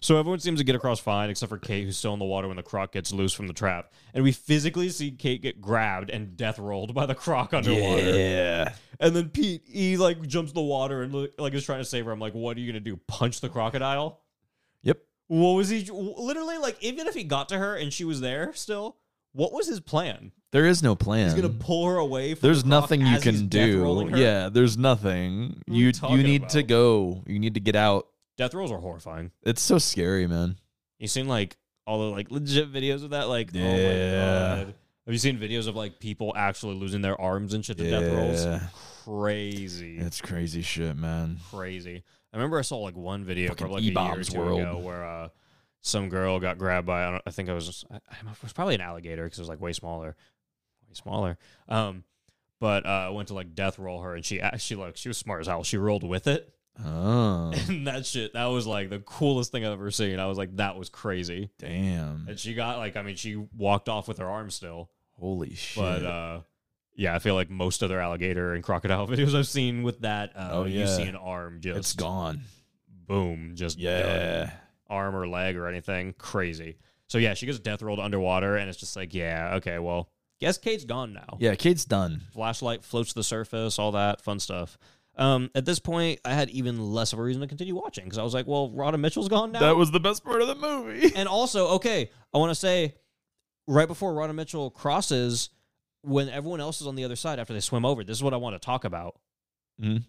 So everyone seems to get across fine, except for Kate, who's still in the water when the croc gets loose from the trap. And we physically see Kate get grabbed and death rolled by the croc underwater.
yeah.
And then Pete, he like jumps in the water and li- like is trying to save her. I'm like, what are you gonna do? Punch the crocodile?
Yep.
What was he? Literally, like, even if he got to her and she was there still, what was his plan?
There is no plan.
He's gonna pull her away. From
there's
the croc
nothing you
as he's
can
death rolling
do.
her?
Yeah, there's nothing.
are you
You you
talking
need to
about?
go. You need to get out.
death rolls are horrifying.
It's so scary, man.
You seen like all the like legit videos of that? Like, oh
Yeah.
my god. Have you seen videos of like people actually losing their arms and shit to death rolls?
Yeah.
Crazy,
It's crazy shit, man.
crazy. I remember I saw like one video
Fucking
from like a year or
E-bombs
two
world.
ago where uh, some girl got grabbed by I, don't, I think I was just, I, I don't know, it was probably an alligator because it was like way smaller, way smaller. Um, but uh, I went to like death roll her and she actually like she was smart as hell. She rolled with it.
Oh,
And that shit, that was like the coolest thing I've ever seen. I was like, that was crazy.
damn.
And she got like, I mean, she walked off with her arm still.
Holy shit.
But uh, yeah, I feel like most other alligator and crocodile videos I've seen with that, uh,
Oh,
you
yeah.
see an arm just
it's gone.
boom, just done.
Yeah.
arm or leg or anything. Crazy. So yeah, she gets death rolled underwater, and it's just like, yeah, okay, well, guess Kate's gone now.
Yeah, Kate's done.
Flashlight floats to the surface, all that fun stuff. Um, at this point, I had even less of a reason to continue watching because I was like, well, Rhoda Mitchell's gone now.
was the best part of the movie.
And also, okay, I want to say right before Ron Mitchell crosses, when everyone else is on the other side after they swim over, this is what I want to talk about.
Mhm.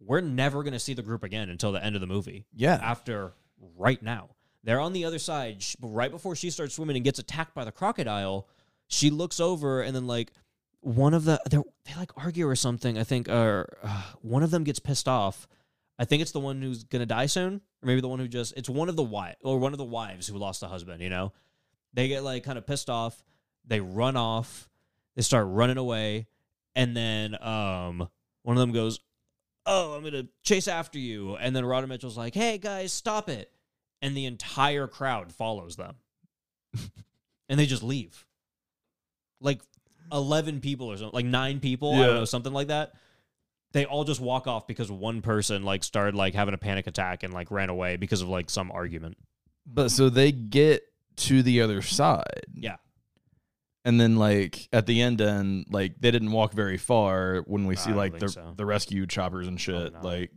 We're never going to see the group again until the end of the movie.
Yeah.
After right now, they're on the other side. sh- But right before she starts swimming and gets attacked by the crocodile, she looks over and then like one of the they're- they like argue or something. I think or uh, one of them gets pissed off. I think it's the one who's gonna die soon, or maybe the one who just it's one of the wife or one of the wives who lost the husband. You know, they get like kind of pissed off. They run off. They start running away, and then um one of them goes, "Oh, I'm gonna chase after you." And then Rhoda Mitchell's like, "Hey guys, stop it!" And the entire crowd follows them, and they just leave. like eleven people or something, like nine people, I
Yeah.
don't know, something like that. They all just walk off because one person like started like having a panic attack and like ran away because of like some argument.
But so they get to the other side.
Yeah.
And then like at the end end, like they didn't walk very far when we
I
see
don't
like
think
the
so. Oh,
the rescue choppers and shit.
no.
Like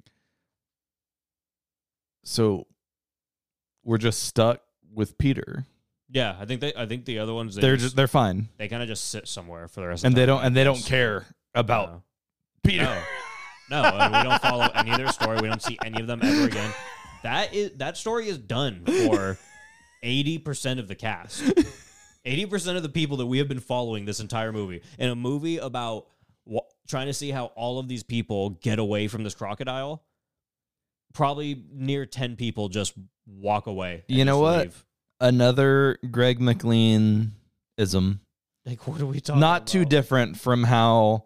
so we're just stuck with Peter.
Yeah, I think they I think the other ones they
They're just they're fine.
they kind of just sit somewhere for the rest of
And
the
they
time.
don't and they don't care about
No.
Peter.
No, no and we don't follow any of their story. We don't see any of them ever again. That is that story is done for eighty percent of the cast. Eighty percent of the people that we have been following this entire movie in a movie about wa- trying to see how all of these people get away from this crocodile. Probably near ten people just walk away. and
You know
just
what?
leave.
Another Greg McLean ism.
Like what are we talking?
Not too
about?
different from how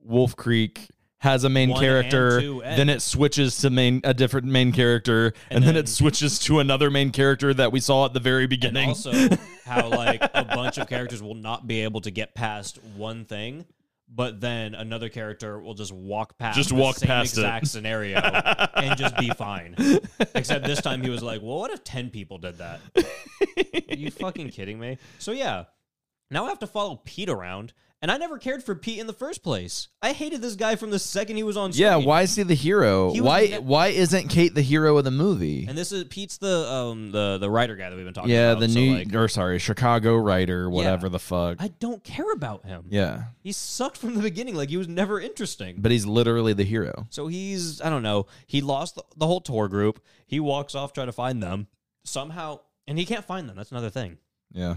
Wolf Creek has a main
One and
character,
two and-
then it switches to main a different main character, and, then,
then-
it switches to another main character that we saw at the very
And
beginning.
also how like a bunch of characters will not be able to get past one thing, but then another character will just walk past
Just
the
walk
same
past it.
exact scenario and just be fine. Except this time he was like, Well, what if ten people did that? Are you fucking kidding me? So yeah. Now I have to follow Pete around. And I never cared for Pete in the first place. I hated this guy from the second he was on screen.
yeah, why is he the hero?
He was
why
ne-
why isn't Kate the hero of the movie?
And this is Pete's the um the the writer guy that we've been talking
Yeah,
about.
the
so,
new
like,
or sorry, Chicago writer, whatever the fuck.
I don't care about him.
yeah.
He sucked from the beginning. Like he was never interesting.
But he's literally the hero.
so he's I don't know. He lost the, the whole tour group. He walks off trying to find them somehow, and he can't find them. That's another thing.
Yeah.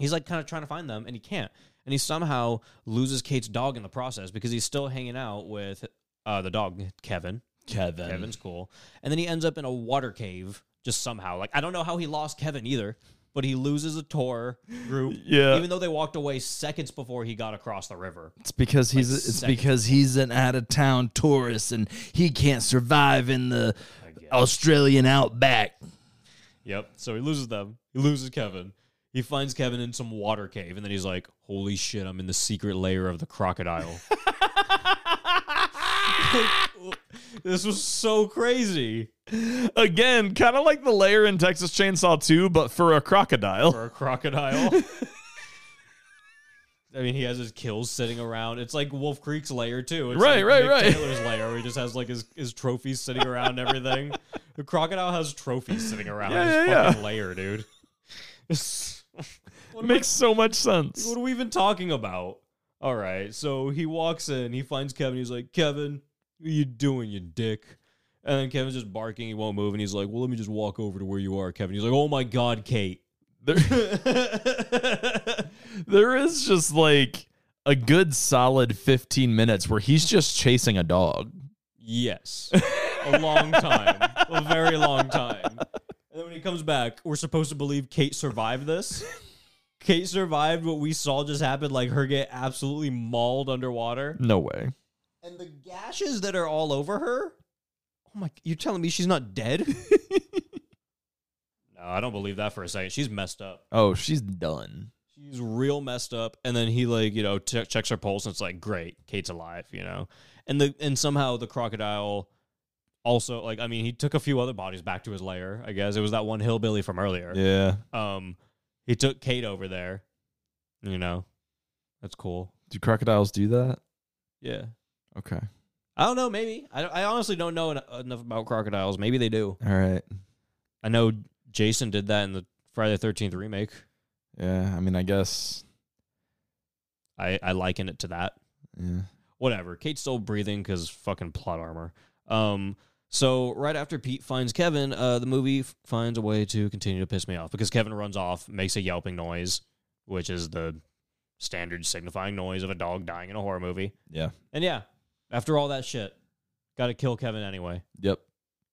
He's like kind of trying to find them, and he can't. And he somehow loses Kate's dog in the process because he's still hanging out with uh, the dog Kevin.
Kevin.
Kevin's cool, and then he ends up in a water cave just somehow. Like I don't know how he lost Kevin either, but he loses a tour group.
Yeah.
even though they walked away seconds before he got across the river.
It's because he's
Like
it's
seconds
because he's an out of town tourist and he can't survive in the Australian outback.
Yep. So he loses them. He loses Kevin. He finds Kevin in some water cave, and then he's like, "Holy shit! I'm in the secret layer of the crocodile." this was so crazy
Again, kind of like the layer in Texas Chainsaw 2, but for a crocodile.
for a crocodile. I mean, he has his kills sitting around. It's like Wolf Creek's layer too. It's
Right,
like
right,
Mick
right.
Taylor's layer, where he just has like his, his trophies sitting around and everything. The crocodile has trophies sitting around
Yeah,
his
yeah,
fucking layer, dude. What am I
Makes so much sense.
What are we even talking about? All right. So he walks in, he finds Kevin. He's like, Kevin, what are you doing, you dick? And then Kevin's just barking. He won't move. And he's like, Well, let me just walk over to where you are, Kevin. He's like, Oh my God, Kate.
There is just like a good solid 15 minutes where he's just chasing a dog.
Yes. A long time. A very long time. And then when he comes back, we're supposed to believe Kate survived this. Kate survived what we saw just happen, like her get absolutely mauled underwater.
No way.
And the gashes that are all over her? Oh my, you're telling me she's not dead? no, I don't believe that for a second. She's messed up.
Oh, she's done.
She's real messed up. And then he, like, you know, che- checks her pulse and it's like, great, Kate's alive, you know? And the and somehow the crocodile also, like, I mean, he took a few other bodies back to his lair, I guess. It was that one hillbilly from earlier.
Yeah.
Um, He took Kate over there, you know? That's cool.
Do crocodiles do that?
Yeah.
Okay.
I don't know. Maybe I, I honestly don't know en- enough about crocodiles. Maybe they do.
All right.
I know Jason did that in the Friday Thirteenth remake.
Yeah. I mean, I guess.
I I liken it to that.
Yeah.
Whatever. Kate's still breathing because fucking plot armor. Um. So right after Pete finds Kevin, uh, the movie f- finds a way to continue to piss me off because Kevin runs off, makes a yelping noise, which is the standard signifying noise of a dog dying in a horror movie.
Yeah.
And yeah, after all that shit, got to kill Kevin anyway.
Yep.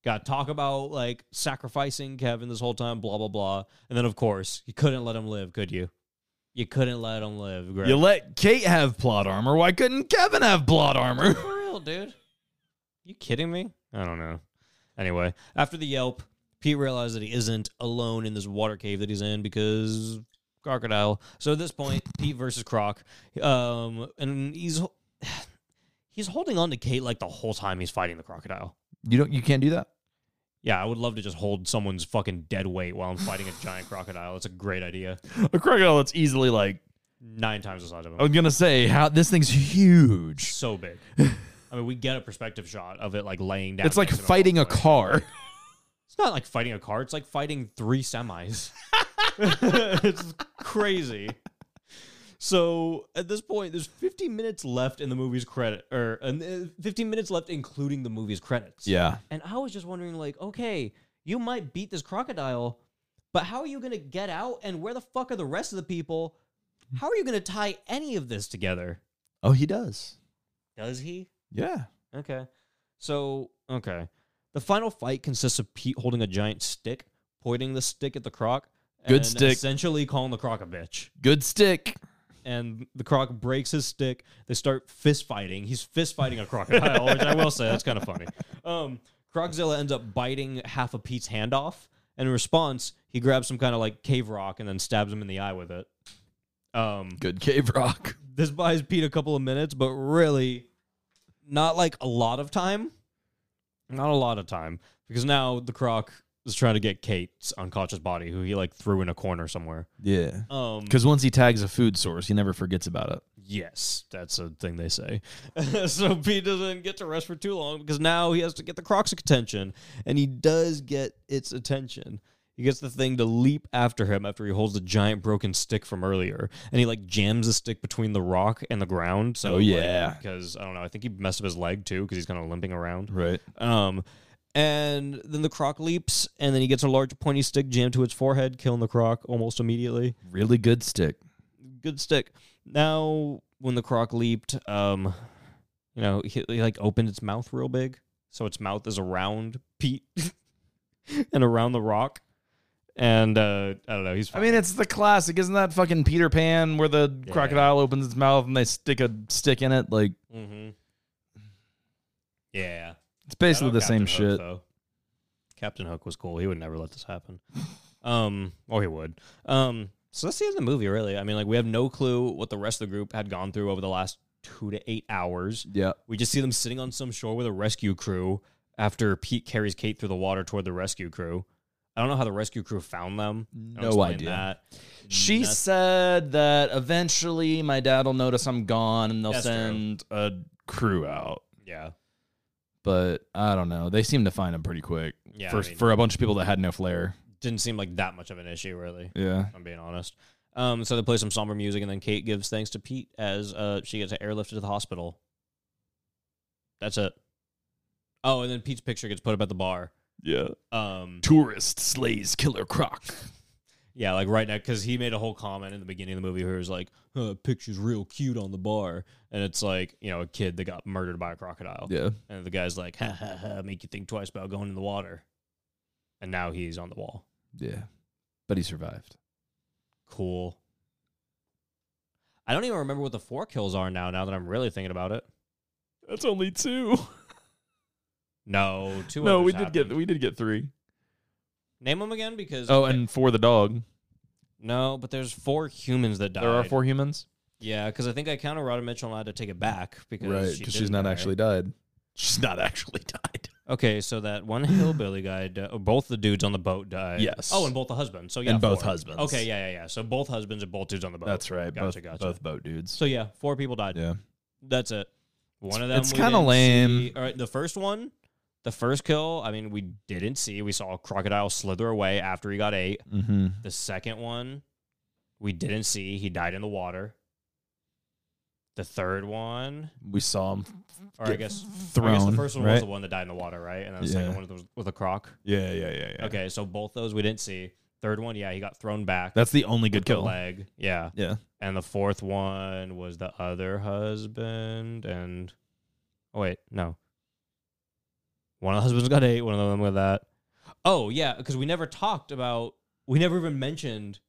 Got to talk about like sacrificing Kevin this whole time, blah blah blah, and then of course you couldn't let him live, could you? You couldn't let him live, Greg.
You let Kate have plot armor. Why couldn't Kevin have plot armor?
For real, dude. You kidding me? I don't know. Anyway, after the yelp, Pete realized that he isn't alone in this water cave that he's in because crocodile. So at this point, Pete versus Croc, um, and he's he's holding on to Kate like the whole time he's fighting the crocodile.
You don't. You can't do that.
Yeah, I would love to just hold someone's fucking dead weight while I'm fighting a giant crocodile. It's a great idea.
A crocodile that's easily like
Nine times the size of him.
I was gonna say how this thing's huge.
So big. I mean, we get a perspective shot of it like laying down.
It's like
next to him.
fighting a car.
It's not like fighting a car. It's like fighting three semis. it's crazy. So at this point, there's 15 minutes left in the movie's credit, or uh, 15 minutes left, including the movie's credits.
Yeah.
And I was just wondering, like, okay, you might beat this crocodile, but how are you going to get out? And where the fuck are the rest of the people? How are you going to tie any of this together?
Oh, he does.
Does he?
Yeah.
Okay. So, okay. The final fight consists of Pete holding a giant stick, pointing the stick at the croc.
Good
and
stick.
Essentially calling the croc a bitch.
Good stick.
And the croc breaks his stick. They start fist fighting. He's fist fighting a crocodile, which I will say, that's kind of funny. Um, Croczilla ends up biting half of Pete's hand off. And in response, he grabs some kind of like cave rock and then stabs him in the eye with it. Um,
Good cave rock.
this buys Pete a couple of minutes, but really not like a lot of time. Not a lot of time. Because now the croc is trying to get Kate's unconscious body, who he like threw in a corner somewhere.
Yeah.
Um
Because once he tags a food source, he never forgets about it.
yes, that's a thing they say. so Pete doesn't get to rest for too long because now he has to get the croc's attention. And he does get its attention. He gets the thing to leap after him after he holds the giant broken stick from earlier. And he like jams the stick between the rock and the ground. So
Oh,
like,
yeah.
because I don't know. I think he messed up his leg too because he's kind of limping around.
Right.
Um, and then the croc leaps, and then he gets a large pointy stick jammed to its forehead, killing the croc almost immediately.
Really good stick.
Good stick. Now, when the croc leaped, um, you know, he, he, like opened its mouth real big, so its mouth is around Pete and around the rock. And uh, I don't know. He's.
I
Fine.
mean, it's the classic. Isn't that fucking Peter Pan where the
Yeah.
crocodile opens its mouth and they stick a stick in it? Like,
Mm-hmm. Yeah.
it's basically
Shout
the same
out Captain Hook,
shit.
though. Captain Hook was cool. He would never let this happen. Um, or he would. Um, so that's the end of the movie, really. I mean, like we have no clue what the rest of the group had gone through over the last two to eight hours.
Yeah.
We just see them sitting on some shore with a rescue crew after Pete carries Kate through the water toward the rescue crew. I don't know how the rescue crew found them. I don't
No
explain
idea.
That.
She
Nothing.
said that eventually my dad will notice I'm gone and they'll
That's true.
send a crew out.
yeah.
But I don't know. They seem to find him pretty quick
Yeah, I
for,
mean-
for a bunch of people that had no flair.
Didn't seem like that much of an issue, really.
Yeah.
if I'm being honest. Um, so they play some somber music, and then Kate gives thanks to Pete as uh, she gets airlifted to the hospital. That's it. Oh, and then Pete's picture gets put up at the bar.
Yeah.
Um,
Tourist slays killer croc.
yeah, like right now, because he made a whole comment in the beginning of the movie where he was like, huh, "Picture's real cute on the bar," and it's like you know a kid that got murdered by a crocodile,
Yeah.
and the guy's like, "Ha ha ha," make you think twice about going in the water, and now he's on the wall.
Yeah. But he survived.
Cool. I don't even remember what the four kills are now. Now that I'm really thinking about it.
That's only two.
No, two.
no,
others
we did get
happened.
we did get three.
Name them again because.
Oh, and for the dog.
no, but there's four humans that died.
There are four humans.
Yeah, because I think I counted Rhoda Mitchell and I had to take it back because she didn't die.
died. She's not actually died.
Okay, so that one hillbilly guy, di- oh, both the dudes on the boat died.
Yes.
Oh, and both the husbands. So yeah,
And both
four.
husbands.
Okay, yeah, yeah, yeah. So both husbands and both dudes on the boat.
That's right.
Gotcha,
both,
gotcha.
both boat dudes.
So yeah, four people died.
yeah.
That's it. One of them.
it's
we
kinda
didn't
lame.
see. All right, the first one, the first kill. I mean, we didn't see. We saw a crocodile slither away after he got ate.
Mm-hmm.
The second one, we didn't see. He died in the water. The third one,
We saw him.
or I
Get
guess, I guess
thrown,
the first one
right?
was the one that died in the water, right? And then the second
Yeah.
one was with a croc.
Yeah, yeah, yeah, yeah.
Okay, so both those we didn't see. Third one, yeah, he got thrown back.
That's the only good
with the
kill.
leg. Yeah.
Yeah.
And the fourth one was the other husband and oh wait, no. One of the husbands got eight, one of them got that. Oh yeah, because we never talked about we never even mentioned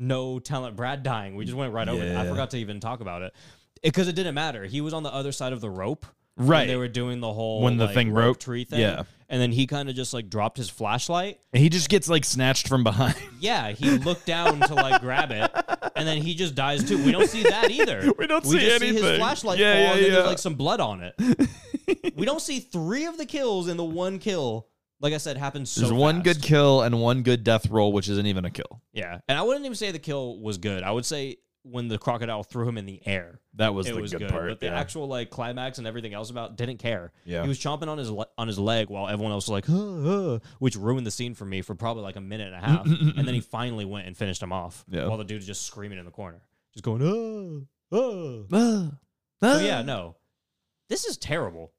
no talent Brad dying. We just went right over it. I
Yeah.
forgot to even talk about it. Because it, didn't matter. He was on the other side of the rope
Right.
When they were doing the whole
When the
like,
thing
rope
broke?
tree thing.
Yeah.
And then he kind of just like dropped his flashlight.
And he just gets like snatched from behind.
Yeah, he looked down to like grab it, and then he just dies too. We don't see that either.
We don't
we
see
just See
anything.
his flashlight
Yeah,
fall,
yeah,
and then
yeah.
there's like some blood on it. we don't see three of the kills in the one kill. Like I said, happens so.
There's one
fast.
good kill and one good death roll, which isn't even a kill.
Yeah, and I wouldn't even say the kill was good. I would say when the crocodile threw him in the air,
That was
it
the
was
good,
good.
part.
but the
yeah.
actual like climax and everything else about didn't care.
Yeah.
he was chomping on his le- on his leg while everyone else was like, "Huh, huh," which ruined the scene for me for probably like a minute and a half. and then he finally went and finished him off
Yeah.
while the dude's just screaming in the corner, just going, "Oh, oh."
Ah.
So yeah, no, this is terrible.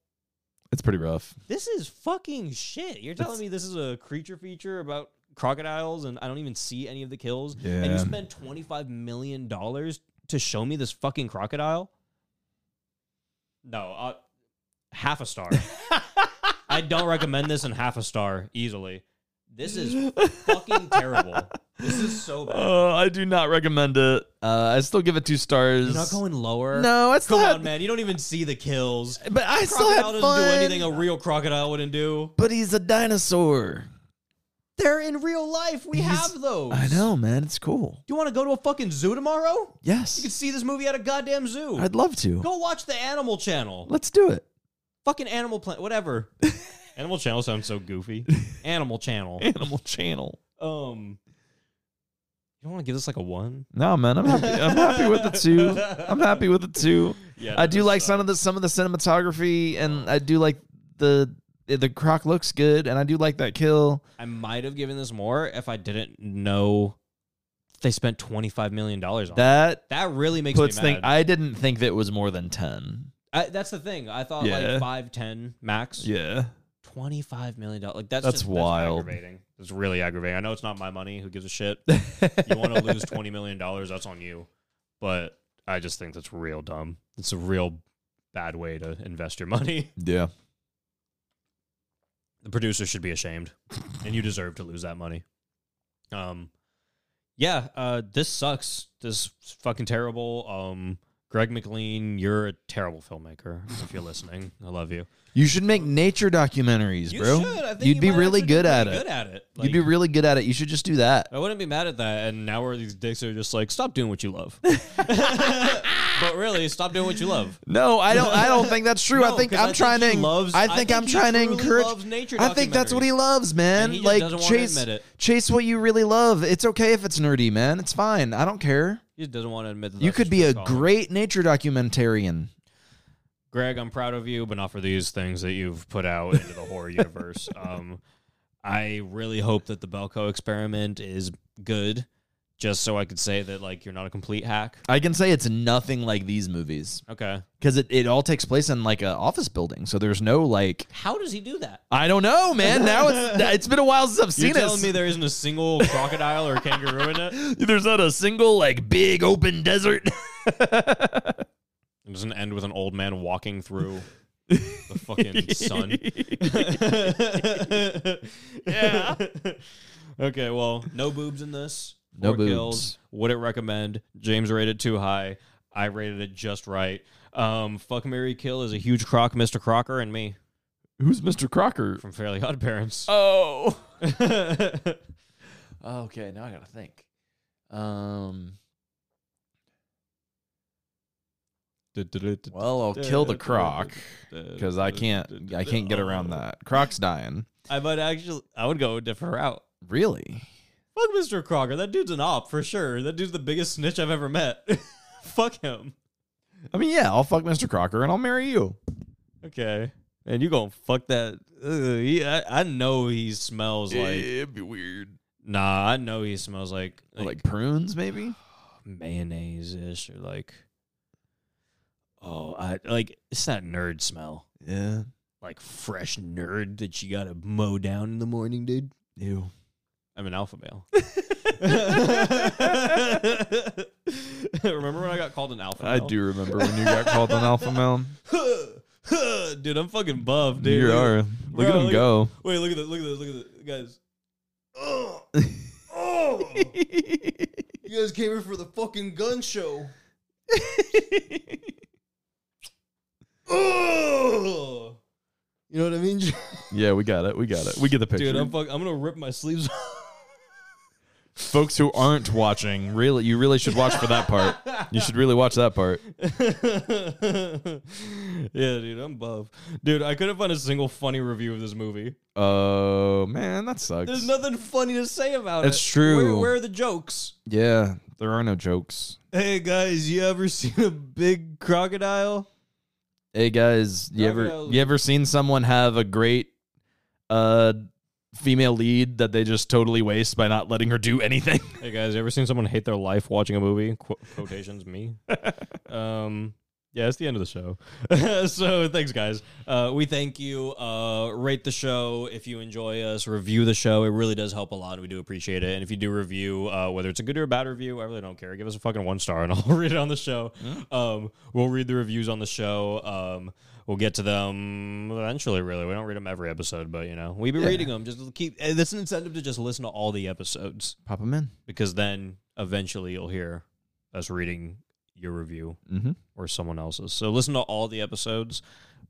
It's pretty rough.
This is fucking shit. You're telling me this is a creature feature about crocodiles and I don't even see any of the kills. And
Yeah.
you spend twenty five million dollars to show me this fucking crocodile? No, uh, half a star. I don't recommend this in half a star easily. This is fucking terrible. This is so bad.
Oh, I do not recommend it. Uh, I still give it two stars.
You're not going lower.
No, I still
Come
had-
on, man. You don't even see the kills.
but I still
crocodile
had
doesn't
fun.
do anything a real crocodile wouldn't do.
but he's a dinosaur.
They're in real life. We
He's-
have those.
I know, man. It's cool.
Do you want to go to a fucking zoo tomorrow? You can
Yes,
see this movie at a goddamn zoo.
I'd love to.
go watch the Animal Channel.
Let's do it.
fucking Animal Planet, whatever. Animal Channel sounds so goofy. Animal Channel.
Animal Channel.
Um, you don't want to give this like a one?
No, man, I'm happy. I'm happy with the two. I'm happy with the two.
Yeah,
I do like some of the some of the cinematography, and I do like the the croc looks good, and I do like that kill.
I might have given this more if I didn't know they spent twenty five million dollars on that.
That
That really Oh, makes
puts
me
thing.
mad.
I didn't think that was more than ten.
I, that's the thing. I thought
Yeah.
like five ten max.
Yeah,
Twenty five million dollars. Like that's
That's
just-
wild.
aggravating. It's really aggravating. I know it's not my money. Who gives a shit? you want to lose twenty million dollars? That's on you. But I just think that's real dumb. It's a real bad way to invest your money.
yeah.
The producer should be ashamed, and you deserve to lose that money. Um, yeah. Uh, this sucks. This is fucking terrible. Um, Greg McLean, you're a terrible filmmaker. If you're listening, I love you.
You should make nature documentaries, bro. You'd be really good at it.
Good at it.
You'd be really good at it. You should just do that.
I wouldn't be mad at that. And now where these dicks are just like, stop doing what you love. but really, stop doing what you love.
No, I don't. I don't think that's true. I
No,
think
'cause
I'm
I think
trying
he
to.
loves-
I
I
think,
think
I'm
he
trying to
truly
encourage.
loves nature
I think that's what he
documentaries.
loves, man.
And he just
like
doesn't wanna
chase,
admit it.
chase what you really love. It's okay if it's nerdy, man. It's fine. I don't care.
He just doesn't want to admit that.
you
that's
could
his
be a
first calling.
great nature documentarian.
Greg, I'm proud of you, but not for these things that you've put out into the horror universe. Um, I really hope that the Belko experiment is good, just so I could say that like you're not a complete hack.
I can say it's nothing like these movies
Okay.
because it, it all takes place in like an office building. So there's no like.
How does he do that?
I don't know, man. Now it's it's been a while since I've
You're
seen
telling
it.
me there isn't a single crocodile or kangaroo in it?
There's not a single like big open desert.
It doesn't end with an old man walking through the fucking sun. yeah. okay, well, no boobs in this.
No
Four
boobs.
Would it recommend? James rated too high. I rated it just right. Um, fuck Mary Kill is a huge croc, Mr. Crocker, and me
Who's Mr. Crocker?
from Fairly Odd Parents.
Oh.
Uh,
okay, now I gotta think. Um. Well, I'll kill the croc because I can't. I can't get around that. Croc's dying.
I might actually I would go a different route.
Really?
Fuck Mr. Crocker. That dude's an op for sure. That dude's the biggest snitch I've ever met. fuck him.
I mean, yeah. I'll fuck Mr. Crocker and I'll marry you.
Okay. And you gonna fuck that? Ugh, he, I, I know he smells like
it'd be weird.
nah. I know he smells like
Like, prunes, maybe.
mayonnaise ish or like oh I like it's that nerd smell
Yeah.
like fresh nerd that you gotta mow down in the morning, dude.
Ew.
I'm an alpha male. Remember when I got called an alpha?
I
male?
do remember when you got called an alpha male.
dude. I'm fucking buff, dude.
You
Look at-
are. Look
Bro,
at him
look at-
go.
Wait, look at this. Look at this. Look at this, guys. You guys came here for the fucking gun show. ginger.
Yeah, we got it. We got it. We get the picture.
Dude, I'm fuck, I'm gonna rip my sleeves off.
Folks who aren't watching, really, you really should watch for that part. You should really watch that part.
yeah, dude, I'm buff. Dude, I couldn't find a single funny review of this movie.
Oh man, that sucks.
There's nothing funny to say about it.
That's true.
Where, where are the jokes?
yeah, there are no jokes.
Hey guys, you ever seen a big crocodile?
Hey guys, you ever
Crocodiles.
you ever seen someone have a great uh female lead that they just totally waste by not letting her do anything?
Hey guys, you ever seen someone hate their life watching a movie? Qu- quotations, me. um, yeah, it's the end of the show.
so thanks, guys. Uh, we thank you. Uh, rate the show if you enjoy us. Review the show. It really does help a lot. and We do appreciate it. And if you do review, uh, whether it's a good or a bad review, I really don't care. Give us a fucking one star, and I'll read it on the show. Um, we'll read the reviews on the show. Um, we'll get to them eventually. Really, we don't read them every episode, but you know, we be reading them. Just keep. eh, That's an incentive to just listen to all the episodes
Pop them in.
because then eventually you'll hear us reading your review
Mm-hmm.
or someone else's. So listen to all the episodes.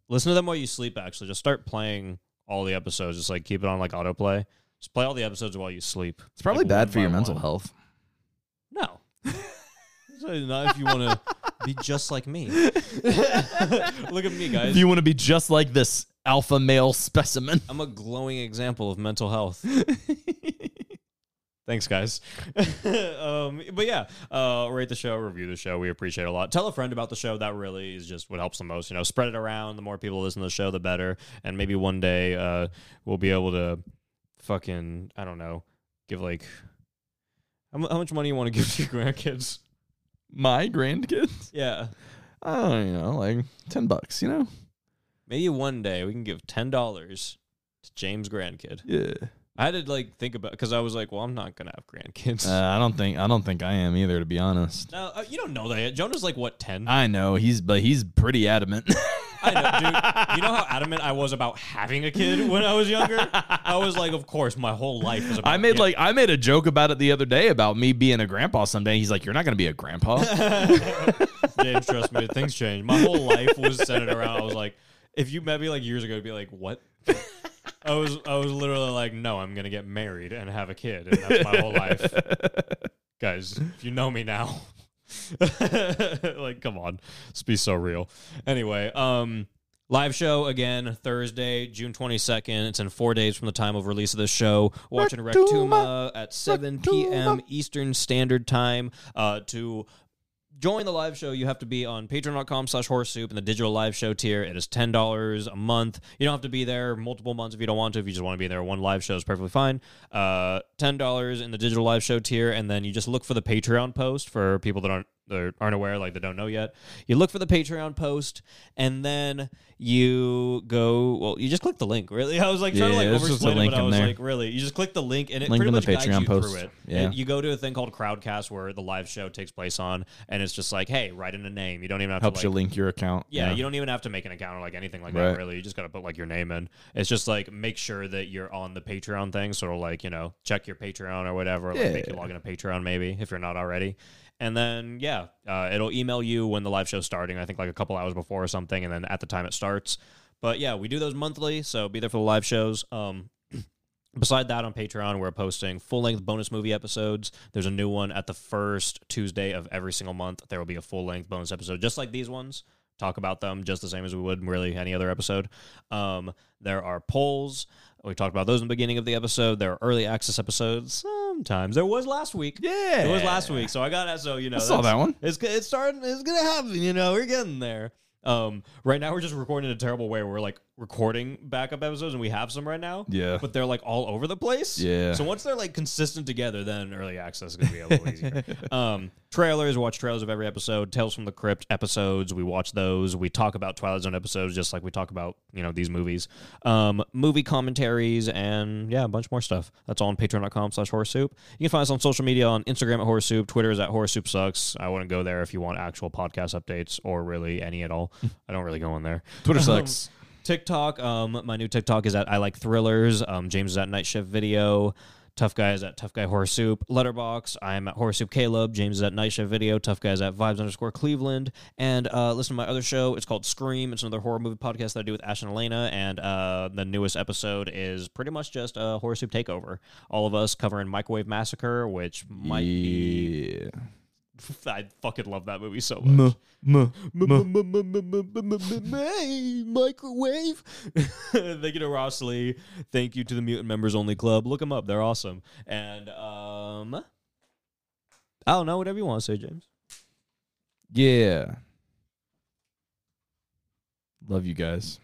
Listen to them while you sleep. Actually, just start playing all the episodes. Just like keep it on like autoplay. Just play all the episodes while you sleep.
It's probably
Like,
bad
one
for your
by
mental
one.
health.
No, So not if you want to be just like me. Look at me, guys.
If you want to be just like this alpha male specimen.
I'm a glowing example of mental health. Thanks, guys. um, but yeah, uh, rate the show, review the show. We appreciate it a lot. Tell a friend about the show. That really is just what helps the most. You know, spread it around. The more people listen to the show, the better. And maybe one day uh, we'll be able to fucking, I don't know, give like. How, mu- how much money you want to give to your grandkids?
My grandkids?
Yeah.
I don't you know, like ten bucks, you know?
Maybe one day we can give $10 to James' grandkid.
Yeah.
I had to like think about because I was like, well, I'm not going to have grandkids.
Uh, I don't think I don't think I am either, to be honest.
No, uh, you don't know that. yet. Jonah's like what ten?
I know he's but he's pretty adamant.
I know, dude. You know how adamant I was about having a kid when I was younger. I was like, of course, my whole life is about.
I made
kids.
like I made a joke about it the other day about me being a grandpa someday. He's like, "You're not gonna be a grandpa."
James, trust me, things change. My whole life was centered around. I was like, if you met me like years ago, it'd be like, what? I was I was literally like, no, I'm gonna get married and have a kid, and that's my whole life. Guys, if you know me now, like, come on, let's be so real. Anyway, um. Live show again Thursday, June 22nd. It's in four days from the time of release of this show. Watching Rectuma at 7 p.m. Eastern Standard Time. Uh, to join the live show, you have to be on patreon.com slash horse soup in the digital live show tier. It is $10 a month. You don't have to be there multiple months if you don't want to. If you just want to be there, one live show is perfectly fine. Uh, $10 in the digital live show tier. And then you just look for the Patreon post for people that aren't, that aren't aware, like they don't know yet. You look for the Patreon post and then you go, well, you just click the link, really. I was like trying
Yeah,
to like
there's just a
overexplain it,
link
but I
in
was
there.
like, really? You just click the link and it
Link
pretty
in the
much guides
Patreon
you
post.
through it.
Yeah.
It- you go to a thing called Crowdcast where the live show takes place on, and it's just like, hey, write in a name. You don't even have
Helps
to
you
like,
link your account.
yeah, you don't even have to make an account or like anything like
Right.
that. Really, you just gotta put like your name in. It's just like make sure that you're on the Patreon thing, sort of like you know check your Patreon or whatever. Like make you log into Patreon maybe if you're not already. And then yeah, uh, it'll email you when the live show's starting. I think like a couple hours before or something, and then at the time it starts. But yeah, we do those monthly, so be there for the live shows. Um, Beside that, on Patreon, we're posting full length bonus movie episodes. There's a new one at the first Tuesday of every single month. There will be a full length bonus episode, just like these ones. Talk about them just the same as we would really any other episode. Um, there are polls. We talked about those in the beginning of the episode. There are early access episodes. Sometimes there was last week.
Yeah.
it was last week. So I got it. So you know,
I saw
that's-
that one.
it's go- it's starting. It's gonna happen. You know, we're getting there. Um, right now we're just recording in a terrible way. We're like recording backup episodes, and we have some right now.
Yeah.
but they're like all over the place.
Yeah.
So once they're like consistent together, then early access is gonna be a little easier. Um, trailers, watch trailers of every episode. Tales from the Crypt episodes, we watch those. We talk about Twilight Zone episodes, just like we talk about you know these movies. Um, movie commentaries and yeah, a bunch more stuff. That's all on Patreon.com/slash Horse Soup. You can find us on social media on Instagram at Horse Soup, Twitter is at Horse Soup Sucks. I wouldn't go there if you want actual podcast updates or really any at all. I don't really go on there.
Twitter sucks.
Um, TikTok. Um, my new TikTok is at I like thrillers. Um, James is at Night Shift Video. Tough guy is at Tough Guy Horse Soup. Letterbox, I am at Horse Soup Caleb. James is at Night Shift Video. Tough Guy is at Vibes underscore Cleveland. And uh, listen to my other show. It's called Scream. It's another horror movie podcast that I do with Ash and Elena. And uh, the newest episode is pretty much just a Horse Soup Takeover. All of us covering Microwave Massacre, which might be. I fucking love that movie so much. Microwave. Thank you to Ross Lee. Thank you to the Mutant Members Only Club. Look them up; they're awesome. And um, I don't know. Whatever you want to say, James.
Yeah. Love you guys.